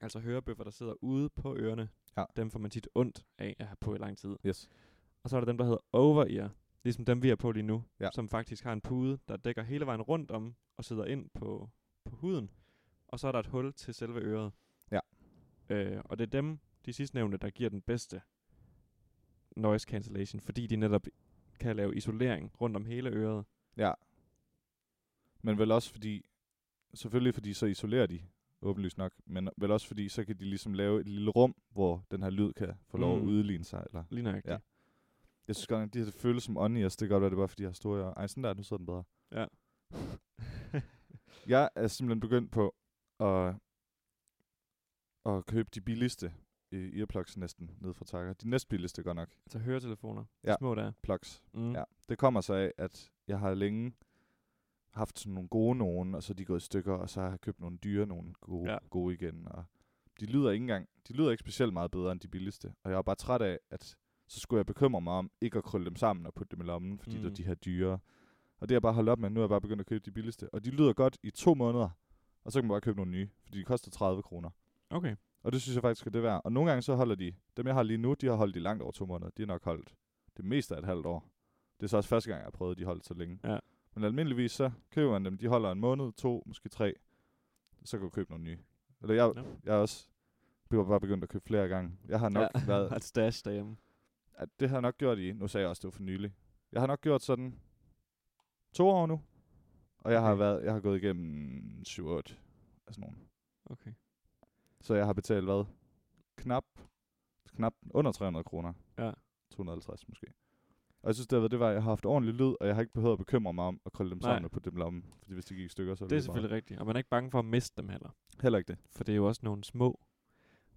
[SPEAKER 2] Altså hørebøffer, der sidder ude på ørerne.
[SPEAKER 1] Ja.
[SPEAKER 2] Dem får man tit ondt af at have på i lang tid.
[SPEAKER 1] Yes.
[SPEAKER 2] Og så er der dem, der hedder over-ear, ligesom dem, vi har på lige nu,
[SPEAKER 1] Ja.
[SPEAKER 2] som faktisk har en pude, der dækker hele vejen rundt om og sidder ind på, på huden. Og så er der et hul til selve øret.
[SPEAKER 1] Ja.
[SPEAKER 2] Øh, og det er dem, de sidstnævnte, der giver den bedste noise cancellation, fordi de netop kan lave isolering rundt om hele øret.
[SPEAKER 1] Men vel også fordi, selvfølgelig fordi så isolerer de åbenlyst nok, men vel også fordi, så kan de ligesom lave et lille rum, hvor den her lyd kan få lov at
[SPEAKER 2] Mm.
[SPEAKER 1] udligne sig. Eller.
[SPEAKER 2] Lige nøjagtigt.
[SPEAKER 1] Ja. Jeg synes godt, at de her det føles som on det kan godt være, det er bare fordi, jeg har store ører. Ej, sådan der, nu sidder den bedre.
[SPEAKER 2] Ja.
[SPEAKER 1] (laughs) jeg er simpelthen begyndt på at, at købe de billigste øh, earplugs næsten ned fra takker. De næstbilligste godt nok.
[SPEAKER 2] Altså høretelefoner.
[SPEAKER 1] Ja.
[SPEAKER 2] De små der. er.
[SPEAKER 1] Plugs.
[SPEAKER 2] Mm.
[SPEAKER 1] Ja, det kommer så af, at jeg har længe haft sådan nogle gode nogen, og så er de gået i stykker, og så har jeg købt nogle dyre nogle gode,
[SPEAKER 2] Ja.
[SPEAKER 1] ja. gode igen. Og de lyder ikke engang, de lyder ikke specielt meget bedre end de billigste. Og jeg var bare træt af, at så skulle jeg bekymre mig om ikke at krølle dem sammen og putte dem i lommen, fordi mm. det
[SPEAKER 2] Mm.
[SPEAKER 1] var de her dyre. Og det er jeg bare holdt op med, nu er jeg bare begyndt at købe de billigste. Og de lyder godt i to måneder, og så kan man bare købe nogle nye, fordi de koster 30 kroner.
[SPEAKER 2] Okay.
[SPEAKER 1] Og det synes jeg faktisk, at det er værd. Og nogle gange så holder de, dem jeg har lige nu, de har holdt i langt over to måneder. De har nok holdt det meste af et halvt år. Det er så også første gang, jeg har prøvet, at de holdt så længe.
[SPEAKER 2] Ja.
[SPEAKER 1] Men almindeligvis så køber man dem, de holder en måned, to, måske tre. Så kan du købe nogle nye. Eller jeg,
[SPEAKER 2] Nå.
[SPEAKER 1] jeg er også jeg var bare begyndt at købe flere gange. Jeg har nok ja. været,
[SPEAKER 2] et stash derhjemme.
[SPEAKER 1] at det har jeg nok gjort i, nu sagde jeg også, det var for nylig. Jeg har nok gjort sådan to år nu. Og jeg har
[SPEAKER 2] Okay.
[SPEAKER 1] været, jeg har gået igennem 7-8 af sådan nogle.
[SPEAKER 2] Okay.
[SPEAKER 1] Så jeg har betalt hvad? Knap, knap under 300 kroner.
[SPEAKER 2] Ja.
[SPEAKER 1] 250 måske. Og jeg synes, det, har været- det var, at jeg har haft ordentlig lyd, og jeg har ikke behøvet at bekymre mig om at krølle dem
[SPEAKER 2] Nej.
[SPEAKER 1] sammen og putte dem i lommen. Fordi hvis de gik i stykker, så
[SPEAKER 2] Det er
[SPEAKER 1] bare-
[SPEAKER 2] selvfølgelig rigtigt. Og man er ikke bange for at miste dem heller.
[SPEAKER 1] Heller ikke det.
[SPEAKER 2] For det er jo også nogle små,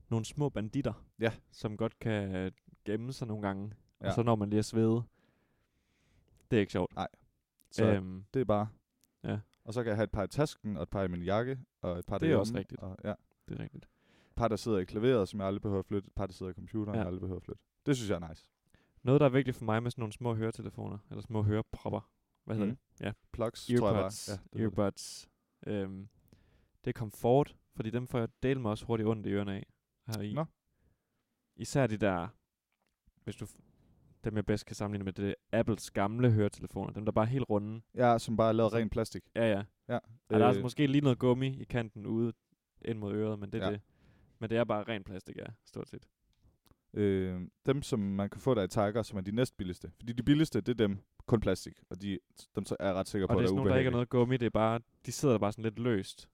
[SPEAKER 2] nogle små banditter,
[SPEAKER 1] Ja.
[SPEAKER 2] som godt kan øh, gemme sig nogle gange. Ja.
[SPEAKER 1] Ja.
[SPEAKER 2] Og så når man lige er svede. Det er ikke sjovt.
[SPEAKER 1] Så øhm.
[SPEAKER 2] Øhm,
[SPEAKER 1] det er bare...
[SPEAKER 2] ja.
[SPEAKER 1] Og så kan jeg have et par i tasken, og et par i min jakke, og et par
[SPEAKER 2] Det er også
[SPEAKER 1] derhjemme,
[SPEAKER 2] rigtigt.
[SPEAKER 1] Og, ja.
[SPEAKER 2] det er rigtigt.
[SPEAKER 1] Et par, der sidder i klaveret, som jeg aldrig behøver at flytte. Et par, der sidder i computeren, ja.
[SPEAKER 2] Ja.
[SPEAKER 1] jeg aldrig behøver at flytte. Det synes jeg er nice.
[SPEAKER 2] Noget, der er vigtigt for mig med sådan nogle små høretelefoner, eller små hørepropper. Hvad hedder
[SPEAKER 1] Mhm.
[SPEAKER 2] det? Ja,
[SPEAKER 1] Plugs, tror jeg
[SPEAKER 2] earbuds.
[SPEAKER 1] bare.
[SPEAKER 2] Jeg
[SPEAKER 1] Ja, det, Earbuds.
[SPEAKER 2] earbuds. Øhm, det er komfort, fordi dem får jeg del mig også hurtigt ondt i ørerne af. Her i.
[SPEAKER 1] Nå.
[SPEAKER 2] Især de der, hvis du f- dem jeg bedst kan sammenligne med, det er Apples gamle høretelefoner. Dem, der bare er helt runde.
[SPEAKER 1] ja, som bare er lavet af ren plastik. Øh,
[SPEAKER 2] Ja, ja. Ja, der er altså måske lige noget gummi i kanten ude ind mod øret, men det er ja.
[SPEAKER 1] Ja.
[SPEAKER 2] det. Men det er bare ren plastik, ja, stort set.
[SPEAKER 1] Øh, dem, som man kan få der i Tiger, som er de næstbilligste. Fordi de billigste, det er dem, kun plastik. Og de, dem så er jeg ret sikker
[SPEAKER 2] Og
[SPEAKER 1] på,
[SPEAKER 2] det er
[SPEAKER 1] at
[SPEAKER 2] sådan
[SPEAKER 1] er
[SPEAKER 2] nogle, der ikke
[SPEAKER 1] ubehagelige.
[SPEAKER 2] er noget gummi, det er bare, de sidder bare sådan lidt løst.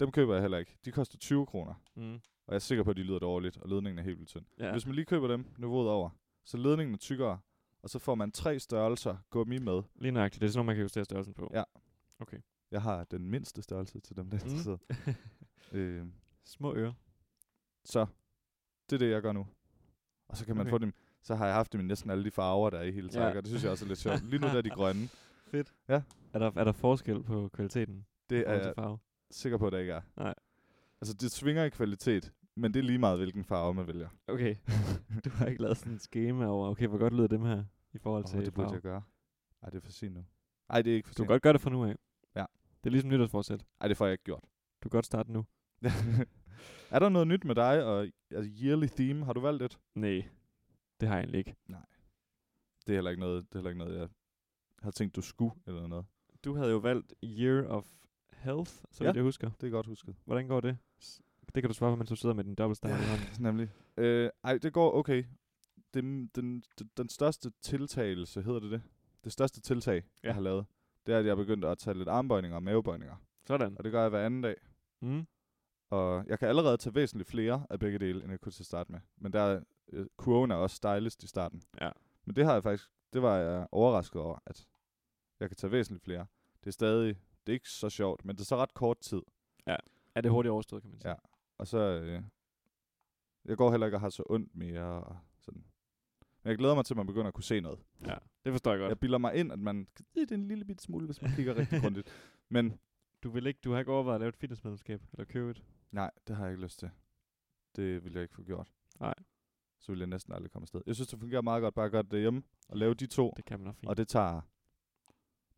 [SPEAKER 1] Dem køber jeg heller ikke. De koster 20 kroner.
[SPEAKER 2] Mm.
[SPEAKER 1] Og jeg er sikker på, at de lyder dårligt, og ledningen er helt vildt tynd. Ja.
[SPEAKER 2] Ja.
[SPEAKER 1] Hvis man lige køber dem niveauet over, så ledningen er tykkere, og så får man tre størrelser gummi med.
[SPEAKER 2] Lige nøjagtigt, det er sådan nogle, man kan justere størrelsen på.
[SPEAKER 1] Ja. Jeg har den mindste størrelse til dem, der er
[SPEAKER 2] Mm. (laughs)
[SPEAKER 1] interesseret. øh,
[SPEAKER 2] Små ører.
[SPEAKER 1] så det er det, jeg gør nu. Og så kan man
[SPEAKER 2] Okay.
[SPEAKER 1] okay. få dem. Så har jeg haft dem i næsten alle de farver, der er i hele
[SPEAKER 2] Ja.
[SPEAKER 1] Tiger. Det synes jeg også er lidt sjovt. Lige nu
[SPEAKER 2] (laughs)
[SPEAKER 1] der er de grønne.
[SPEAKER 2] Fedt.
[SPEAKER 1] Ja.
[SPEAKER 2] Er der, er der forskel på kvaliteten? i
[SPEAKER 1] Det
[SPEAKER 2] forhold
[SPEAKER 1] er
[SPEAKER 2] til farve?
[SPEAKER 1] sikker på, at der ikke er.
[SPEAKER 2] Nej.
[SPEAKER 1] Altså, det svinger i kvalitet, men det er lige meget, hvilken farve man vælger.
[SPEAKER 2] Okay. (laughs) du har ikke lavet sådan en schema over, okay, hvor godt lyder dem her i forhold
[SPEAKER 1] Åh,
[SPEAKER 2] til
[SPEAKER 1] det burde
[SPEAKER 2] farve.
[SPEAKER 1] jeg gøre. Ej, det er for sent nu. Ej, det er ikke for
[SPEAKER 2] Du kan
[SPEAKER 1] sent.
[SPEAKER 2] godt gøre det fra nu af.
[SPEAKER 1] Ja.
[SPEAKER 2] Det er ligesom nytårsforsæt.
[SPEAKER 1] Ej, det får jeg ikke gjort. (laughs)
[SPEAKER 2] Du kan godt starte nu.
[SPEAKER 1] er der noget nyt med dig og altså, yearly theme? Har du valgt et?
[SPEAKER 2] Nej, det har jeg egentlig ikke.
[SPEAKER 1] Det er heller ikke noget, det er heller ikke noget jeg har tænkt, du skulle eller noget.
[SPEAKER 2] du havde jo valgt Year of Health, så
[SPEAKER 1] Ja.
[SPEAKER 2] ja. jeg husker.
[SPEAKER 1] Det er godt husket.
[SPEAKER 2] Hvordan går det? S- Det kan du svare på, mens du sidder med din dobbeltstav i hånden.
[SPEAKER 1] Nemlig. Øh, ej, det går okay. Den, den, den, den største tiltagelse, hedder det det? Det største tiltag, ja.
[SPEAKER 2] Ja.
[SPEAKER 1] jeg har lavet, det er, at jeg er begyndt at tage lidt armbøjninger og mavebøjninger.
[SPEAKER 2] (laughs) Sådan.
[SPEAKER 1] Og det gør jeg hver anden dag.
[SPEAKER 2] Mm.
[SPEAKER 1] Og jeg kan allerede tage væsentligt flere af begge dele, end jeg kunne til at starte med. Men der er øh, kurven er også stylist i starten.
[SPEAKER 2] Ja.
[SPEAKER 1] Men det har jeg faktisk, det var jeg overrasket over, at jeg kan tage væsentligt flere. Det er stadig, det er ikke så sjovt, men det er så ret kort tid.
[SPEAKER 2] Er det hurtigt overstået, kan man sige?
[SPEAKER 1] Ja. Og så, øh, jeg går heller ikke og har så ondt mere. Og sådan. Men jeg glæder mig til, at man begynder at kunne se noget.
[SPEAKER 2] ja. Det forstår jeg godt.
[SPEAKER 1] Jeg bilder mig ind, at man kan se det en lille bitte smule,
[SPEAKER 2] (laughs)
[SPEAKER 1] hvis man kigger rigtig grundigt. Men
[SPEAKER 2] Du, vil ikke, du har ikke overvejet at lave et fitnessmedlemskab, eller købe et.
[SPEAKER 1] nej, det har jeg ikke lyst til. Det ville jeg ikke få gjort.
[SPEAKER 2] Nej.
[SPEAKER 1] Så ville jeg næsten aldrig komme afsted. Jeg synes, det fungerer meget godt bare at gøre det derhjemme og lave de to.
[SPEAKER 2] Det kan man nok fint.
[SPEAKER 1] Og det tager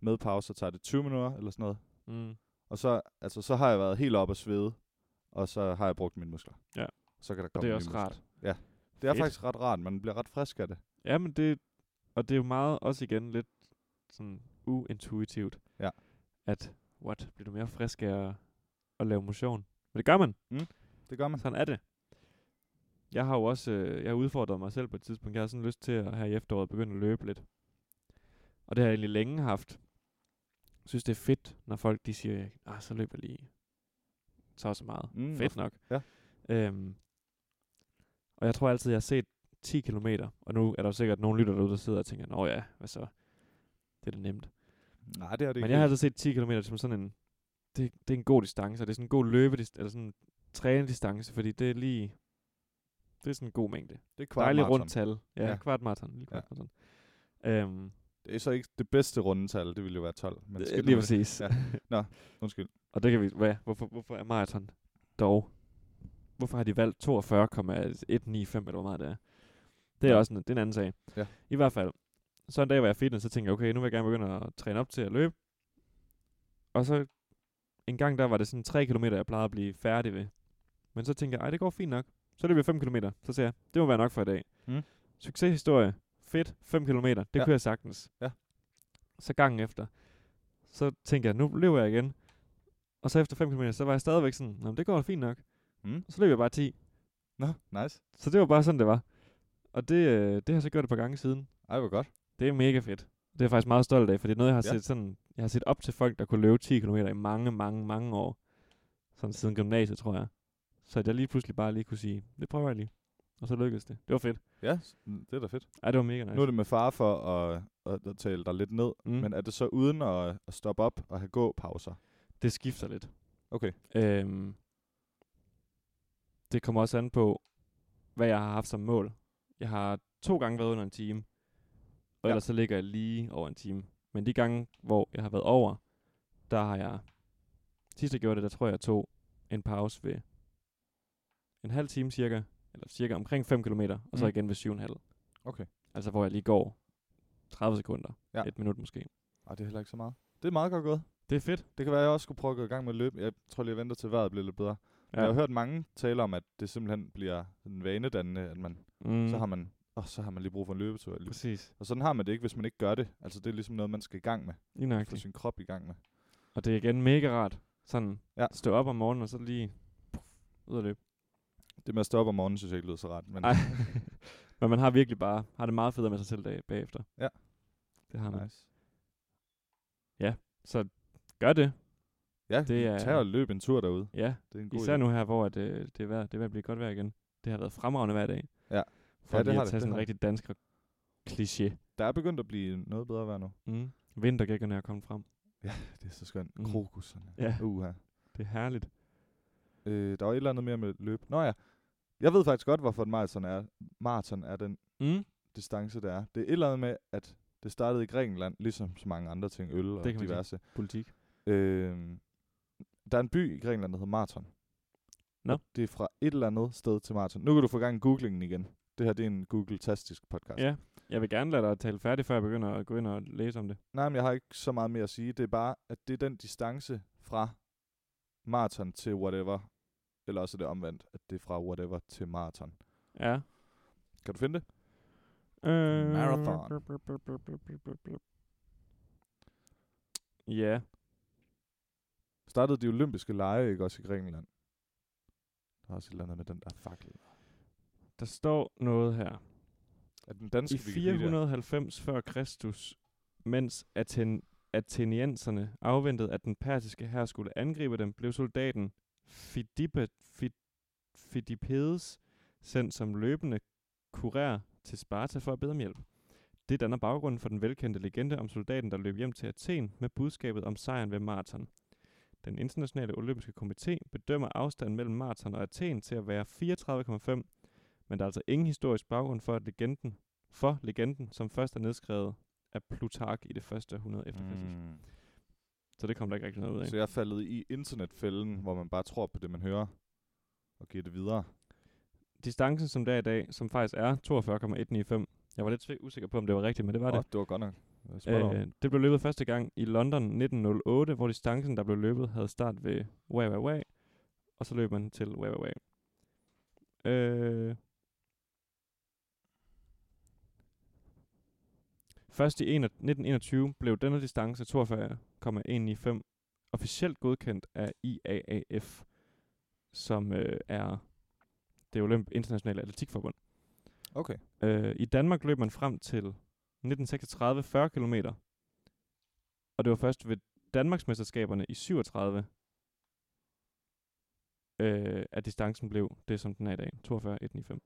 [SPEAKER 1] med pause, så tager det 20 minutter eller sådan noget.
[SPEAKER 2] mm.
[SPEAKER 1] Og så, altså, så har jeg været helt op og svede, og så har jeg brugt mine muskler.
[SPEAKER 2] Ja.
[SPEAKER 1] Så kan der
[SPEAKER 2] og
[SPEAKER 1] komme
[SPEAKER 2] det er
[SPEAKER 1] nye
[SPEAKER 2] også
[SPEAKER 1] muskler.
[SPEAKER 2] rart.
[SPEAKER 1] Det er
[SPEAKER 2] Fedt.
[SPEAKER 1] faktisk ret rart. Man bliver ret frisk af det.
[SPEAKER 2] Ja, men det, og det er jo meget, også igen lidt sådan uintuitivt,
[SPEAKER 1] Ja.
[SPEAKER 2] at, what, bliver du mere frisk af at, at lave motion? Men det gør man,
[SPEAKER 1] Det gør man.
[SPEAKER 2] sådan er det. Jeg har jo også, øh, jeg har udfordret mig selv på et tidspunkt, jeg har sådan lyst til at her i efteråret begynde at løbe lidt. Og det har jeg egentlig længe haft. Jeg synes, det er fedt, når folk de siger, ah, så løber jeg lige så og så meget.
[SPEAKER 1] Mm,
[SPEAKER 2] Mm, fedt nok.
[SPEAKER 1] ja.
[SPEAKER 2] Øhm, og jeg tror altid, jeg har set 10 km, og nu er der jo sikkert nogen lytter derude, der sidder og tænker, nå ja, hvad så? Det er da nemt.
[SPEAKER 1] Nej, det er det
[SPEAKER 2] Men
[SPEAKER 1] ikke.
[SPEAKER 2] jeg har altid set 10 km som sådan en, det, det er en god distance, og det er sådan en god løbedistance, eller sådan en trænedistance, fordi det er lige, det er sådan en god mængde.
[SPEAKER 1] det er
[SPEAKER 2] Dejlig
[SPEAKER 1] kvartmaraton.
[SPEAKER 2] rundt tal. Ja,
[SPEAKER 1] Ja.
[SPEAKER 2] ja. kvartmarathon. Lige
[SPEAKER 1] Ja.
[SPEAKER 2] kvartmarathon. Ja. Øhm,
[SPEAKER 1] Det er så ikke det bedste rundetal, det ville jo være 12. Men
[SPEAKER 2] øh,
[SPEAKER 1] skidt
[SPEAKER 2] lige
[SPEAKER 1] med det.
[SPEAKER 2] præcis.
[SPEAKER 1] Ja.
[SPEAKER 2] Ja.
[SPEAKER 1] Undskyld.
[SPEAKER 2] og det kan vi, hvad, hvorfor, hvorfor er maraton dog? Hvorfor har de valgt 42,195, eller hvor meget det er? Det er
[SPEAKER 1] Ja.
[SPEAKER 2] også en, det er en anden sag.
[SPEAKER 1] Ja.
[SPEAKER 2] I hvert fald, så en dag var jeg i fitness, så tænkte jeg, okay, nu vil jeg gerne begynde at træne op til at løbe. Og så en gang der var det sådan 3 km, jeg plejede at blive færdig ved. Men så tænkte jeg, ej, det går fint nok. Så løb jeg 5 km. Så sagde jeg, det må være nok for i dag.
[SPEAKER 1] Mm.
[SPEAKER 2] Succeshistorie. Fedt, 5 km. Det
[SPEAKER 1] Ja.
[SPEAKER 2] ja. kunne jeg sagtens.
[SPEAKER 1] Ja.
[SPEAKER 2] Så gangen efter, så tænkte jeg, nu løber jeg igen. Og så efter 5 km, så var jeg stadigvæk sådan, Nå, men det går da fint nok.
[SPEAKER 1] Mm.
[SPEAKER 2] Og så løb jeg bare 10.
[SPEAKER 1] Nå, nice.
[SPEAKER 2] Så det var bare sådan, det var. Og det, øh, det har jeg så gjort et par gange siden.
[SPEAKER 1] Ej, hvor godt.
[SPEAKER 2] Det er mega fedt. Det er jeg faktisk meget stolt af, for det er noget, jeg har,
[SPEAKER 1] Ja.
[SPEAKER 2] ja. set, sådan, jeg har set op til folk, der kunne løbe 10 km i mange, mange, mange år. Sådan siden gymnasiet, tror jeg. Så at jeg lige pludselig bare lige kunne sige, det prøver jeg lige. Og så lykkedes det. Det var fedt.
[SPEAKER 1] Ja, s- det er da fedt.
[SPEAKER 2] Ej, det var mega nice.
[SPEAKER 1] Nu er det med far for at, at, at tale dig lidt ned.
[SPEAKER 2] mm.
[SPEAKER 1] Men er det så uden at, at stoppe op og have gåpauser?
[SPEAKER 2] det skifter lidt.
[SPEAKER 1] Okay.
[SPEAKER 2] Øhm, det kommer også an på, hvad jeg har haft som mål. Jeg har to gange været under en time, og
[SPEAKER 1] Ja.
[SPEAKER 2] ja. ellers så ligger jeg lige over en time. Men de gange, hvor jeg har været over, der har jeg... Sidst jeg gjorde det, der tror jeg, jeg tog en pause ved en halv time cirka, eller cirka omkring 5 km, og så
[SPEAKER 1] Mm.
[SPEAKER 2] igen ved 7,5.
[SPEAKER 1] Okay.
[SPEAKER 2] Altså hvor jeg lige går 30 sekunder,
[SPEAKER 1] Ja.
[SPEAKER 2] ja. et minut måske.
[SPEAKER 1] Ej, det er heller ikke så meget. Det er meget godt gået.
[SPEAKER 2] Det er fedt.
[SPEAKER 1] Det kan være, at jeg også skulle prøve at gå i gang med at løbe. Jeg tror lige, jeg venter til vejret bliver lidt bedre. Ja. Jeg har hørt mange tale om, at det simpelthen bliver en vanedannende, at man, mm.
[SPEAKER 2] mm,
[SPEAKER 1] så har man, åh, så har man lige brug for en løbetur. Lige.
[SPEAKER 2] Præcis.
[SPEAKER 1] Og sådan har man det ikke, hvis man ikke gør det. Altså, det er ligesom noget, man skal i gang med.
[SPEAKER 2] Lige
[SPEAKER 1] Få
[SPEAKER 2] nøjagtigt.
[SPEAKER 1] sin krop i gang med.
[SPEAKER 2] Og det er igen mega rart. Sådan,
[SPEAKER 1] Ja.
[SPEAKER 2] ja. stå op om morgenen, og så lige puff, ud og løbe.
[SPEAKER 1] Det med at stå op om morgenen, synes jeg ikke lyder så rart. Men
[SPEAKER 2] Ej. (laughs) Men man har virkelig bare, har det meget federe med sig selv dag, bagefter.
[SPEAKER 1] Ja.
[SPEAKER 2] Det har man. Nej.
[SPEAKER 1] nice.
[SPEAKER 2] Så gør det.
[SPEAKER 1] Ja,
[SPEAKER 2] Det
[SPEAKER 1] det
[SPEAKER 2] er-
[SPEAKER 1] tag og løb en tur derude.
[SPEAKER 2] Ja.
[SPEAKER 1] Det er en god
[SPEAKER 2] Især
[SPEAKER 1] idé.
[SPEAKER 2] nu her, hvor at, øh, det, er vejr, det er ved at blive godt vejr igen. Det har været fremragende hver dag.
[SPEAKER 1] Ja.
[SPEAKER 2] For
[SPEAKER 1] Ja,
[SPEAKER 2] ja,
[SPEAKER 1] det
[SPEAKER 2] lige
[SPEAKER 1] har
[SPEAKER 2] at
[SPEAKER 1] det,
[SPEAKER 2] tage
[SPEAKER 1] det
[SPEAKER 2] sådan
[SPEAKER 1] har
[SPEAKER 2] en rigtig dansk kliché.
[SPEAKER 1] Der er begyndt at blive noget bedre vejr nu.
[SPEAKER 2] Mm. Vintergækkerne er kommet frem.
[SPEAKER 1] Det er så skønt. Mm.
[SPEAKER 2] Mm.
[SPEAKER 1] Krokuserne.
[SPEAKER 2] Ja.
[SPEAKER 1] Uha.
[SPEAKER 2] Det er herligt.
[SPEAKER 1] Øh, der var et eller andet mere med løb. Nå ja. Jeg ved faktisk godt, hvorfor en maraton er. Maraton er den
[SPEAKER 2] Mm.
[SPEAKER 1] distance, der er. Det er et eller andet med, at det startede i Grækenland, ligesom så mange andre ting, øl og
[SPEAKER 2] kan man sige.
[SPEAKER 1] diverse.
[SPEAKER 2] Politik.
[SPEAKER 1] Øh, der er en by i Grækenland, der hedder Marathon.
[SPEAKER 2] Nå.
[SPEAKER 1] Og Det er fra et eller andet sted til Marathon. Nu kan du få gang i googlingen igen. Det her, det er en Google-tastisk podcast.
[SPEAKER 2] Ja. Jeg vil gerne lade dig tale færdig, før jeg begynder at gå ind og læse om det.
[SPEAKER 1] Nej, men jeg har ikke så meget mere at sige. Det er bare, at det er den distance fra maraton til whatever. Eller også er det omvendt, at det er fra whatever til maraton.
[SPEAKER 2] Ja.
[SPEAKER 1] Kan du finde det?
[SPEAKER 2] Øh,
[SPEAKER 1] Marathon.
[SPEAKER 2] Ja,
[SPEAKER 1] Startede de olympiske lege, ikke også i Grækenland? Der er også et eller andet med den der fakkel.
[SPEAKER 2] der står noget her.
[SPEAKER 1] Er den danske
[SPEAKER 2] I
[SPEAKER 1] Wikipedia?
[SPEAKER 2] 490 før Kristus, mens Athen Athenienserne afventede, at den persiske hær skulle angribe dem, blev soldaten Fidippe, Fid, Fidipedes sendt som løbende kurér til Sparta for at bede om hjælp. Det danner baggrunden for den velkendte legende om soldaten, der løb hjem til Athen med budskabet om sejren ved Marathon. Den internationale olympiske komité bedømmer afstanden mellem Marathon og Athen til at være 34,5, men der er altså ingen historisk baggrund for, at legenden for legenden, som først er nedskrevet af Plutark i det første århundrede efter Kristus. Mm.
[SPEAKER 1] Mm.
[SPEAKER 2] Så det kom der ikke rigtig noget ud af.
[SPEAKER 1] Så jeg er faldet i internetfælden, hvor man bare tror på det, man hører, og giver det videre.
[SPEAKER 2] Distancen, som der er i dag, som faktisk er 42,195. Jeg var lidt sv- usikker på, om det var rigtigt, men det var
[SPEAKER 1] Åh,
[SPEAKER 2] det.
[SPEAKER 1] det var godt nok. Øh, spot on.
[SPEAKER 2] Øh, det blev løbet første gang i London 1908, hvor distancen, der blev løbet, havde start ved Wawaway, og så løb man til Wawaway. Øh, først i en- 1921 blev denne distance 42,195 officielt godkendt af IAAF, som øh, er det Olymp internationale atletikforbund.
[SPEAKER 1] Okay.
[SPEAKER 2] Øh, I Danmark løb man frem til 1936 40 km. Og det var først ved Danmarksmesterskaberne i 37, øh, at distancen blev det, som den er i dag. 42, 195.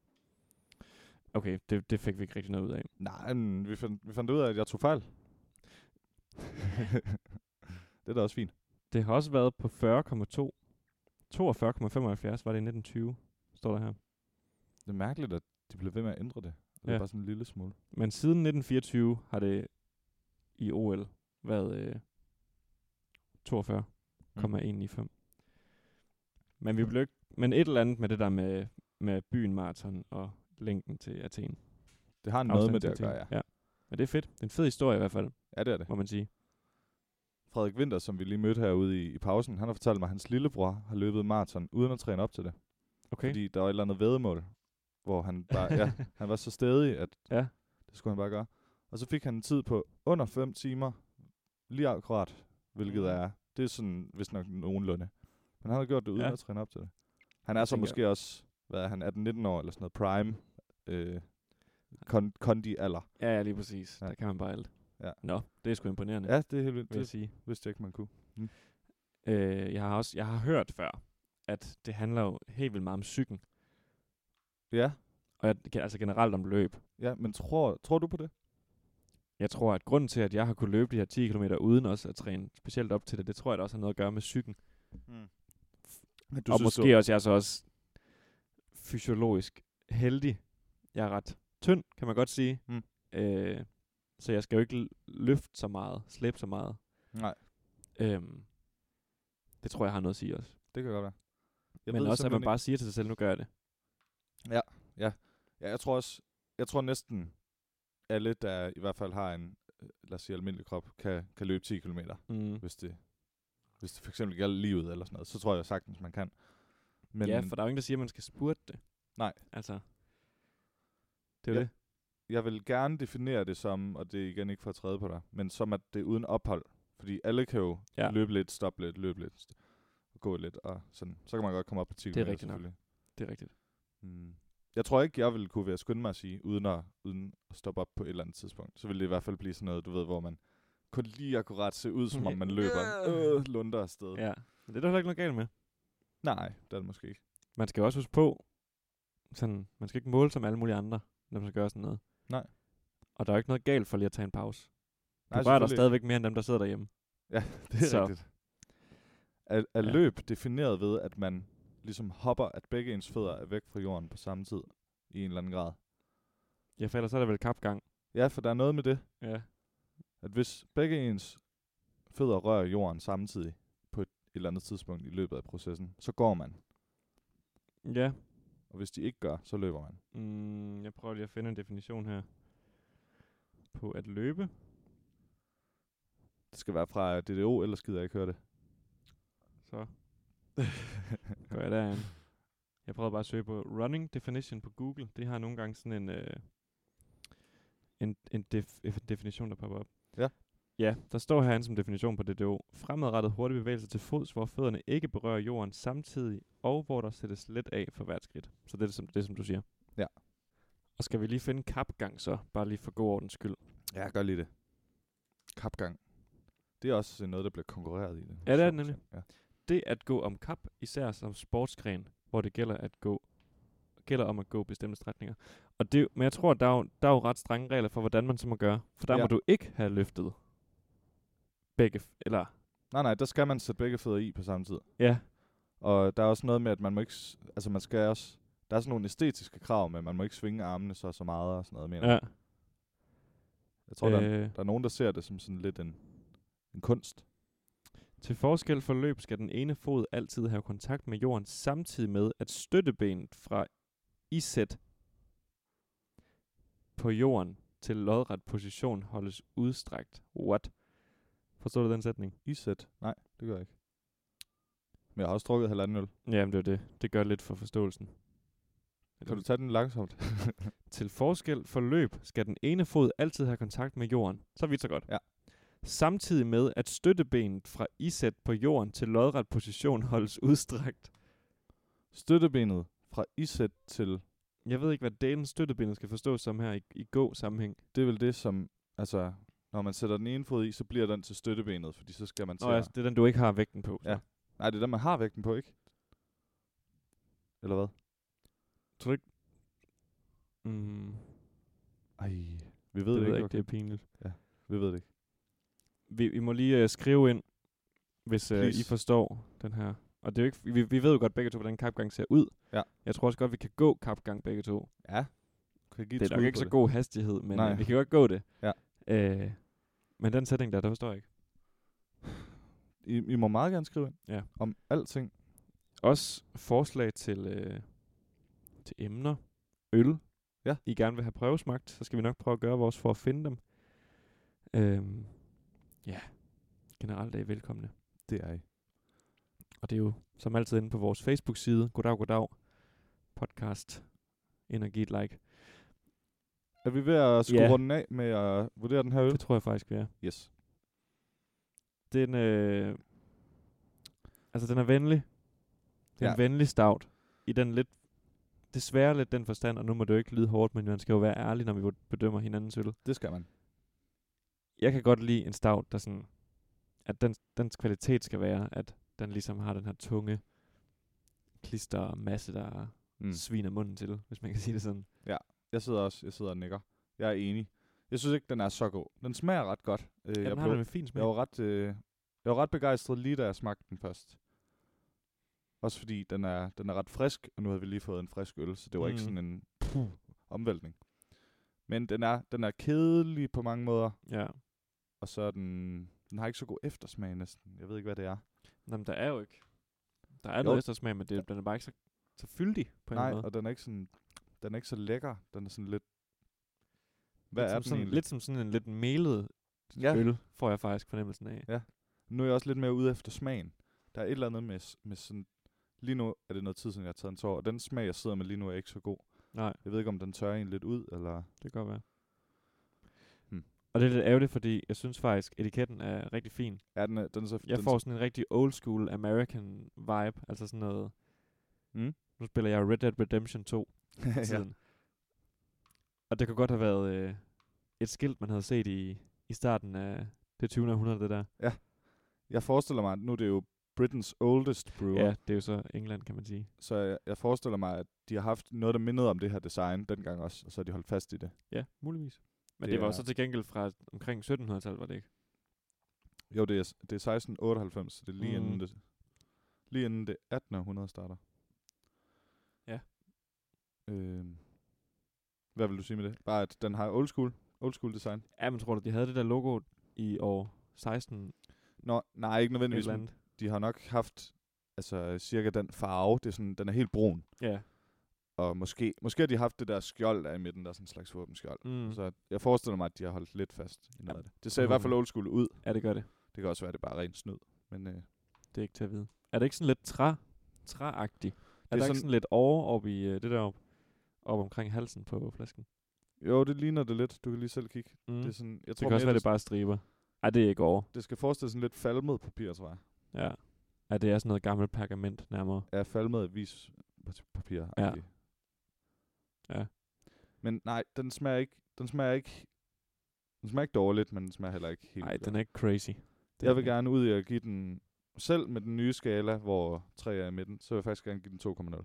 [SPEAKER 2] Okay, det, det fik vi ikke rigtig noget ud af.
[SPEAKER 1] Nej, men vi fandt, vi fandt ud af, at jeg tog
[SPEAKER 2] (laughs)
[SPEAKER 1] fejl. det er da også fint.
[SPEAKER 2] Det har også været på 40,2. 42,75 var det i 1920, står der her.
[SPEAKER 1] Det er mærkeligt, at de blev ved med at ændre det. Det er
[SPEAKER 2] Ja.
[SPEAKER 1] bare sådan en lille smule.
[SPEAKER 2] Men siden 1924 har det i OL været øh, 42,195.
[SPEAKER 1] Mm.
[SPEAKER 2] Men vi blev ikke, men et eller andet med det der med, med byen Marathon og længden til Athen.
[SPEAKER 1] Det har noget med
[SPEAKER 2] Afstanden
[SPEAKER 1] det
[SPEAKER 2] til
[SPEAKER 1] at gøre, ja.
[SPEAKER 2] Athen. ja. Men det er fedt. Det er en fed historie i hvert fald,
[SPEAKER 1] Ja, det er det.
[SPEAKER 2] må man sige.
[SPEAKER 1] Frederik Winter, som vi lige mødte herude i, i pausen, han har fortalt mig, at hans lillebror har løbet maraton uden at træne op til det.
[SPEAKER 2] Okay.
[SPEAKER 1] Okay. Fordi der var et eller andet vedmål, hvor han bare, ja, han var så stedig, at
[SPEAKER 2] Ja.
[SPEAKER 1] det skulle han bare gøre. Og så fik han en tid på under 5 timer, lige akkurat, hvilket
[SPEAKER 2] Mhm.
[SPEAKER 1] er, det er sådan, hvis nok nogenlunde. Men han har gjort det uden
[SPEAKER 2] Ja.
[SPEAKER 1] ja. at træne op til det. Han er så
[SPEAKER 2] tænker-
[SPEAKER 1] måske også, hvad er han, 18-19 år eller sådan noget, prime, øh, kon- kondi-alder.
[SPEAKER 2] (laughs) Ja, ja, lige præcis. Ja.
[SPEAKER 1] Ja.
[SPEAKER 2] Der kan man bare alt.
[SPEAKER 1] Ja.
[SPEAKER 2] Nå, det er sgu imponerende,
[SPEAKER 1] Ja, det er helt vildt.
[SPEAKER 2] vil jeg
[SPEAKER 1] Det
[SPEAKER 2] sige.
[SPEAKER 1] vidste jeg ikke, man kunne.
[SPEAKER 2] Øh, jeg har også jeg har hørt før, at det handler jo helt vildt meget om cyklen.
[SPEAKER 1] Ja,
[SPEAKER 2] Og jeg, altså generelt om løb.
[SPEAKER 1] ja men tror, tror du på det?
[SPEAKER 2] Jeg tror, at grunden til, at jeg har kunnet løbe de her 10 km uden også at træne specielt op til det, det tror jeg da også har noget at gøre med psyken.
[SPEAKER 1] Mm.
[SPEAKER 2] Du Hmm. og måske du... også, jeg er så også fysiologisk heldig. Jeg er ret tynd, kan man godt sige.
[SPEAKER 1] Mm.
[SPEAKER 2] Øh, så jeg skal jo ikke l- løfte så meget, slæbe så meget.
[SPEAKER 1] Nej,
[SPEAKER 2] Øhm, det tror jeg har noget at sige også.
[SPEAKER 1] det kan godt være.
[SPEAKER 2] Jeg Men også, at man
[SPEAKER 1] simpelthen
[SPEAKER 2] bare siger til sig selv, nu gør jeg det.
[SPEAKER 1] Ja, jeg tror også, jeg tror næsten alle, der i hvert fald har en, øh, lad os sige, almindelig krop, kan, kan løbe 10 km,
[SPEAKER 2] Mm.
[SPEAKER 1] hvis det, hvis det for eksempel gælder livet eller sådan noget, så tror jeg sagtens, man kan. Men
[SPEAKER 2] ja, for der er jo ingen, der siger, at man skal spurte det.
[SPEAKER 1] Nej.
[SPEAKER 2] Altså, det er jo
[SPEAKER 1] Ja.
[SPEAKER 2] det.
[SPEAKER 1] jeg vil gerne definere det som, og det er igen ikke for at træde på dig, men som at det er uden ophold. Fordi alle kan jo
[SPEAKER 2] Ja.
[SPEAKER 1] ja. løbe lidt, stoppe lidt, løbe lidt, st- gå lidt, og sådan. Så kan man godt komme op på 10
[SPEAKER 2] Det er
[SPEAKER 1] km
[SPEAKER 2] rigtigt nok.
[SPEAKER 1] selvfølgelig.
[SPEAKER 2] Det er rigtigt.
[SPEAKER 1] Mm. Jeg tror ikke, jeg ville kunne være skynde mig at sige, uden at, uden at stoppe op på et eller andet tidspunkt. Så ville det i hvert fald blive sådan noget, du ved, hvor man kun lige akkurat ser ud, som om
[SPEAKER 2] (laughs) Ja.
[SPEAKER 1] man løber en øh, lunder afsted. Ja.
[SPEAKER 2] Ja. Men det er der heller ikke noget galt med.
[SPEAKER 1] Nej, det er det måske ikke.
[SPEAKER 2] man skal jo også huske på, sådan, man skal ikke måle som alle mulige andre, når man skal gøre sådan noget.
[SPEAKER 1] Nej.
[SPEAKER 2] Og der er jo ikke noget galt for lige at tage en pause. Du
[SPEAKER 1] Nej,
[SPEAKER 2] rører dig
[SPEAKER 1] selvfølgelig
[SPEAKER 2] stadigvæk mere end dem, der sidder derhjemme.
[SPEAKER 1] ikke. (laughs) Det er
[SPEAKER 2] så.
[SPEAKER 1] så. rigtigt. Er, er ja.
[SPEAKER 2] Ja.
[SPEAKER 1] løb defineret ved, at man ligesom hopper, at begge ens fødder er væk fra jorden på samme tid, i en eller anden grad?
[SPEAKER 2] Ja, for ellers er der vel kapgang.
[SPEAKER 1] Ja, for der er noget med det,
[SPEAKER 2] Ja.
[SPEAKER 1] at hvis begge ens fødder rører jorden samtidig på et, et eller andet tidspunkt i løbet af processen, så går man.
[SPEAKER 2] Ja.
[SPEAKER 1] Og hvis de ikke gør, så løber man.
[SPEAKER 2] Mm, jeg prøver lige at finde en definition her. På at løbe.
[SPEAKER 1] Det skal være fra DDO, ellers gider jeg ikke høre det.
[SPEAKER 2] Så går jeg derind. Jeg prøvede bare at søge på running definition på Google. Det har nogle gange sådan en, øh, en, en, def, en definition, der popper op.
[SPEAKER 1] Ja.
[SPEAKER 2] Ja, der står herinde som definition på DDO. Fremadrettet hurtig bevægelse til fods, hvor fødderne ikke berører jorden samtidig, og hvor der sættes let af for hvert skridt. Så det er det, som, det, som du siger.
[SPEAKER 1] Ja.
[SPEAKER 2] Og skal vi lige finde kapgang så, bare lige for god ordens skyld.
[SPEAKER 1] Ja, jeg gør lige det. Kapgang. Det er også noget, der bliver konkurreret i. Det.
[SPEAKER 2] Ja, det er det nemlig.
[SPEAKER 1] Ja.
[SPEAKER 2] Det at gå om kap, især som sportsgren, hvor det gælder at gå gælder om at gå bestemte strækninger. Og det, men jeg tror, der er, jo, der er jo ret strenge regler for, hvordan man så må gøre. For der ja.
[SPEAKER 1] Ja.
[SPEAKER 2] må du ikke have løftet begge, f- eller
[SPEAKER 1] Nej, nej, der skal man sætte begge fødder i på samme tid.
[SPEAKER 2] ja,
[SPEAKER 1] Og der er også noget med, at man må ikke... s- Altså, man skal også... Der er sådan nogle æstetiske krav, men man må ikke svinge armene så så meget og sådan noget. Mener. jeg.
[SPEAKER 2] ja.
[SPEAKER 1] Jeg tror, øh. der,
[SPEAKER 2] øh,
[SPEAKER 1] der er nogen, der ser det som sådan lidt en, en kunst.
[SPEAKER 2] Til forskel for løb skal den ene fod altid have kontakt med jorden, samtidig med at støttebenet fra isæt på jorden til lodret position holdes udstrakt. What? Forstår du den sætning?
[SPEAKER 1] Isæt? Nej, det gør jeg ikke. Men jeg har også drukket halvanden øl.
[SPEAKER 2] Jamen det er det. Det gør lidt for forståelsen.
[SPEAKER 1] Kan du tage den langsomt?
[SPEAKER 2] Til forskel for løb skal den ene fod altid have kontakt med jorden. Så vidt så godt.
[SPEAKER 1] Ja.
[SPEAKER 2] Samtidig med at støttebenet fra isæt på jorden til lodret position holdes udstrakt.
[SPEAKER 1] Støttebenet fra isæt til...
[SPEAKER 2] Jeg ved ikke, hvad delen støttebenet skal forstås som her i, i god sammenhæng.
[SPEAKER 1] Det er vel det, som... Altså, når man sætter den ene fod i, så bliver den til støttebenet, fordi så skal man til...
[SPEAKER 2] Nå,
[SPEAKER 1] at-
[SPEAKER 2] altså, det er den, du ikke har vægten på.
[SPEAKER 1] Ja. Nej, det er den, man har vægten på, ikke? Eller hvad?
[SPEAKER 2] Tror du ikke? Mm,
[SPEAKER 1] Ej, vi ved
[SPEAKER 2] ved
[SPEAKER 1] det,
[SPEAKER 2] det ved jeg
[SPEAKER 1] ikke.
[SPEAKER 2] ikke,
[SPEAKER 1] okay.
[SPEAKER 2] det er pinligt.
[SPEAKER 1] Vi ved det ikke.
[SPEAKER 2] Vi, I må lige uh, skrive ind, hvis uh, I
[SPEAKER 1] Please.
[SPEAKER 2] forstår den her. Og det er jo ikke, vi, vi ved jo godt begge to, hvordan kapgang ser ud.
[SPEAKER 1] Ja.
[SPEAKER 2] Jeg tror også godt, vi kan gå kapgang begge to.
[SPEAKER 1] Ja. Kan jeg give et
[SPEAKER 2] det er
[SPEAKER 1] skud
[SPEAKER 2] nok ikke
[SPEAKER 1] på
[SPEAKER 2] så
[SPEAKER 1] det?
[SPEAKER 2] god hastighed, men
[SPEAKER 1] Nej.
[SPEAKER 2] øh, vi kan godt gå det.
[SPEAKER 1] Ja.
[SPEAKER 2] Øh, men den sætning der, der forstår jeg ikke.
[SPEAKER 1] I, I må meget gerne skrive ind.
[SPEAKER 2] Ja.
[SPEAKER 1] Om alting.
[SPEAKER 2] Også forslag til, øh, til emner, øl,
[SPEAKER 1] Ja.
[SPEAKER 2] I gerne vil have prøvesmagt, så skal vi nok prøve at gøre vores for at finde dem. Øhm, ja, generelt er I velkomne.
[SPEAKER 1] Det er I.
[SPEAKER 2] Og det er jo som altid inde på vores Facebook-side, Goddag Goddag podcast. Ind og give et like.
[SPEAKER 1] Er vi ved at skulle
[SPEAKER 2] Ja.
[SPEAKER 1] yeah. runde af med at vurdere den her øl?
[SPEAKER 2] Det tror jeg faktisk, vi er.
[SPEAKER 1] Yes.
[SPEAKER 2] Den, øh, altså, den er venlig. Det er ja. en
[SPEAKER 1] Ja.
[SPEAKER 2] venlig stout. I den lidt, desværre lidt den forstand, og nu må det jo ikke lyde hårdt, men man skal jo være ærlig, når vi vurd- bedømmer hinandens øl.
[SPEAKER 1] Det skal man.
[SPEAKER 2] Jeg kan godt lide en stout, der sådan, at den, dens kvalitet skal være, at den ligesom har den her tunge klister masse, der mm.
[SPEAKER 1] Mm.
[SPEAKER 2] sviner munden til, hvis man kan sige det sådan.
[SPEAKER 1] Jeg sidder også. Jeg sidder og nikker. Jeg er enig. Jeg synes ikke, den er så god. Den smager ret godt. Øh,
[SPEAKER 2] Ja,
[SPEAKER 1] jeg,
[SPEAKER 2] den har den
[SPEAKER 1] blev,
[SPEAKER 2] en fin smag.
[SPEAKER 1] jeg, var ret, øh, jeg var ret begejstret lige da jeg smagte den først. Også fordi den er, den er ret frisk, og nu havde vi lige fået en frisk øl, så det var mm. ikke
[SPEAKER 2] Mm.
[SPEAKER 1] sådan en puh, omvæltning. Men den er, den er kedelig på mange måder,
[SPEAKER 2] Ja.
[SPEAKER 1] og så er den, den har ikke så god eftersmag næsten. Jeg ved ikke, hvad det er.
[SPEAKER 2] Nå, men der er jo ikke. Der er jo.
[SPEAKER 1] Jo.
[SPEAKER 2] noget eftersmag, men det, den er bare ikke så, så fyldig på en eller
[SPEAKER 1] Nej,
[SPEAKER 2] anden måde.
[SPEAKER 1] og den er ikke sådan, den er ikke så lækker. Den er sådan lidt... Hvad
[SPEAKER 2] lidt
[SPEAKER 1] er
[SPEAKER 2] som
[SPEAKER 1] den
[SPEAKER 2] sådan,
[SPEAKER 1] egentlig?
[SPEAKER 2] Lidt som sådan en lidt melet
[SPEAKER 1] ja,
[SPEAKER 2] øl, får jeg faktisk fornemmelsen af.
[SPEAKER 1] nu er jeg også lidt mere ude efter smagen. Der er et eller andet med, s- med sådan... Lige nu er det noget tid, siden jeg har taget en tår, og den smag, jeg sidder med lige nu, er ikke så god.
[SPEAKER 2] Nej,
[SPEAKER 1] Jeg ved ikke, om den tørrer en lidt ud, eller...
[SPEAKER 2] det kan godt være.
[SPEAKER 1] Hmm.
[SPEAKER 2] Og det er lidt ærgerligt, fordi jeg synes faktisk, etiketten er rigtig fin.
[SPEAKER 1] Ja, den, er, den er så...
[SPEAKER 2] Jeg
[SPEAKER 1] den
[SPEAKER 2] får sådan en rigtig old school American vibe, altså sådan noget...
[SPEAKER 1] Mm.
[SPEAKER 2] Nu spiller jeg Red Dead Redemption 2
[SPEAKER 1] (laughs)
[SPEAKER 2] i
[SPEAKER 1] (laughs) ja.
[SPEAKER 2] tiden. Og det kunne godt have været øh, et skilt, man havde set i, i starten af det 20. århundrede, det der.
[SPEAKER 1] Jeg forestiller mig, at nu er det jo Britain's oldest brewer,
[SPEAKER 2] Ja,
[SPEAKER 1] ja.
[SPEAKER 2] det er jo så England, kan man sige.
[SPEAKER 1] så jeg, jeg forestiller mig, at de har haft noget, der mindede om det her design dengang også, og så har de holdt fast i det.
[SPEAKER 2] Ja, muligvis. Men det,
[SPEAKER 1] Det
[SPEAKER 2] det var
[SPEAKER 1] er-
[SPEAKER 2] jo så til gengæld fra omkring 1700-tallet, var det ikke?
[SPEAKER 1] Jo, det er, s- det er 1698, så det er lige,
[SPEAKER 2] Mm.
[SPEAKER 1] mm. inden, det, lige inden det 18. århundrede starter.
[SPEAKER 2] Ja.
[SPEAKER 1] Øhm. Hvad vil du sige med det? Bare at den har old school, old school design.
[SPEAKER 2] Ja, men tror du, de havde det der logo i år 16
[SPEAKER 1] Nå, nej, ikke
[SPEAKER 2] et
[SPEAKER 1] nødvendigvis.
[SPEAKER 2] eller
[SPEAKER 1] men
[SPEAKER 2] andet?
[SPEAKER 1] De har nok haft altså cirka den farve. Det er sådan, den er helt brun.
[SPEAKER 2] Ja.
[SPEAKER 1] Og måske, måske har de haft det der skjold der er i midten, der er sådan en slags våbenskjold.
[SPEAKER 2] Mm.
[SPEAKER 1] Mm.
[SPEAKER 2] Så.
[SPEAKER 1] Så jeg forestiller mig, at de har holdt lidt fast i noget
[SPEAKER 2] Ja,
[SPEAKER 1] af det. Det ser i hvert fald
[SPEAKER 2] håber
[SPEAKER 1] old school ud.
[SPEAKER 2] Ja, det gør det.
[SPEAKER 1] Det kan også være, at det bare er ren snyd. Men øh,
[SPEAKER 2] Det er ikke til at vide. Er det ikke sådan lidt træ, træagtigt? Er
[SPEAKER 1] er
[SPEAKER 2] det ikke
[SPEAKER 1] sådan-
[SPEAKER 2] sådan lidt over op i øh, det der op, op omkring halsen på flasken?
[SPEAKER 1] jo, det ligner det lidt. Du kan lige selv kigge.
[SPEAKER 2] Mm.
[SPEAKER 1] Det er
[SPEAKER 2] Det,
[SPEAKER 1] sådan, jeg
[SPEAKER 2] det
[SPEAKER 1] tror
[SPEAKER 2] kan også
[SPEAKER 1] mere,
[SPEAKER 2] være, det bare er striber. Ej, det er ikke over.
[SPEAKER 1] Det skal forestille sådan lidt falmet papir, tror jeg.
[SPEAKER 2] Ja. Ej, det er sådan noget gammelt pergament nærmere.
[SPEAKER 1] Ja, falmet avis papir.
[SPEAKER 2] Ja.
[SPEAKER 1] Men nej, den smager ikke, den smager ikke, den smager ikke dårligt, men den smager heller ikke helt
[SPEAKER 2] Nej,
[SPEAKER 1] godt.
[SPEAKER 2] den er ikke crazy. Det er
[SPEAKER 1] Jeg vil
[SPEAKER 2] den ikke.
[SPEAKER 1] gerne ud i at give den, selv med den nye skala, hvor 3 er i midten, så vil jeg faktisk gerne give den 2,0.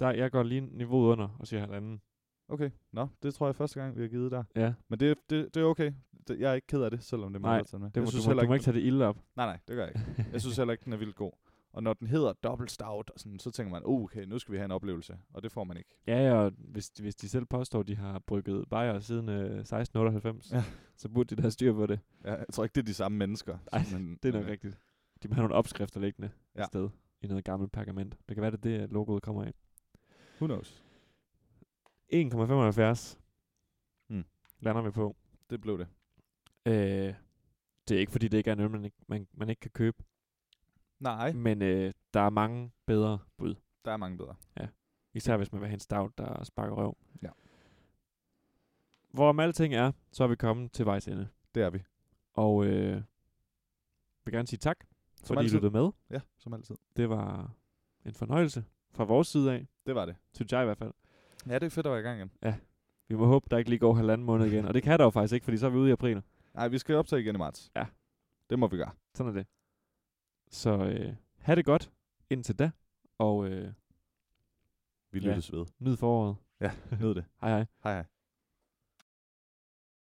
[SPEAKER 2] Der, jeg går lige niveauet under og siger halvanden.
[SPEAKER 1] Okay, nå, det tror jeg er første gang, vi har givet dig.
[SPEAKER 2] Ja,
[SPEAKER 1] Men det, det, det er okay. Det, jeg er ikke ked af det, selvom det er
[SPEAKER 2] Nej,
[SPEAKER 1] meget at tage med.
[SPEAKER 2] det
[SPEAKER 1] jeg
[SPEAKER 2] må,
[SPEAKER 1] synes
[SPEAKER 2] du, må,
[SPEAKER 1] heller
[SPEAKER 2] du må ikke tage det ilde op.
[SPEAKER 1] Nej, nej, det gør jeg ikke. (laughs) Jeg synes heller ikke, den er vildt god. Og når den hedder dobbelt stout, og sådan, så tænker man, oh, okay, nu skal vi have en oplevelse. Og det får man ikke.
[SPEAKER 2] Ja, ja, og hvis, hvis de selv påstår, at de har brygget bajer siden øh, 1698,
[SPEAKER 1] Ja.
[SPEAKER 2] ja. så burde de da have styr på det.
[SPEAKER 1] Ja, jeg tror ikke, det er de samme mennesker.
[SPEAKER 2] Ej,
[SPEAKER 1] men,
[SPEAKER 2] Det er nok
[SPEAKER 1] men, øh,
[SPEAKER 2] rigtigt. De må have nogle opskrifter liggende ja.
[SPEAKER 1] Ja.
[SPEAKER 2] et sted i noget gammelt pergament. Det kan være, det er det, logoet kommer af.
[SPEAKER 1] Who knows?
[SPEAKER 2] 1,75
[SPEAKER 1] Mm.
[SPEAKER 2] lander vi på.
[SPEAKER 1] Det blev det.
[SPEAKER 2] Øh, det er ikke, fordi det ikke er en øl, man ikke, man, man ikke kan købe.
[SPEAKER 1] Nej,
[SPEAKER 2] Men øh, der er mange bedre bud.
[SPEAKER 1] der er mange bedre.
[SPEAKER 2] Især hvis man vil have en stout, der sparker røv.
[SPEAKER 1] Ja.
[SPEAKER 2] Hvorom alting er, så er vi kommet til vejs ende.
[SPEAKER 1] Det er vi.
[SPEAKER 2] Og øh, vil gerne sige tak,
[SPEAKER 1] Som
[SPEAKER 2] fordi
[SPEAKER 1] altid.
[SPEAKER 2] I lyttede med.
[SPEAKER 1] Ja, som altid.
[SPEAKER 2] Det var en fornøjelse fra vores side af,
[SPEAKER 1] Det var det.
[SPEAKER 2] synes jeg i hvert fald.
[SPEAKER 1] Ja, det er fedt at være i gang igen.
[SPEAKER 2] Vi må håbe, der ikke lige går halvanden måned igen. Og det kan der jo faktisk ikke, fordi så er vi ude i april.
[SPEAKER 1] Nej, vi skal optage igen i marts.
[SPEAKER 2] Ja.
[SPEAKER 1] Det må vi gøre.
[SPEAKER 2] Sådan er det. Så øh, have det godt indtil da, og øh,
[SPEAKER 1] Vi
[SPEAKER 2] Ja.
[SPEAKER 1] lyttes ved.
[SPEAKER 2] nyd foråret.
[SPEAKER 1] Nyd det.
[SPEAKER 2] (laughs) Hej hej.
[SPEAKER 1] Hej hej.